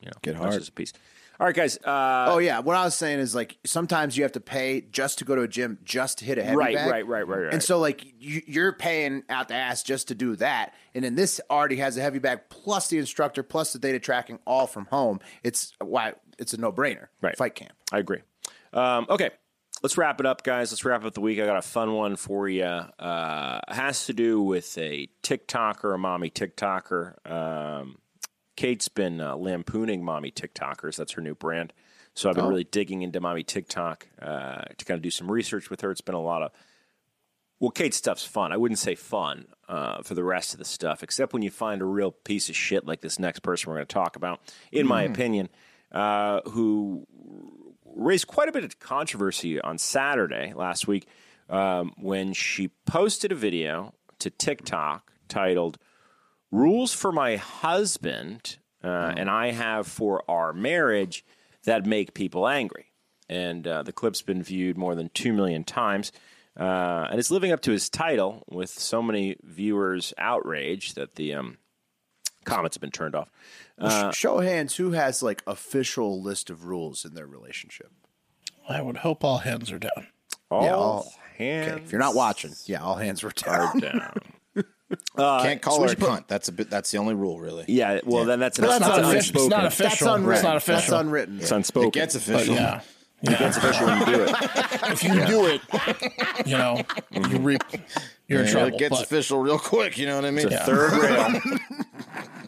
[SPEAKER 3] You know,
[SPEAKER 4] get
[SPEAKER 1] hard.
[SPEAKER 3] Just a piece. All right, guys. uh,
[SPEAKER 1] oh yeah, what I was saying is like sometimes you have to pay just to go to a gym, just to hit a heavy
[SPEAKER 3] Right,
[SPEAKER 1] bag.
[SPEAKER 3] right, right, right, right.
[SPEAKER 1] And so like you, you're paying out the ass just to do that, and then this already has a heavy bag plus the instructor plus the data tracking all from home. It's why it's a no brainer.
[SPEAKER 3] Right.
[SPEAKER 1] Fight camp.
[SPEAKER 3] I agree. Um, okay, let's wrap it up, guys. Let's wrap up the week. I got a fun one for you. Uh, it has to do with a TikToker, a mommy TikToker. Um, Kate's been uh, lampooning mommy TikTokers. That's her new brand. So I've been
[SPEAKER 12] Oh.
[SPEAKER 3] really digging into mommy TikTok uh, to kind of do some research with her. It's been a lot of well, Kate's stuff's fun. I wouldn't say fun uh, for the rest of the stuff, except when you find a real piece of shit like this next person we're going to talk about, in my
[SPEAKER 12] Mm.
[SPEAKER 3] opinion, uh, who raised quite a bit of controversy on Saturday last week um, when she posted a video to TikTok titled "Rules for My Husband uh,
[SPEAKER 1] Mm-hmm.
[SPEAKER 3] and I Have for Our Marriage That Make People Angry." And uh, the clip's been viewed more than two million times, uh, and it's living up to his title with so many viewers outraged that the um, comments have been turned off.
[SPEAKER 1] Well,
[SPEAKER 3] Uh,
[SPEAKER 1] sh- show of hands who has like official list of rules in their relationship.
[SPEAKER 2] I would hope all hands are down.
[SPEAKER 3] All
[SPEAKER 1] Okay, if you're not watching, yeah, all hands were down.
[SPEAKER 3] down.
[SPEAKER 4] Can't
[SPEAKER 1] Uh,
[SPEAKER 4] call
[SPEAKER 1] so we
[SPEAKER 4] her a
[SPEAKER 1] should put-
[SPEAKER 4] cunt. That's a bit. That's the only rule, really.
[SPEAKER 3] Yeah. Well, then that's an- Well, that's that's not an official. It's not unspoken. official. It's
[SPEAKER 4] That's unwritten.
[SPEAKER 3] not official.
[SPEAKER 4] That's unwritten.
[SPEAKER 3] It's unspoken.
[SPEAKER 4] It gets
[SPEAKER 3] But
[SPEAKER 4] official.
[SPEAKER 3] yeah. It gets official when you do it.
[SPEAKER 2] If you do it, you know, you reap, you're in
[SPEAKER 4] Yeah,
[SPEAKER 2] trouble.
[SPEAKER 4] It gets
[SPEAKER 2] but-
[SPEAKER 4] official real quick. You know what I mean?
[SPEAKER 3] It's a third rail.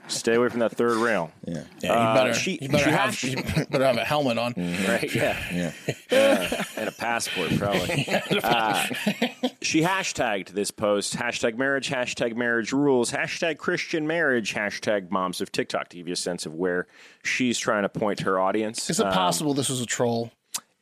[SPEAKER 3] Stay away from that third rail.
[SPEAKER 4] Yeah.
[SPEAKER 2] Yeah, you better, you better have, you better have a helmet on.
[SPEAKER 3] Right, yeah.
[SPEAKER 4] Yeah.
[SPEAKER 3] Uh, and a passport, probably. Uh, she hashtagged this post hashtag marriage, hashtag marriage rules, hashtag Christian marriage, hashtag moms of TikTok to give you a sense of where she's trying to point her audience.
[SPEAKER 2] Is it
[SPEAKER 3] Um,
[SPEAKER 2] possible this was a troll?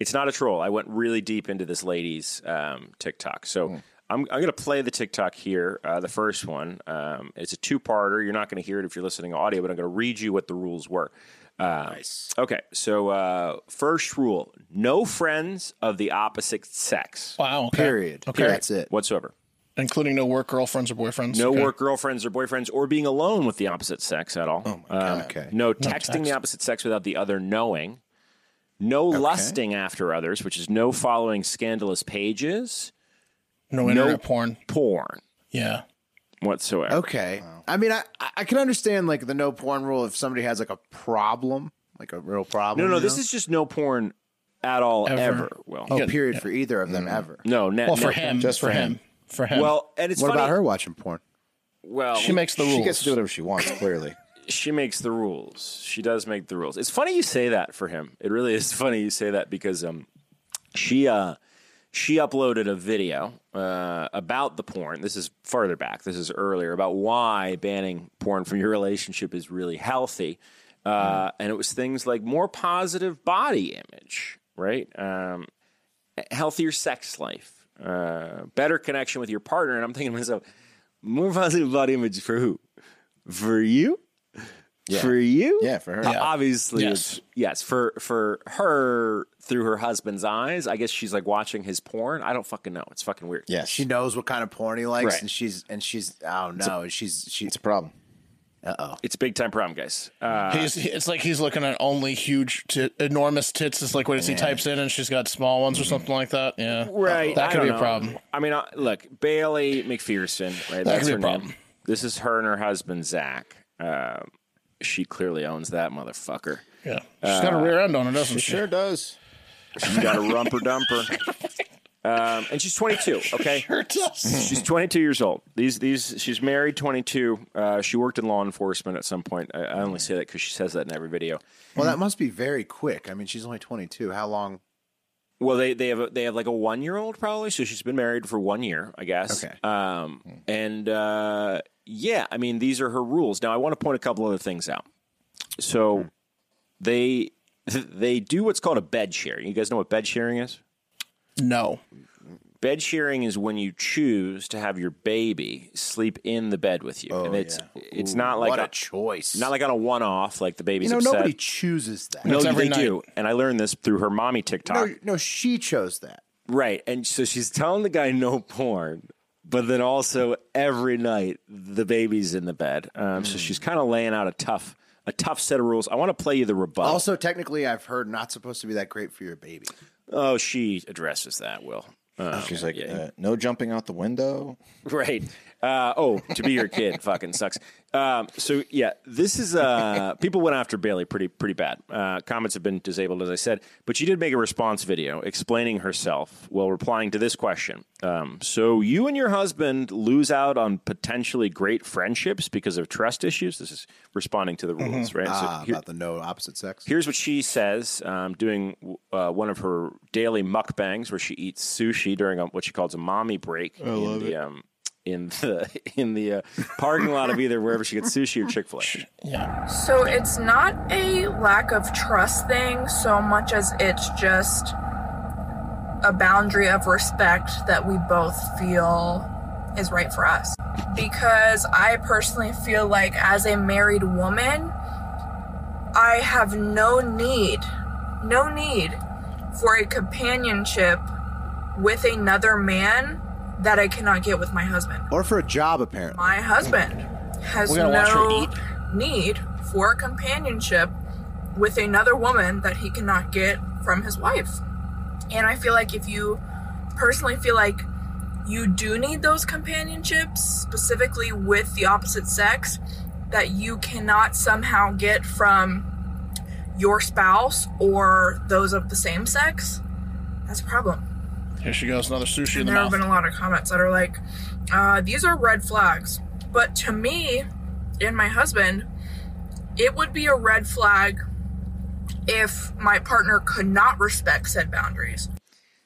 [SPEAKER 3] It's not a troll. I went really deep into this lady's um, TikTok. So I'm, I'm going to play the TikTok here, uh, the first one. Um, it's a two parter. You're not going to hear it if you're listening to audio, but I'm going to read you what the rules were. Uh, nice. Okay. So, uh, first rule no friends of the opposite sex.
[SPEAKER 2] Wow. Okay. Okay.
[SPEAKER 3] Whatsoever.
[SPEAKER 2] Including no work girlfriends or boyfriends.
[SPEAKER 3] No
[SPEAKER 2] Okay.
[SPEAKER 3] work girlfriends or boyfriends or being alone with the opposite sex at all. Oh my God. okay. No texting
[SPEAKER 2] text.
[SPEAKER 3] the opposite sex without the other knowing. No lusting after others, which is no following scandalous pages.
[SPEAKER 2] No internet porn.
[SPEAKER 3] Porn
[SPEAKER 2] Yeah.
[SPEAKER 3] whatsoever.
[SPEAKER 1] Okay. I mean, I I- I can understand like the no porn rule if somebody has like a problem, like a real problem.
[SPEAKER 3] No, no,
[SPEAKER 1] you
[SPEAKER 3] this
[SPEAKER 1] know?
[SPEAKER 3] is just no porn at all ever.
[SPEAKER 1] Ever.
[SPEAKER 3] Will.
[SPEAKER 1] Oh, period for either of
[SPEAKER 3] Mm-hmm.
[SPEAKER 1] them ever.
[SPEAKER 3] No, ne-
[SPEAKER 2] Well, for
[SPEAKER 3] ne-
[SPEAKER 2] him. Just for him. For him.
[SPEAKER 3] Well, and it's
[SPEAKER 1] what
[SPEAKER 3] funny-
[SPEAKER 1] about her watching porn?
[SPEAKER 3] Well,
[SPEAKER 4] She gets to do whatever she wants. Clearly.
[SPEAKER 3] she makes the rules. She does make the rules. It's funny you say that for him. It really is funny you say that because um, she uh, she uploaded a video uh, about the porn. This is farther back. This is earlier about why banning porn from your relationship is really healthy. Uh, And it was things like more positive body image, right? Um, healthier sex life, uh, better connection with your partner. And I'm thinking to myself, more positive body image for who? For you? For you? Yeah,
[SPEAKER 4] for her.
[SPEAKER 3] Uh, Obviously,
[SPEAKER 2] Yes.
[SPEAKER 3] yes. yes, for for her through her husband's eyes. I guess she's like watching his porn. I don't fucking know. It's fucking weird.
[SPEAKER 4] Yes.
[SPEAKER 1] She knows what kind of porn he likes,
[SPEAKER 3] Right.
[SPEAKER 1] and she's and she's oh
[SPEAKER 3] It's a-
[SPEAKER 1] no, she's she's it's
[SPEAKER 4] a problem.
[SPEAKER 1] Uh oh,
[SPEAKER 3] it's a big time problem, guys. Uh,
[SPEAKER 2] he's, it's like he's looking at only huge, tit enormous tits. It's like what does he
[SPEAKER 3] Yeah.
[SPEAKER 2] types in, and she's got small ones or something like that. Yeah,
[SPEAKER 3] right.
[SPEAKER 2] That
[SPEAKER 3] I
[SPEAKER 2] could
[SPEAKER 3] don't
[SPEAKER 2] be a
[SPEAKER 3] know.
[SPEAKER 2] problem.
[SPEAKER 3] I mean, uh, look, Bailey McPherson.
[SPEAKER 2] That
[SPEAKER 3] Right, that's
[SPEAKER 2] could be
[SPEAKER 3] her
[SPEAKER 2] a
[SPEAKER 3] name. This is her and her husband Zach. Um, she clearly owns that motherfucker.
[SPEAKER 2] Yeah, she's got a rear end on her, doesn't she?
[SPEAKER 4] Sure does.
[SPEAKER 3] She's got a rumper dumper. Um, and she's 22. Okay, she's 22 years old. These these she's married 22. Uh, she worked in law enforcement at some point. I, I only say that because she says that in every video.
[SPEAKER 1] Well, that must be very quick. I mean, she's only twenty two. How long?
[SPEAKER 3] Well, they they have a, they have like a one year old probably. So she's been married for one year, I guess. Okay. Um, and uh, yeah, I mean, these are her rules. Now, I want to point a couple other things out. So they they do what's called a bed sharing. You guys know what bed sharing is?
[SPEAKER 2] No.
[SPEAKER 3] Bed sharing is when you choose to have your baby sleep in the bed with you, and it's it's not like
[SPEAKER 1] Oh, what a
[SPEAKER 3] choice, not like on a one off, like the baby's
[SPEAKER 1] You know,
[SPEAKER 3] upset.
[SPEAKER 1] nobody chooses that.
[SPEAKER 3] no, they do, and I learned this through her mommy TikTok.
[SPEAKER 1] No, no, she chose that.
[SPEAKER 3] Right. And so she's telling the guy no porn, but then also every night the baby's in the bed. Um, So
[SPEAKER 1] Hmm.
[SPEAKER 3] she's kind of laying out a tough, a tough set of rules. I want to play you the rebuttal.
[SPEAKER 1] Also, technically, I've heard not supposed to be that great for your baby.
[SPEAKER 3] oh, she addresses that. Will. Uh,
[SPEAKER 4] She's like, uh, no jumping out the window.
[SPEAKER 3] Right. Uh, oh, to be your kid fucking sucks. Um, so yeah, this is uh, people went after Bailey pretty pretty bad. Uh, comments have been disabled, as I said, but she did make a response video explaining herself while replying to this question. Um, so you and your husband lose out on potentially great friendships because of trust issues. This is responding to the rules, right? So
[SPEAKER 1] Ah,
[SPEAKER 3] here-
[SPEAKER 1] about the no opposite sex.
[SPEAKER 3] Here's what she says um, doing uh, one of her daily mukbangs where she eats sushi during a, what she calls a mommy break
[SPEAKER 1] I
[SPEAKER 3] in
[SPEAKER 1] love
[SPEAKER 3] the um, in the in the uh, parking lot of either wherever she gets sushi or Chick Fil A.
[SPEAKER 11] So it's not a lack of trust thing so much as it's just a boundary of respect that we both feel is right for us. Because I personally feel like, as a married woman, I have no need, no need for a companionship with another man that I cannot get with my husband.
[SPEAKER 1] Or for a job, apparently.
[SPEAKER 11] My husband has
[SPEAKER 1] We're gonna watch her
[SPEAKER 11] no need for companionship with another woman that he cannot get from his wife. And I feel like if you personally feel like you do need those companionships, specifically with the opposite sex, that you cannot somehow get from your spouse or those of the same sex, that's a problem.
[SPEAKER 2] Here she goes, another sushi in
[SPEAKER 11] And
[SPEAKER 2] the
[SPEAKER 11] there have
[SPEAKER 2] mouth.
[SPEAKER 11] been a lot of comments that are like, uh, these are red flags. But to me and my husband, it would be a red flag if my partner could not respect said boundaries.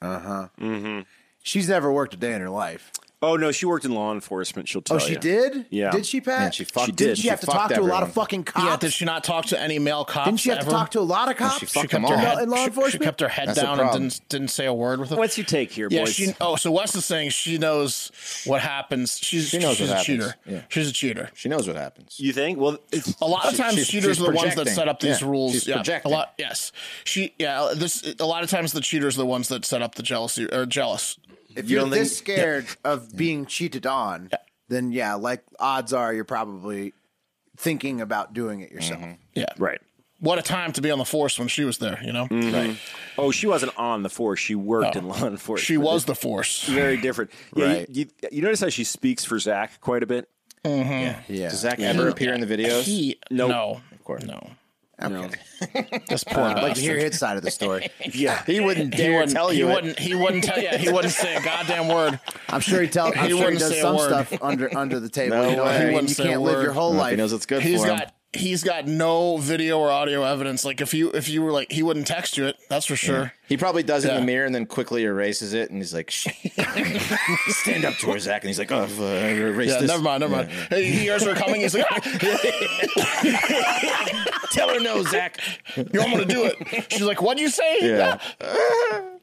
[SPEAKER 1] Uh huh.
[SPEAKER 3] Mm-hmm.
[SPEAKER 1] She's never worked a day in her life.
[SPEAKER 3] Oh no, she worked in law enforcement. She'll tell
[SPEAKER 1] oh, she
[SPEAKER 3] ya.
[SPEAKER 1] did.
[SPEAKER 3] Yeah,
[SPEAKER 1] Did she, Pat?
[SPEAKER 3] Yeah, she fucked.
[SPEAKER 1] Didn't she, have to talk to a lot of fucking cops?
[SPEAKER 2] Yeah, did she not talk to any male cops?
[SPEAKER 1] Didn't she have to
[SPEAKER 2] ever?
[SPEAKER 1] talk to a lot of cops?
[SPEAKER 2] She kept her head, she- She kept her head down and didn't didn't say a word with it.
[SPEAKER 3] What's your take here,
[SPEAKER 2] yeah,
[SPEAKER 3] boys?
[SPEAKER 2] she. Oh, so Wes is saying she knows what happens. She's
[SPEAKER 4] She knows
[SPEAKER 2] she's
[SPEAKER 4] what
[SPEAKER 2] a
[SPEAKER 4] happens.
[SPEAKER 2] cheater.
[SPEAKER 4] Yeah.
[SPEAKER 2] She's a cheater.
[SPEAKER 4] She knows what happens.
[SPEAKER 3] You think? Well,
[SPEAKER 2] a lot of
[SPEAKER 4] She-
[SPEAKER 2] times
[SPEAKER 4] she's-
[SPEAKER 2] cheaters
[SPEAKER 4] she's
[SPEAKER 2] are the ones that
[SPEAKER 4] projecting.
[SPEAKER 2] set up these
[SPEAKER 4] Yeah,
[SPEAKER 2] rules.
[SPEAKER 4] she's
[SPEAKER 2] yeah,
[SPEAKER 4] projecting.
[SPEAKER 2] a lot. Yes, she. Yeah, this. A lot of times the cheaters are the ones that set up the jealousy or jealous.
[SPEAKER 1] If you're this scared of being cheated on, then yeah, like odds are you're probably thinking about doing it yourself.
[SPEAKER 2] yeah,
[SPEAKER 3] right.
[SPEAKER 2] What a time to be on the force when she was there. You know,
[SPEAKER 4] Mm-hmm.
[SPEAKER 3] Mhm.
[SPEAKER 2] right?
[SPEAKER 3] Oh, she wasn't on the force. She worked in law enforcement.
[SPEAKER 2] She was the force.
[SPEAKER 3] Very different. Yeah, you-
[SPEAKER 2] Right.
[SPEAKER 3] You, you notice how she speaks for Zach quite a bit.
[SPEAKER 2] Mhm.
[SPEAKER 1] Yeah.
[SPEAKER 4] Does Zach ever appear in the videos?
[SPEAKER 2] He-
[SPEAKER 3] Nope.
[SPEAKER 2] No,
[SPEAKER 4] Of course.
[SPEAKER 2] No.
[SPEAKER 3] No.
[SPEAKER 2] This
[SPEAKER 1] poor Uh, I'd like to hear bastard. his side of the story.
[SPEAKER 3] yeah,
[SPEAKER 4] he wouldn't
[SPEAKER 2] He
[SPEAKER 4] dare
[SPEAKER 2] wouldn't
[SPEAKER 4] tell
[SPEAKER 2] he
[SPEAKER 4] you. it.
[SPEAKER 2] wouldn't. He wouldn't tell you. He wouldn't say a goddamn word.
[SPEAKER 1] I'm sure he tells. I'm
[SPEAKER 2] He
[SPEAKER 1] sure he
[SPEAKER 2] wouldn't
[SPEAKER 1] does
[SPEAKER 2] say a
[SPEAKER 1] some
[SPEAKER 2] word.
[SPEAKER 1] stuff under under the table.
[SPEAKER 2] No
[SPEAKER 1] you know what
[SPEAKER 2] way.
[SPEAKER 1] I
[SPEAKER 2] He
[SPEAKER 1] mean?
[SPEAKER 2] wouldn't
[SPEAKER 1] You
[SPEAKER 2] say
[SPEAKER 1] can't
[SPEAKER 2] a
[SPEAKER 1] live your
[SPEAKER 2] word.
[SPEAKER 1] whole
[SPEAKER 4] Mm-hmm.
[SPEAKER 2] Well, if
[SPEAKER 1] life.
[SPEAKER 2] he knows
[SPEAKER 4] it's good
[SPEAKER 2] He's
[SPEAKER 4] for him.
[SPEAKER 2] got he's got no video or audio evidence. Like if you if you were like he wouldn't text you it. That's for sure.
[SPEAKER 4] He probably does it in
[SPEAKER 2] Yeah.
[SPEAKER 4] the mirror and then quickly erases it, and he's like, "Shh." "Stand up to her, Zach." And he's like, "Oh, I've, uh, erased
[SPEAKER 2] Yeah,
[SPEAKER 4] this."
[SPEAKER 2] never mind, never
[SPEAKER 4] Yeah,
[SPEAKER 2] mind. Hey, He hears her coming. He's like, "Ah!"
[SPEAKER 4] "Tell her no, Zach.
[SPEAKER 2] You want me to do it?" She's like, "What'd you say?"
[SPEAKER 4] Yeah.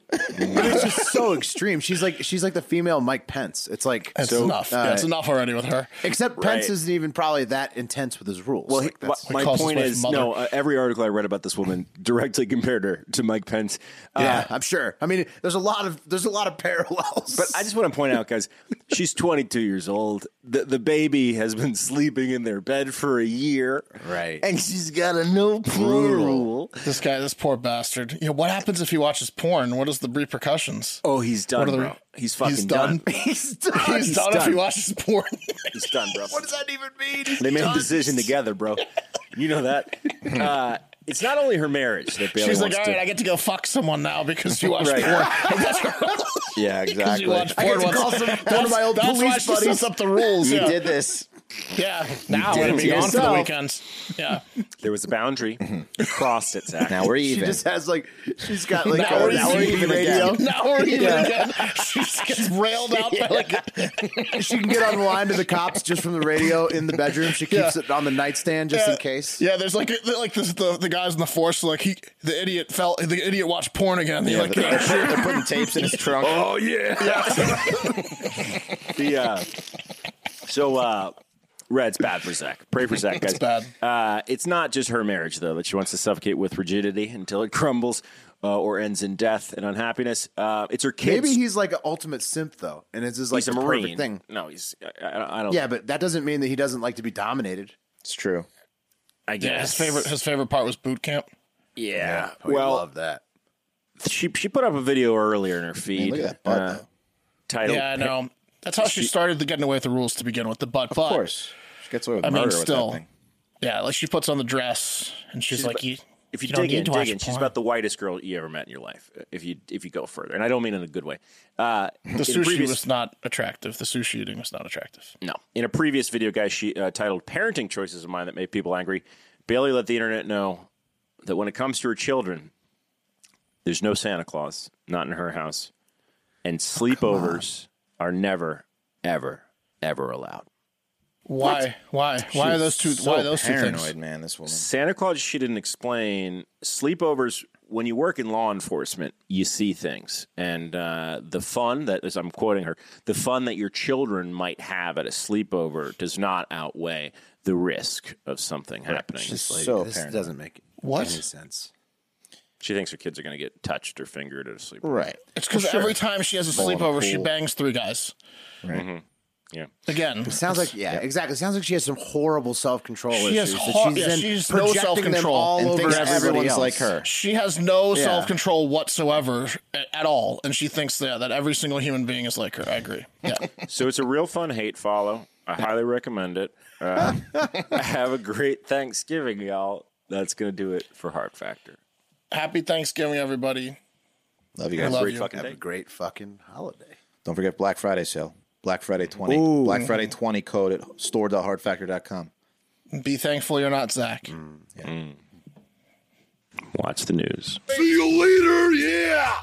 [SPEAKER 1] But it's just so extreme. She's like she's like the female Mike Pence. It's like
[SPEAKER 2] That's
[SPEAKER 1] so,
[SPEAKER 2] enough.
[SPEAKER 1] uh,
[SPEAKER 2] That's enough already with her.
[SPEAKER 1] Except Pence isn't even probably that intense with his rules.
[SPEAKER 3] Well,
[SPEAKER 1] Like,
[SPEAKER 3] he-
[SPEAKER 1] that's-
[SPEAKER 3] my, my point is, no. Uh, every article I read about this woman directly compared her to Mike Pence. Uh,
[SPEAKER 1] Yeah, I'm sure. I mean, there's a lot of there's a lot of parallels.
[SPEAKER 3] But I just want to point out, guys, she's 22 years old. The, the baby has been sleeping in their bed for a year. Right. And she's got a no porn rule.
[SPEAKER 2] This guy, this poor bastard. Yeah, what happens if he watches porn? What is the repercussions?
[SPEAKER 3] Oh, he's done, bro. He's fucking done.
[SPEAKER 1] Oh, He's
[SPEAKER 2] done. He's,
[SPEAKER 3] He's
[SPEAKER 2] done, if he
[SPEAKER 3] done.
[SPEAKER 2] watches porn.
[SPEAKER 3] He's done, bro.
[SPEAKER 1] What does that even mean?
[SPEAKER 3] They made a decision together, bro. You know that. Uh, it's not only her marriage that Bailey
[SPEAKER 2] She's like,
[SPEAKER 3] wants
[SPEAKER 2] all right,
[SPEAKER 3] to.
[SPEAKER 2] I get to go fuck someone now because you watched
[SPEAKER 3] Right.
[SPEAKER 2] porn. That's
[SPEAKER 4] yeah,
[SPEAKER 2] Because you
[SPEAKER 4] exactly."
[SPEAKER 2] watched porn once. That's- that's why she sets up the rules.
[SPEAKER 4] You
[SPEAKER 2] yeah.
[SPEAKER 4] did this.
[SPEAKER 2] Yeah, now
[SPEAKER 3] did
[SPEAKER 2] it'll
[SPEAKER 3] it
[SPEAKER 2] be
[SPEAKER 3] to
[SPEAKER 2] gone for the
[SPEAKER 3] yourself.
[SPEAKER 2] weekends. Yeah.
[SPEAKER 3] There was a boundary. You crossed it, Zach.
[SPEAKER 4] Now we're even.
[SPEAKER 1] She just has like she's got like
[SPEAKER 3] Now
[SPEAKER 1] a
[SPEAKER 3] we're even
[SPEAKER 1] CB
[SPEAKER 3] again.
[SPEAKER 1] radio.
[SPEAKER 2] E Now we're even
[SPEAKER 1] Yeah.
[SPEAKER 2] again. She just gets railed out by like
[SPEAKER 1] She can get on the line to the cops just from the radio in the bedroom. She keeps it on the nightstand just in case.
[SPEAKER 2] Yeah, there's like like this, the the guys in the force like he the idiot fell the idiot watched porn again. They're
[SPEAKER 4] Yeah,
[SPEAKER 2] like,
[SPEAKER 4] they're, putting- they're putting tapes in his trunk.
[SPEAKER 3] Oh yeah. the uh, so uh, red's bad for Zach. Pray for Zach, guys.
[SPEAKER 2] It's bad.
[SPEAKER 3] Uh, it's not just her marriage though that she wants to suffocate with rigidity until it crumbles uh, or ends in death and unhappiness. Uh, it's her kids.
[SPEAKER 1] Maybe he's like an ultimate simp though, and it's just like
[SPEAKER 3] He's a
[SPEAKER 1] the
[SPEAKER 3] marine.
[SPEAKER 1] perfect thing.
[SPEAKER 3] No, he's. I- I, I don't.
[SPEAKER 1] Yeah, but that doesn't mean that he doesn't like to be dominated.
[SPEAKER 4] It's true.
[SPEAKER 3] I
[SPEAKER 2] yeah, his
[SPEAKER 3] guess
[SPEAKER 2] favorite his favorite part was boot camp.
[SPEAKER 3] Yeah.
[SPEAKER 1] We
[SPEAKER 3] well,
[SPEAKER 1] love Oh, that.
[SPEAKER 3] she she put up a video earlier in her feed.
[SPEAKER 4] look at that butt, though.
[SPEAKER 3] titled
[SPEAKER 2] yeah, I know. That's how she, started the getting away with the rules to begin with. The butt,
[SPEAKER 4] Of
[SPEAKER 2] but
[SPEAKER 4] course. She gets away with
[SPEAKER 2] I mean,
[SPEAKER 4] murder
[SPEAKER 2] still,
[SPEAKER 4] with that thing.
[SPEAKER 2] yeah, like she puts on the dress and she's,
[SPEAKER 3] She's
[SPEAKER 2] like,
[SPEAKER 3] about-
[SPEAKER 2] you,
[SPEAKER 3] if you,
[SPEAKER 2] you don't
[SPEAKER 3] dig
[SPEAKER 2] need
[SPEAKER 3] in,
[SPEAKER 2] to
[SPEAKER 3] dig
[SPEAKER 2] watch
[SPEAKER 3] in, she's
[SPEAKER 2] porn.
[SPEAKER 3] about the whitest girl you ever met in your life. If you if you go further, and I don't mean in a good way. Uh, in
[SPEAKER 2] the
[SPEAKER 3] a
[SPEAKER 2] sushi
[SPEAKER 3] previous-
[SPEAKER 2] was not attractive. The sushi eating was not attractive.
[SPEAKER 3] no. In a previous video, guys, she uh, titled "Parenting Choices of Mine That Made People Angry." Bailey let the internet know that when it comes to her children, there's no Santa Claus, not in her house, and sleepovers are never, ever, ever allowed.
[SPEAKER 2] Why? Why? why are those two?
[SPEAKER 4] So
[SPEAKER 2] why are those two
[SPEAKER 4] paranoid,
[SPEAKER 2] things?
[SPEAKER 4] man, this woman.
[SPEAKER 3] Santa Claus, she didn't explain sleepovers. When you work in law enforcement, you see things, and uh, the fun that, as I'm quoting her, the fun that your children might have at a sleepover does not outweigh the risk of something happening.
[SPEAKER 4] She's so
[SPEAKER 1] this
[SPEAKER 4] paranoid.
[SPEAKER 1] doesn't make
[SPEAKER 2] What?
[SPEAKER 1] any sense.
[SPEAKER 3] She thinks her kids are going to get touched or fingered at a sleepover.
[SPEAKER 4] Right.
[SPEAKER 2] It's because every time she has a
[SPEAKER 4] Ball in a
[SPEAKER 2] sleepover, she
[SPEAKER 4] pool.
[SPEAKER 2] bangs three guys.
[SPEAKER 3] Mm-hmm. Yeah,
[SPEAKER 2] Again,
[SPEAKER 1] Sounds like yeah, exactly. Sounds like she has some horrible self control issues.
[SPEAKER 2] She has
[SPEAKER 1] that
[SPEAKER 2] hor-
[SPEAKER 1] she's
[SPEAKER 2] yeah,
[SPEAKER 1] then
[SPEAKER 2] she has no
[SPEAKER 1] projecting them
[SPEAKER 2] self-control
[SPEAKER 1] all
[SPEAKER 2] and
[SPEAKER 1] over
[SPEAKER 4] thinks
[SPEAKER 1] everybody
[SPEAKER 4] everyone's
[SPEAKER 1] else.
[SPEAKER 4] like her.
[SPEAKER 2] she has no
[SPEAKER 1] Yeah.
[SPEAKER 2] self control whatsoever a- at all, and she thinks that that every single human being is like her. I agree. Yeah,
[SPEAKER 3] So it's a real fun hate follow. I highly recommend it. Uh, have a great Thanksgiving, y'all. That's going to do it for Heart Factor.
[SPEAKER 2] happy Thanksgiving, everybody.
[SPEAKER 4] Love you
[SPEAKER 2] I
[SPEAKER 4] guys.
[SPEAKER 2] love
[SPEAKER 3] Great
[SPEAKER 2] you.
[SPEAKER 3] fucking
[SPEAKER 1] Have
[SPEAKER 3] day.
[SPEAKER 1] a great fucking holiday.
[SPEAKER 4] Don't forget Black Friday sale. Black Friday 20. Black Friday 20 code at store.hardfactor.com.
[SPEAKER 2] Be thankful you're not Zach.
[SPEAKER 3] Watch the news.
[SPEAKER 5] See you later, yeah!